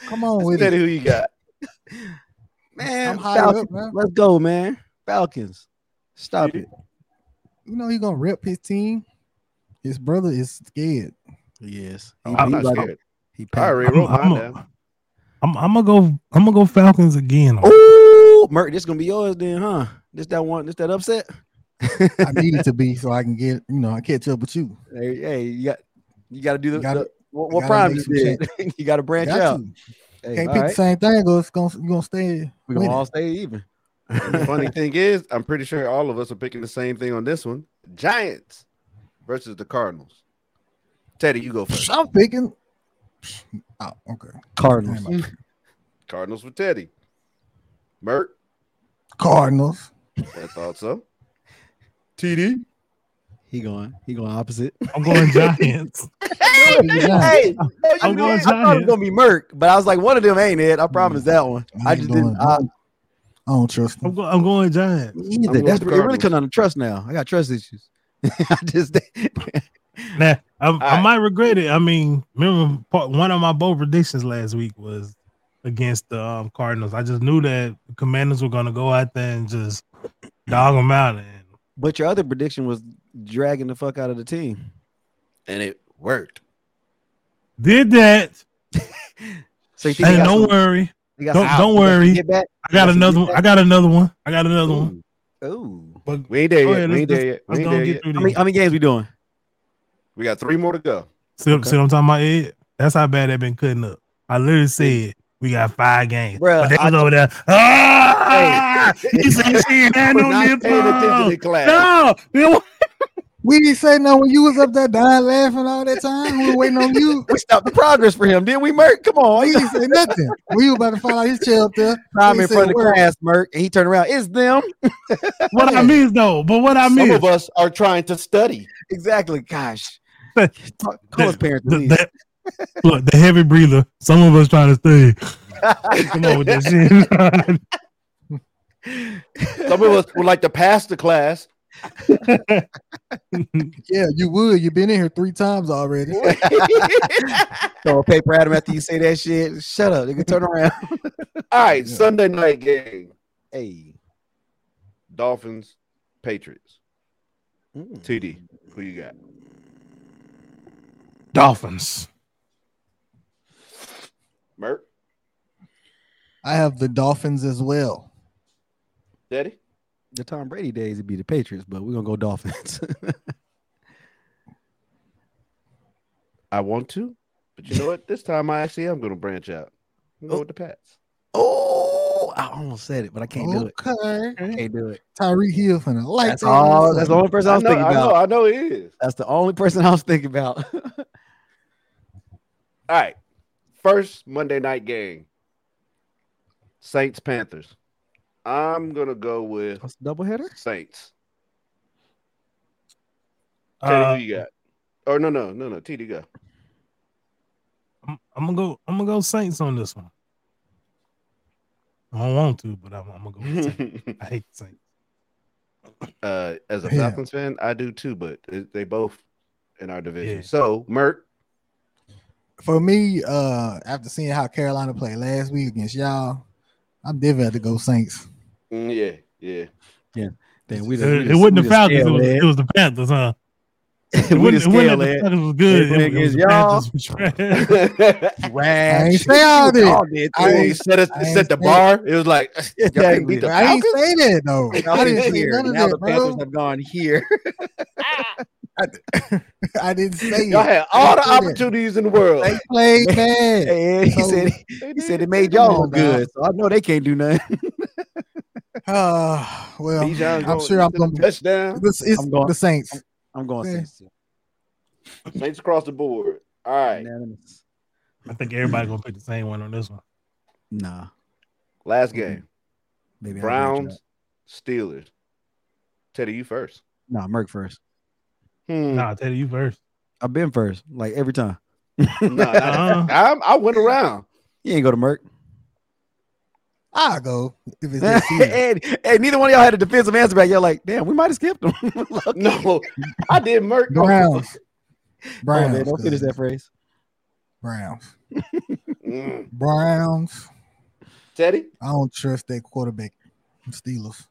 [SPEAKER 3] Come on with
[SPEAKER 2] Teddy,
[SPEAKER 3] it.
[SPEAKER 2] who you got?
[SPEAKER 4] man,
[SPEAKER 3] I'm high up,
[SPEAKER 4] Falcons.
[SPEAKER 3] man.
[SPEAKER 4] Let's go, man. Falcons. Stop it.
[SPEAKER 3] You know he gonna rip his team. His brother is scared.
[SPEAKER 4] Yes. He,
[SPEAKER 2] I'm
[SPEAKER 4] he
[SPEAKER 2] not
[SPEAKER 4] like-
[SPEAKER 2] scared.
[SPEAKER 4] he
[SPEAKER 2] I already
[SPEAKER 1] I'm,
[SPEAKER 2] wrote
[SPEAKER 1] I'm,
[SPEAKER 2] mine
[SPEAKER 1] a,
[SPEAKER 2] down.
[SPEAKER 1] I'm, I'm gonna go. I'm gonna go Falcons again.
[SPEAKER 4] Oh, Merc, this gonna be yours then, huh? This that one, this that upset.
[SPEAKER 3] I need it to be so I can get you know I catch up with you.
[SPEAKER 4] Hey, hey, you got you got to do the,
[SPEAKER 3] Gotta-
[SPEAKER 4] the- what,
[SPEAKER 3] gotta
[SPEAKER 4] what prime
[SPEAKER 3] make
[SPEAKER 4] you
[SPEAKER 3] some
[SPEAKER 4] did. you got to branch
[SPEAKER 3] Got
[SPEAKER 4] out.
[SPEAKER 3] to.
[SPEAKER 4] Hey,
[SPEAKER 3] Can't
[SPEAKER 4] all
[SPEAKER 3] pick the
[SPEAKER 4] right.
[SPEAKER 3] same thing, or it's gonna you gonna stay.
[SPEAKER 4] We gonna
[SPEAKER 3] winning.
[SPEAKER 4] all stay even.
[SPEAKER 2] And the funny thing is, I'm pretty sure all of us are picking the same thing on this one: Giants versus the Cardinals. Teddy, you go first.
[SPEAKER 3] I'm picking. Oh, okay.
[SPEAKER 4] Cardinals.
[SPEAKER 3] Damn, I-
[SPEAKER 2] Cardinals for Teddy. Merk,
[SPEAKER 3] Cardinals.
[SPEAKER 2] I thought so. TD.
[SPEAKER 4] He going. He going opposite.
[SPEAKER 1] I'm going Giants.
[SPEAKER 4] Hey, hey, no, you
[SPEAKER 1] I'm
[SPEAKER 4] know
[SPEAKER 1] going
[SPEAKER 4] it. I thought it was
[SPEAKER 1] Giants.
[SPEAKER 4] gonna be Merc, but I was like, one of them ain't it. I promise that one.
[SPEAKER 3] I
[SPEAKER 4] I
[SPEAKER 3] ain't
[SPEAKER 4] just
[SPEAKER 3] doing
[SPEAKER 4] didn't. uh,
[SPEAKER 3] it.
[SPEAKER 4] I,
[SPEAKER 3] I don't trust
[SPEAKER 1] I'm,
[SPEAKER 3] them.
[SPEAKER 1] go- I'm going Giants.
[SPEAKER 2] I'm
[SPEAKER 4] neither.
[SPEAKER 2] going
[SPEAKER 4] That's, it
[SPEAKER 2] with
[SPEAKER 4] really
[SPEAKER 2] Cardinals.
[SPEAKER 4] comes down to trust now. I got trust issues. I just.
[SPEAKER 1] Nah, I, I
[SPEAKER 2] right.
[SPEAKER 1] might regret it. I mean, remember part, one of my bold predictions last week was against the um, Cardinals. I just knew that the Commanders were going to go out there and just dog them out. And
[SPEAKER 4] but your other prediction was dragging the fuck out of the team.
[SPEAKER 2] And it worked.
[SPEAKER 1] did that.
[SPEAKER 4] So you think they
[SPEAKER 1] Hey,
[SPEAKER 4] got
[SPEAKER 1] don't
[SPEAKER 4] some-
[SPEAKER 1] worry.
[SPEAKER 4] they got
[SPEAKER 1] don't-
[SPEAKER 4] some-
[SPEAKER 1] don't
[SPEAKER 4] they got some
[SPEAKER 1] worry.
[SPEAKER 4] get back?
[SPEAKER 1] I got
[SPEAKER 4] That's a
[SPEAKER 1] another
[SPEAKER 4] good
[SPEAKER 1] one. I got another one. I got another one.
[SPEAKER 4] Ooh.
[SPEAKER 1] But
[SPEAKER 2] We ain't there
[SPEAKER 1] Go
[SPEAKER 2] yet.
[SPEAKER 1] ahead,
[SPEAKER 2] we ain't
[SPEAKER 1] Oh, let's-
[SPEAKER 2] there yet. We
[SPEAKER 1] let's
[SPEAKER 2] ain't
[SPEAKER 1] go
[SPEAKER 2] there
[SPEAKER 1] and
[SPEAKER 2] yet.
[SPEAKER 1] get through
[SPEAKER 4] How many,
[SPEAKER 1] these.
[SPEAKER 4] how many games we doing?
[SPEAKER 2] We got three more to go.
[SPEAKER 1] See, what- see what I'm talking about, Ed? That's how bad they've been cutting up. I literally said we got five games.
[SPEAKER 4] Bruh,
[SPEAKER 1] but they
[SPEAKER 4] I-
[SPEAKER 1] was over there. Ah, you said she ain't had
[SPEAKER 2] We're
[SPEAKER 1] no
[SPEAKER 2] not paying attention
[SPEAKER 1] nipple.
[SPEAKER 2] to class.
[SPEAKER 1] No, they wa-
[SPEAKER 3] We didn't say no when you was up there dying laughing all that time. We were waiting on you.
[SPEAKER 4] We stopped the progress for him, didn't we, Merc? Come on.
[SPEAKER 3] We
[SPEAKER 4] You
[SPEAKER 3] didn't say nothing. We were about to fall out his chair up there.
[SPEAKER 4] time
[SPEAKER 3] We
[SPEAKER 4] in
[SPEAKER 3] said
[SPEAKER 4] front of the
[SPEAKER 3] word.
[SPEAKER 4] class, Merc. And he turned around. It's them.
[SPEAKER 1] what I mean though, but what I
[SPEAKER 2] Some
[SPEAKER 1] mean,
[SPEAKER 2] of us are trying to study.
[SPEAKER 4] Exactly. Gosh.
[SPEAKER 1] But-
[SPEAKER 4] Talk- Call his parents.
[SPEAKER 1] the,
[SPEAKER 4] please.
[SPEAKER 1] the, look, the heavy breather. Some of us trying to study. Come on with that shit. Uh,
[SPEAKER 2] Some of us would like to pass the class.
[SPEAKER 3] Yeah, you would. You've been in here three times already.
[SPEAKER 4] Throw a paper at him after you say that shit. Shut up. They can turn around.
[SPEAKER 2] All right, Sunday night game.
[SPEAKER 4] Hey.
[SPEAKER 2] Dolphins, Patriots.
[SPEAKER 4] Mm.
[SPEAKER 2] TD, who you got?
[SPEAKER 1] Dolphins.
[SPEAKER 2] Merck,
[SPEAKER 3] I have the Dolphins as well.
[SPEAKER 2] Daddy?
[SPEAKER 4] The Tom Brady days would be the Patriots, but we're going to go Dolphins.
[SPEAKER 2] I want to, but you know what? This time I actually am going to branch out. I'm going with the Pats.
[SPEAKER 4] oh, I almost said it, but I can't do it.
[SPEAKER 3] Okay.
[SPEAKER 4] Can't do it.
[SPEAKER 3] Tyreek Hill finna like
[SPEAKER 4] That's
[SPEAKER 3] that
[SPEAKER 4] all. That's the
[SPEAKER 3] motherfucker.
[SPEAKER 4] only person I
[SPEAKER 2] I
[SPEAKER 4] was
[SPEAKER 2] know,
[SPEAKER 4] thinking
[SPEAKER 2] I
[SPEAKER 4] about.
[SPEAKER 2] know, I know it is.
[SPEAKER 4] That's the only person I was thinking about.
[SPEAKER 2] All right, first Monday night game. Saints, Panthers. I'm going to go with
[SPEAKER 4] That's a doubleheader.
[SPEAKER 2] Saints. Teddy,
[SPEAKER 1] Uh,
[SPEAKER 2] who you got? Or no, no, no, no. TD, go.
[SPEAKER 1] I'm, I'm gonna go. I'm gonna go Saints on this one. I don't want to, but I'm, I'm gonna go. With Saints. I hate the Saints.
[SPEAKER 2] uh, as a
[SPEAKER 3] Yeah.
[SPEAKER 2] Falcons fan, I do too, but it- they both in our division.
[SPEAKER 1] Yeah.
[SPEAKER 2] So, Merk,
[SPEAKER 3] For me, uh, after seeing how Carolina played last week against y'all, I'm definitely have to go Saints.
[SPEAKER 2] mm, yeah, yeah.
[SPEAKER 4] Then we just- we
[SPEAKER 1] It, it
[SPEAKER 4] just-
[SPEAKER 1] wasn't
[SPEAKER 4] we
[SPEAKER 1] the
[SPEAKER 4] just
[SPEAKER 1] Falcons. It
[SPEAKER 4] scale
[SPEAKER 1] was,
[SPEAKER 4] it.
[SPEAKER 1] it was the Panthers, huh? It
[SPEAKER 4] We
[SPEAKER 1] wasn't,
[SPEAKER 4] just
[SPEAKER 1] it wasn't
[SPEAKER 4] scale
[SPEAKER 1] that the
[SPEAKER 4] it.
[SPEAKER 1] Falcons was good.
[SPEAKER 4] It
[SPEAKER 1] It, was
[SPEAKER 4] against
[SPEAKER 1] the
[SPEAKER 4] y'all.
[SPEAKER 1] Panthers was trash.
[SPEAKER 3] I ain't
[SPEAKER 4] Rash.
[SPEAKER 3] say all this.
[SPEAKER 4] Y'all did
[SPEAKER 3] I
[SPEAKER 2] When
[SPEAKER 4] too.
[SPEAKER 2] you set us
[SPEAKER 3] I ain't
[SPEAKER 2] set the
[SPEAKER 3] saying-
[SPEAKER 2] bar. It was like y'all couldn't
[SPEAKER 4] Exactly.
[SPEAKER 2] beat the
[SPEAKER 3] I ain't
[SPEAKER 2] Falcons.
[SPEAKER 3] say that though. I
[SPEAKER 4] Y'all
[SPEAKER 3] didn't
[SPEAKER 4] did
[SPEAKER 3] say
[SPEAKER 4] here.
[SPEAKER 3] none of
[SPEAKER 4] Now the
[SPEAKER 3] that,
[SPEAKER 4] Panthers
[SPEAKER 3] bro.
[SPEAKER 4] have gone here.
[SPEAKER 3] I didn't say
[SPEAKER 2] Y'all
[SPEAKER 3] it.
[SPEAKER 2] had all the
[SPEAKER 3] I ain't say that.
[SPEAKER 2] opportunities in the world.
[SPEAKER 3] They played bad.
[SPEAKER 4] And he
[SPEAKER 3] So-
[SPEAKER 4] said
[SPEAKER 2] They
[SPEAKER 4] he
[SPEAKER 2] did.
[SPEAKER 4] said it made
[SPEAKER 3] Come
[SPEAKER 4] y'all
[SPEAKER 3] on,
[SPEAKER 4] look good. So I know they can't do nothing.
[SPEAKER 3] Uh, well,
[SPEAKER 2] Bijan
[SPEAKER 3] I'm
[SPEAKER 2] going
[SPEAKER 3] sure I'm
[SPEAKER 2] into
[SPEAKER 3] gonna.
[SPEAKER 2] the touchdown.
[SPEAKER 3] This is
[SPEAKER 4] I'm going-
[SPEAKER 3] the Saints.
[SPEAKER 4] I'm going
[SPEAKER 3] Okay.
[SPEAKER 4] Saints.
[SPEAKER 2] Saints across the board. All right,
[SPEAKER 4] Unanimous.
[SPEAKER 1] I think everybody gonna pick the same one on this one.
[SPEAKER 4] Nah.
[SPEAKER 2] last game.
[SPEAKER 4] Maybe I'll branch out.
[SPEAKER 2] Browns, Steelers. Teddy, you first.
[SPEAKER 4] Nah, Merc first. Mm.
[SPEAKER 2] Hmm.
[SPEAKER 1] Nah, Teddy, you first.
[SPEAKER 4] I've been first, like every time.
[SPEAKER 2] Nah,
[SPEAKER 1] Uh-uh.
[SPEAKER 2] I'm, I went around.
[SPEAKER 4] You ain't go to Merc.
[SPEAKER 3] I'll go if it's this season.
[SPEAKER 4] and, and neither one of y'all had a defensive answer back. Y'all like, damn, we might have skipped them. Look,
[SPEAKER 2] No, I did Merk.
[SPEAKER 3] Browns.
[SPEAKER 4] come on,
[SPEAKER 3] Browns.
[SPEAKER 4] Oh, man, don't finish
[SPEAKER 3] cousin.
[SPEAKER 4] that phrase.
[SPEAKER 3] Browns.
[SPEAKER 2] Mm.
[SPEAKER 3] Browns.
[SPEAKER 2] Teddy,
[SPEAKER 3] I don't trust that quarterback. I'm Steelers.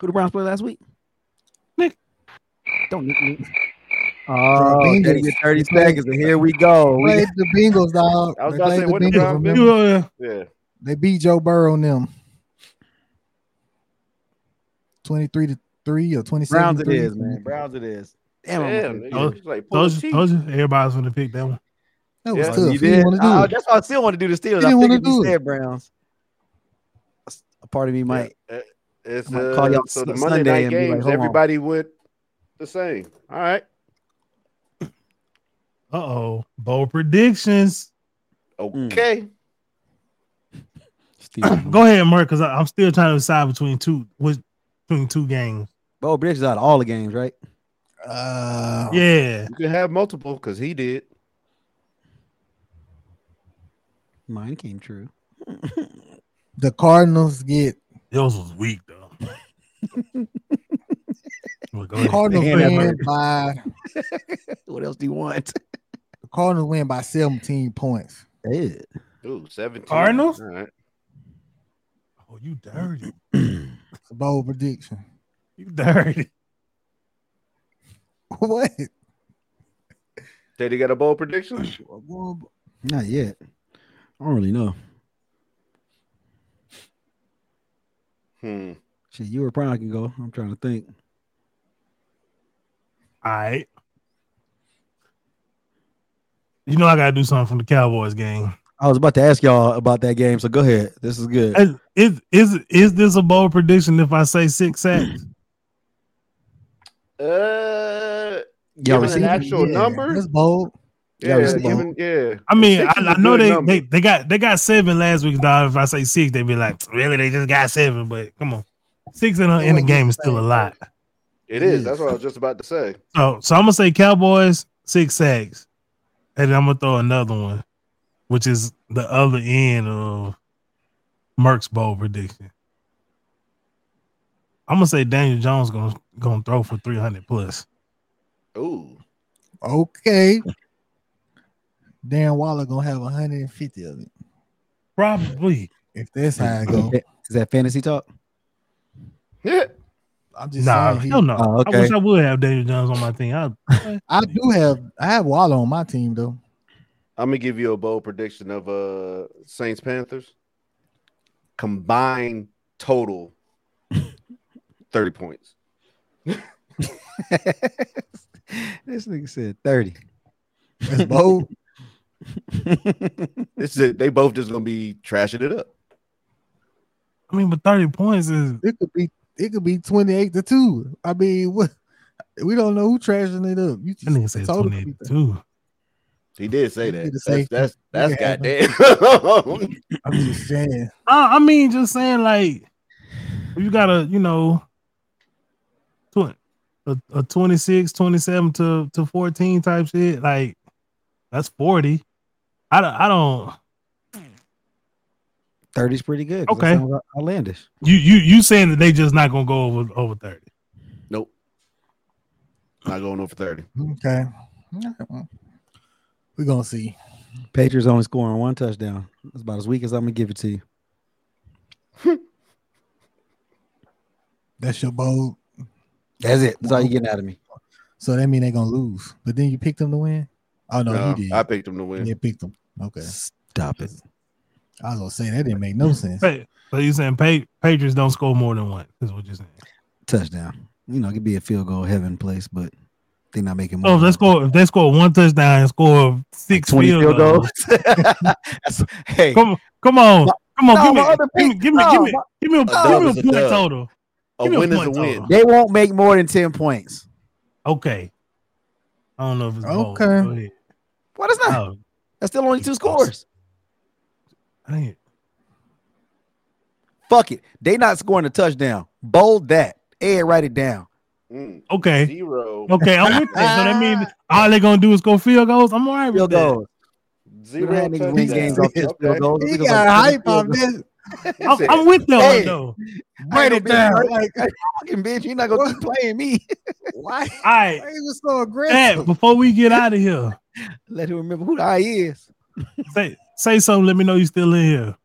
[SPEAKER 4] Who the Browns played last week?
[SPEAKER 1] Nick.
[SPEAKER 4] Don't nick me.
[SPEAKER 3] Bro,
[SPEAKER 4] Oh,
[SPEAKER 3] Bengals.
[SPEAKER 4] gotta get 30 seconds, and here we go. We-
[SPEAKER 3] Played the Bengals, dog.
[SPEAKER 2] I was about
[SPEAKER 3] they
[SPEAKER 2] to
[SPEAKER 3] played
[SPEAKER 2] say,
[SPEAKER 3] the
[SPEAKER 2] what the
[SPEAKER 3] Bengals.
[SPEAKER 2] Browns been-
[SPEAKER 3] remember?
[SPEAKER 1] You, uh,
[SPEAKER 2] yeah.
[SPEAKER 3] They beat Joe Burrow and them. 23 to 3 or 27
[SPEAKER 4] Browns
[SPEAKER 3] to
[SPEAKER 4] it
[SPEAKER 3] three.
[SPEAKER 4] is, man. Browns it is. Damn, I'm
[SPEAKER 2] Damn,
[SPEAKER 4] gonna
[SPEAKER 2] nigga,
[SPEAKER 4] pick those.
[SPEAKER 2] it's like pull
[SPEAKER 1] Told
[SPEAKER 2] the
[SPEAKER 1] you,
[SPEAKER 2] teeth.
[SPEAKER 1] told you, everybody's gonna pick that one.
[SPEAKER 3] That was
[SPEAKER 2] Yeah, Oh,
[SPEAKER 3] tough.
[SPEAKER 4] you
[SPEAKER 3] He didn't want to
[SPEAKER 4] I,
[SPEAKER 3] do it.
[SPEAKER 4] Oh, that's why I still want to do the Steelers.
[SPEAKER 3] He
[SPEAKER 4] I
[SPEAKER 3] didn't wanna
[SPEAKER 4] figured
[SPEAKER 3] do
[SPEAKER 4] you
[SPEAKER 3] it.
[SPEAKER 4] said Browns. A part of me might.
[SPEAKER 2] Yeah, It's
[SPEAKER 4] I might
[SPEAKER 2] uh,
[SPEAKER 4] call y'all
[SPEAKER 2] so the
[SPEAKER 4] s-
[SPEAKER 2] Monday
[SPEAKER 4] Sunday
[SPEAKER 2] night
[SPEAKER 4] and be like,
[SPEAKER 2] games.
[SPEAKER 4] "Hold on."
[SPEAKER 2] everybody went the same. All right.
[SPEAKER 1] Uh oh, bold predictions.
[SPEAKER 4] Hmm.
[SPEAKER 2] Okay.
[SPEAKER 4] Steelers.
[SPEAKER 1] Go ahead, Mark, because I'm still trying to decide between two which, between two games.
[SPEAKER 4] Bo Briggs is out of all the games, right?
[SPEAKER 3] Uh,
[SPEAKER 4] Oh.
[SPEAKER 1] Yeah,
[SPEAKER 2] You can have multiple because he did.
[SPEAKER 4] Mine came true.
[SPEAKER 3] The Cardinals get
[SPEAKER 1] those was weak though. well, go ahead.
[SPEAKER 3] Cardinals
[SPEAKER 4] hand that
[SPEAKER 3] win
[SPEAKER 4] bird.
[SPEAKER 3] by
[SPEAKER 4] what else do you want?
[SPEAKER 3] the Cardinals win by 17 points.
[SPEAKER 4] Ew.
[SPEAKER 2] Ooh, 17.
[SPEAKER 1] Cardinals?
[SPEAKER 2] All right.
[SPEAKER 1] Oh, you dirty.
[SPEAKER 3] It's a bold prediction.
[SPEAKER 1] You dirty.
[SPEAKER 3] what?
[SPEAKER 2] Did he got a bold prediction?
[SPEAKER 4] Not yet. I don't really know.
[SPEAKER 2] hmm.
[SPEAKER 4] Shit, you were probably can go. I'm trying to think.
[SPEAKER 1] All right. You know I gotta do something from the Cowboys game.
[SPEAKER 4] I was about to ask y'all about that game, so go ahead. This is good.
[SPEAKER 1] Is is is, is this a bold prediction if I say six sacks?
[SPEAKER 2] Uh,
[SPEAKER 4] Y'all
[SPEAKER 2] Give us an
[SPEAKER 4] receiving?
[SPEAKER 2] actual number?
[SPEAKER 3] That's bold.
[SPEAKER 4] Yeah,
[SPEAKER 2] yeah,
[SPEAKER 4] it's bold.
[SPEAKER 2] even, yeah.
[SPEAKER 1] I mean, I,
[SPEAKER 2] Six is a
[SPEAKER 1] I know
[SPEAKER 2] good
[SPEAKER 1] they,
[SPEAKER 2] number.
[SPEAKER 1] they they got they got seven last week, dog. If I say six, they'd be like, really? They just got seven, but come on, six in, a, in the game is still a lot.
[SPEAKER 2] It is. That's what I was just about to say.
[SPEAKER 1] So, so I'm gonna say Cowboys six sacks, and I'm gonna throw another one, which is the other end of Merck's bowl prediction. I'm gonna say Daniel Jones gonna gonna throw for 300 plus.
[SPEAKER 2] Ooh.
[SPEAKER 3] Okay. Darren Waller gonna have 150 of it.
[SPEAKER 1] Probably.
[SPEAKER 3] If that's how it go.
[SPEAKER 4] Is that fantasy talk?
[SPEAKER 2] Yeah.
[SPEAKER 3] I'm just
[SPEAKER 1] Nah,
[SPEAKER 3] saying. he-
[SPEAKER 1] hell no.
[SPEAKER 4] Oh,
[SPEAKER 1] I
[SPEAKER 4] okay.
[SPEAKER 1] wish I would have Daniel Jones on my team. I,
[SPEAKER 3] I do have I have Waller on my team though.
[SPEAKER 2] I'm gonna give you a bold prediction of uh Saints Panthers combined total 30 points.
[SPEAKER 4] this nigga said 30.
[SPEAKER 3] That's bold.
[SPEAKER 2] This is it. They both just gonna be trashing it up.
[SPEAKER 1] I mean, but 30 points is
[SPEAKER 3] it could be it could be 28 to 2. I mean, what we don't know who trashing it up. You
[SPEAKER 1] That nigga said
[SPEAKER 3] told him
[SPEAKER 1] 28
[SPEAKER 3] to-
[SPEAKER 1] too.
[SPEAKER 2] He did say
[SPEAKER 3] He
[SPEAKER 2] that.
[SPEAKER 3] did
[SPEAKER 2] That's,
[SPEAKER 3] say-
[SPEAKER 2] that's that's
[SPEAKER 3] Yeah.
[SPEAKER 2] goddamn.
[SPEAKER 3] I'm just saying.
[SPEAKER 1] I, I mean, just saying, like, you gotta, you know, tw- a, a 26, 27 to, to 14 type shit. Like, that's 40. I don't, I don't,
[SPEAKER 4] 30 is pretty good. 'cause that
[SPEAKER 1] Okay.
[SPEAKER 4] sounds out- Outlandish.
[SPEAKER 1] you, you, you saying that they just not gonna go over, over 30.
[SPEAKER 2] nope. Not going over 30.
[SPEAKER 3] Okay. We're gonna see.
[SPEAKER 4] Patriots only scoring one touchdown. That's about as weak as I'm gonna give it to you.
[SPEAKER 3] That's your bold.
[SPEAKER 4] That's it. That's all you getting out of me.
[SPEAKER 3] So that mean they're gonna lose. But then you picked them to win? Oh no,
[SPEAKER 2] No,
[SPEAKER 3] you did.
[SPEAKER 2] Um, I picked him to win.
[SPEAKER 3] you picked them. Okay.
[SPEAKER 4] Stop it.
[SPEAKER 3] I was gonna say that didn't make no sense.
[SPEAKER 1] Hey, so you saying pa- Patriots don't score more than one, is what you're saying.
[SPEAKER 4] Touchdown. You know, it could be a field goal heaven place, but they're not making more.
[SPEAKER 1] So Oh, if they score, if they score one touchdown and score
[SPEAKER 4] Like
[SPEAKER 1] six field, goals,
[SPEAKER 4] That's- hey,
[SPEAKER 1] Come, come on, come on,
[SPEAKER 4] No,
[SPEAKER 1] give, me,
[SPEAKER 4] my other
[SPEAKER 1] give me,
[SPEAKER 4] pick-
[SPEAKER 1] give me,
[SPEAKER 4] no,
[SPEAKER 1] give me,
[SPEAKER 4] my-
[SPEAKER 1] give me, a,
[SPEAKER 2] dub
[SPEAKER 1] give me a
[SPEAKER 2] is Oh, a dub.
[SPEAKER 1] point total.
[SPEAKER 2] A
[SPEAKER 1] Give me a
[SPEAKER 2] win is a
[SPEAKER 1] point
[SPEAKER 2] win.
[SPEAKER 1] total.
[SPEAKER 4] they won't make more than 10 points.
[SPEAKER 1] Okay. I don't know if it's bold.
[SPEAKER 3] Okay.
[SPEAKER 1] Go ahead.
[SPEAKER 4] What is that?
[SPEAKER 1] Oh,
[SPEAKER 4] That's still only two scores.
[SPEAKER 1] dang.
[SPEAKER 4] Fuck it. They not scoring a touchdown. Bold that. Ed, write it down.
[SPEAKER 2] Mm,
[SPEAKER 1] Okay.
[SPEAKER 2] Zero.
[SPEAKER 1] Okay, I'm with that. So that means all they're gonna do is go field goals. I'm all right
[SPEAKER 4] Field
[SPEAKER 1] with that.
[SPEAKER 4] goals. We
[SPEAKER 2] Zero.
[SPEAKER 4] don't have niggas winning games off just field
[SPEAKER 2] touchdowns.
[SPEAKER 4] goals.
[SPEAKER 3] He
[SPEAKER 4] Niggas
[SPEAKER 3] got
[SPEAKER 4] like,
[SPEAKER 3] hype
[SPEAKER 4] field
[SPEAKER 3] off
[SPEAKER 4] goals.
[SPEAKER 3] this.
[SPEAKER 2] Okay.
[SPEAKER 1] I'm, I'm with that
[SPEAKER 4] Hey.
[SPEAKER 1] one though.
[SPEAKER 4] Write it down.
[SPEAKER 3] Like,
[SPEAKER 4] Fucking bitch, you're not gonna keep playing me.
[SPEAKER 3] why?
[SPEAKER 1] All right,
[SPEAKER 3] Why he was so
[SPEAKER 1] Ed,
[SPEAKER 3] aggressive?
[SPEAKER 1] before we get out of here,
[SPEAKER 4] Let him remember who I is.
[SPEAKER 1] say say something. Let me know you still in here.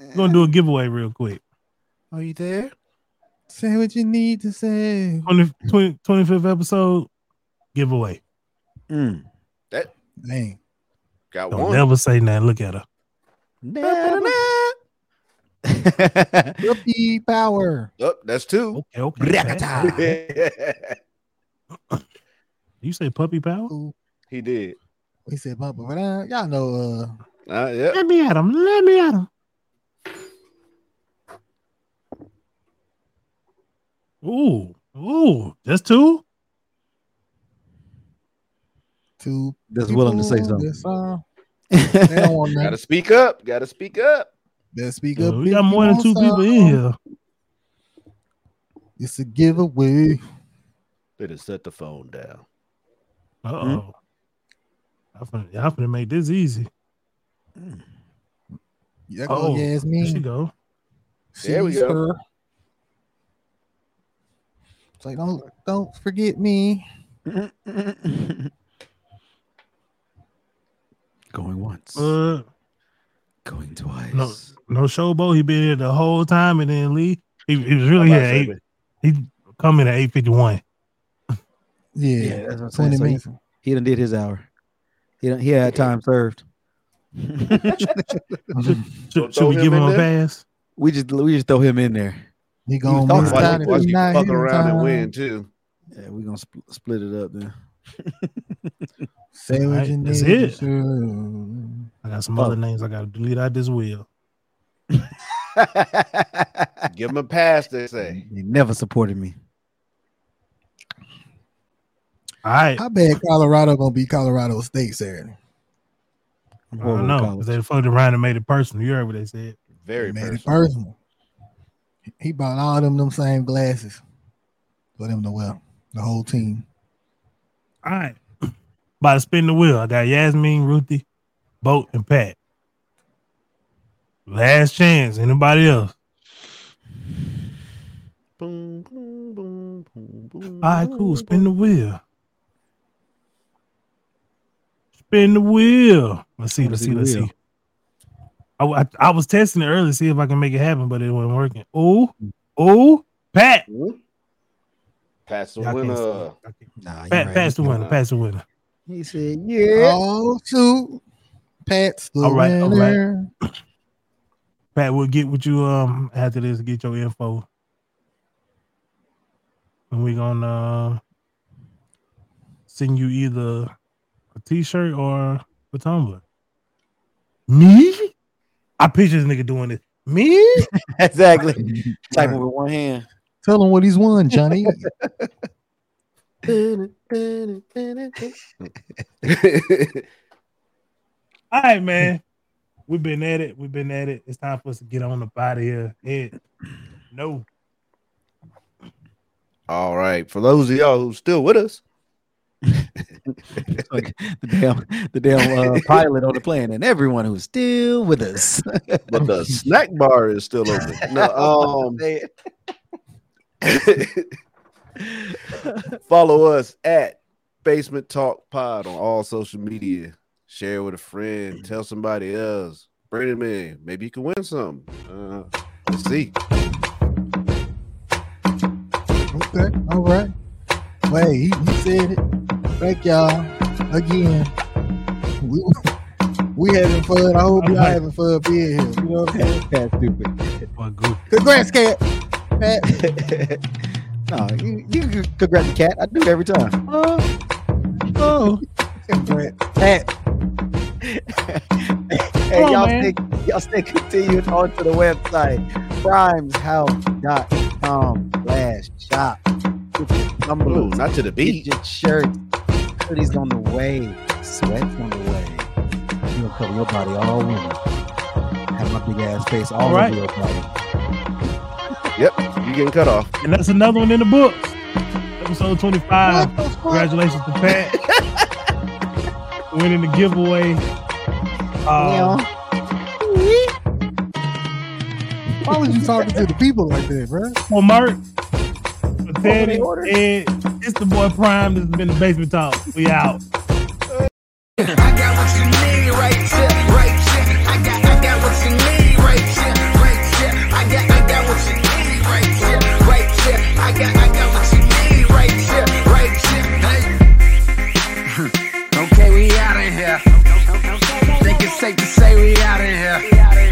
[SPEAKER 1] We're gonna do a giveaway real quick.
[SPEAKER 4] Are you there?
[SPEAKER 3] Say what you need to say.
[SPEAKER 1] 20, 20, 25th episode giveaway.
[SPEAKER 4] Mm.
[SPEAKER 3] Dang.
[SPEAKER 2] Got
[SPEAKER 1] Don't
[SPEAKER 2] one.
[SPEAKER 1] never say nothing. Look at her.
[SPEAKER 4] Nah, nah.
[SPEAKER 3] Whoopee power.
[SPEAKER 2] Oh, that's two.
[SPEAKER 1] Okay, okay. okay.
[SPEAKER 4] Brakata.
[SPEAKER 1] You say puppy power?
[SPEAKER 2] He did.
[SPEAKER 3] He said, "Papa, but uh, y'all know, uh,
[SPEAKER 2] Uh, yeah.
[SPEAKER 1] Let me at him. Let me at him. Ooh, ooh, just two?
[SPEAKER 3] two
[SPEAKER 4] That's willing to say
[SPEAKER 3] people
[SPEAKER 4] something.
[SPEAKER 3] that's, uh, they don't want
[SPEAKER 2] Gotta
[SPEAKER 3] nothing.
[SPEAKER 2] speak up. Gotta speak up.
[SPEAKER 3] That speak
[SPEAKER 1] Yeah,
[SPEAKER 3] up.
[SPEAKER 1] we
[SPEAKER 3] if
[SPEAKER 1] got
[SPEAKER 3] you
[SPEAKER 1] more than
[SPEAKER 3] want
[SPEAKER 1] two people in
[SPEAKER 3] some.
[SPEAKER 1] here.
[SPEAKER 3] It's a giveaway.
[SPEAKER 2] Better set the phone down.
[SPEAKER 1] Uh
[SPEAKER 3] Mm-hmm.
[SPEAKER 1] oh. I'm finna, y'all finna make this easy.
[SPEAKER 3] Yeah,
[SPEAKER 1] Oh,
[SPEAKER 3] go
[SPEAKER 1] There she
[SPEAKER 3] Yasmin.
[SPEAKER 1] go.
[SPEAKER 2] There we
[SPEAKER 3] She's
[SPEAKER 2] go.
[SPEAKER 3] her. It's like don't don't forget me.
[SPEAKER 4] Going once,
[SPEAKER 1] Uh,
[SPEAKER 4] going twice.
[SPEAKER 1] no. no showbo. He been here the whole time, and then Lee. He, Oh, he was really
[SPEAKER 2] I'm
[SPEAKER 1] here.
[SPEAKER 2] about
[SPEAKER 1] at
[SPEAKER 2] to
[SPEAKER 1] Eight,
[SPEAKER 2] say,
[SPEAKER 1] he come in at eight fifty one.
[SPEAKER 3] Yeah,
[SPEAKER 4] Yeah, that's what I'm saying.
[SPEAKER 3] twenty
[SPEAKER 4] So he-
[SPEAKER 3] minutes.
[SPEAKER 4] He done did his hour. He done, he had time served.
[SPEAKER 1] Should,
[SPEAKER 2] Don't
[SPEAKER 1] should
[SPEAKER 2] throw
[SPEAKER 1] we give
[SPEAKER 2] him
[SPEAKER 1] him
[SPEAKER 2] in
[SPEAKER 1] a
[SPEAKER 2] there?
[SPEAKER 1] pass?
[SPEAKER 4] we just we just throw him in there.
[SPEAKER 3] He
[SPEAKER 4] was
[SPEAKER 3] gonna
[SPEAKER 4] talking
[SPEAKER 3] miss
[SPEAKER 4] about
[SPEAKER 3] out
[SPEAKER 4] it.
[SPEAKER 3] if
[SPEAKER 2] Watch
[SPEAKER 3] he
[SPEAKER 2] you
[SPEAKER 3] not
[SPEAKER 2] fuck
[SPEAKER 3] here in
[SPEAKER 2] around and
[SPEAKER 3] time.
[SPEAKER 2] win too.
[SPEAKER 4] Yeah, we gonna sp- split it up then.
[SPEAKER 3] Say what
[SPEAKER 1] Alright,
[SPEAKER 3] you
[SPEAKER 1] that's
[SPEAKER 3] need
[SPEAKER 1] it.
[SPEAKER 3] to do.
[SPEAKER 1] I got some
[SPEAKER 4] Oh.
[SPEAKER 1] other names I gotta delete out this wheel.
[SPEAKER 2] Give him a pass, they say.
[SPEAKER 4] They never supported me.
[SPEAKER 1] All right.
[SPEAKER 3] I bet Colorado gonna be Colorado State Saturday.
[SPEAKER 4] I'm
[SPEAKER 1] I
[SPEAKER 4] horrible
[SPEAKER 1] don't
[SPEAKER 4] with
[SPEAKER 1] know. 'cause
[SPEAKER 4] college.
[SPEAKER 1] They fucked around and made it personal. You heard what they said.
[SPEAKER 2] Very
[SPEAKER 3] Made
[SPEAKER 2] personal.
[SPEAKER 3] it personal. He bought all them them same glasses for them to wear. The whole team.
[SPEAKER 1] All right. About to spin the wheel. I got Yasmin, Ruthie, Boat, and Pat. Last chance. Anybody else?
[SPEAKER 2] Boom, boom, boom, boom, boom,
[SPEAKER 1] All right, cool.
[SPEAKER 2] boom,
[SPEAKER 1] Spin the wheel. Spin the wheel. Let's see.
[SPEAKER 4] Wanna
[SPEAKER 1] Let's
[SPEAKER 4] see
[SPEAKER 1] see.
[SPEAKER 4] the
[SPEAKER 1] Let's
[SPEAKER 4] wheel.
[SPEAKER 1] see. I, I, I was testing it earlier to see if I can make it happen, but it wasn't working. Oh, oh, Pat.
[SPEAKER 2] boom. Pass the
[SPEAKER 1] Y'all can't see it.
[SPEAKER 2] winner.
[SPEAKER 1] Y'all can't-
[SPEAKER 4] Nah, you
[SPEAKER 1] Pat,
[SPEAKER 4] right.
[SPEAKER 1] pass the
[SPEAKER 4] He-
[SPEAKER 1] winner. Pass the winner.
[SPEAKER 4] He said, "Yeah."
[SPEAKER 3] Oh shoot. Pat's the
[SPEAKER 1] All right, all right.
[SPEAKER 3] winner.
[SPEAKER 1] Pat, we'll get with you um after this. Get your info, and we're gonna uh, send you either a T-shirt or a tumbler. Me? I picture this nigga doing this. Me?
[SPEAKER 4] exactly. Typing
[SPEAKER 3] Right.
[SPEAKER 4] with one hand.
[SPEAKER 3] Tell him what he's won, Johnny.
[SPEAKER 1] All right, man. We've been at it. We've been at it. It's time for us to get on up out of here. Ed, no.
[SPEAKER 2] All right. For those of y'all who's still with us,
[SPEAKER 4] It's like the damn, the damn uh, pilot on the plane, and everyone who's still with us.
[SPEAKER 2] but the snack bar is still open. No, um, follow us at Basement Talk Pod on all social media. Share with a friend. Tell somebody else. Bring them in. Maybe you can win some. Uh, let's see.
[SPEAKER 3] Okay, all right. Wait, he, he said it. Thank y'all again. We, we having fun. I hope y'all having fun being here. You know what I'm saying?
[SPEAKER 4] That's stupid.
[SPEAKER 1] Well, good.
[SPEAKER 3] Congrats, Cat. Pat,
[SPEAKER 4] no, you, you can congrats the cat. I do it every time. Oh, oh.
[SPEAKER 3] congrats. Pat,
[SPEAKER 4] Hey,
[SPEAKER 1] Come on,
[SPEAKER 4] y'all
[SPEAKER 1] man.
[SPEAKER 4] stay, y'all stay continued onto the website, primeshouse.com slash shop. Get your
[SPEAKER 2] Ooh,
[SPEAKER 4] tumblers,
[SPEAKER 2] not to the
[SPEAKER 4] get
[SPEAKER 2] beat.
[SPEAKER 4] your shirts, hoodies on the way, sweats on the way. You'll cover your body all winter. Have my big ass face all,
[SPEAKER 1] All
[SPEAKER 4] over
[SPEAKER 1] right.
[SPEAKER 4] your body.
[SPEAKER 2] You getting cut off.
[SPEAKER 1] And that's another one in the books. Episode 25. Congratulations to Pat. Winning the giveaway. Uh,
[SPEAKER 3] why was you talking to the people like that, bro?
[SPEAKER 1] For Mark, for Teddy,
[SPEAKER 4] they order?
[SPEAKER 1] Ed, it's the boy Prime. This has been the Basement Talk. We out.
[SPEAKER 5] I got what you need right here, right here. I got, I got what you need right here, right here. I got, I got what you need right here, right here. I got, I got what you need right here, right here. Hey. okay, we out of here. Think it's safe to say we out of here.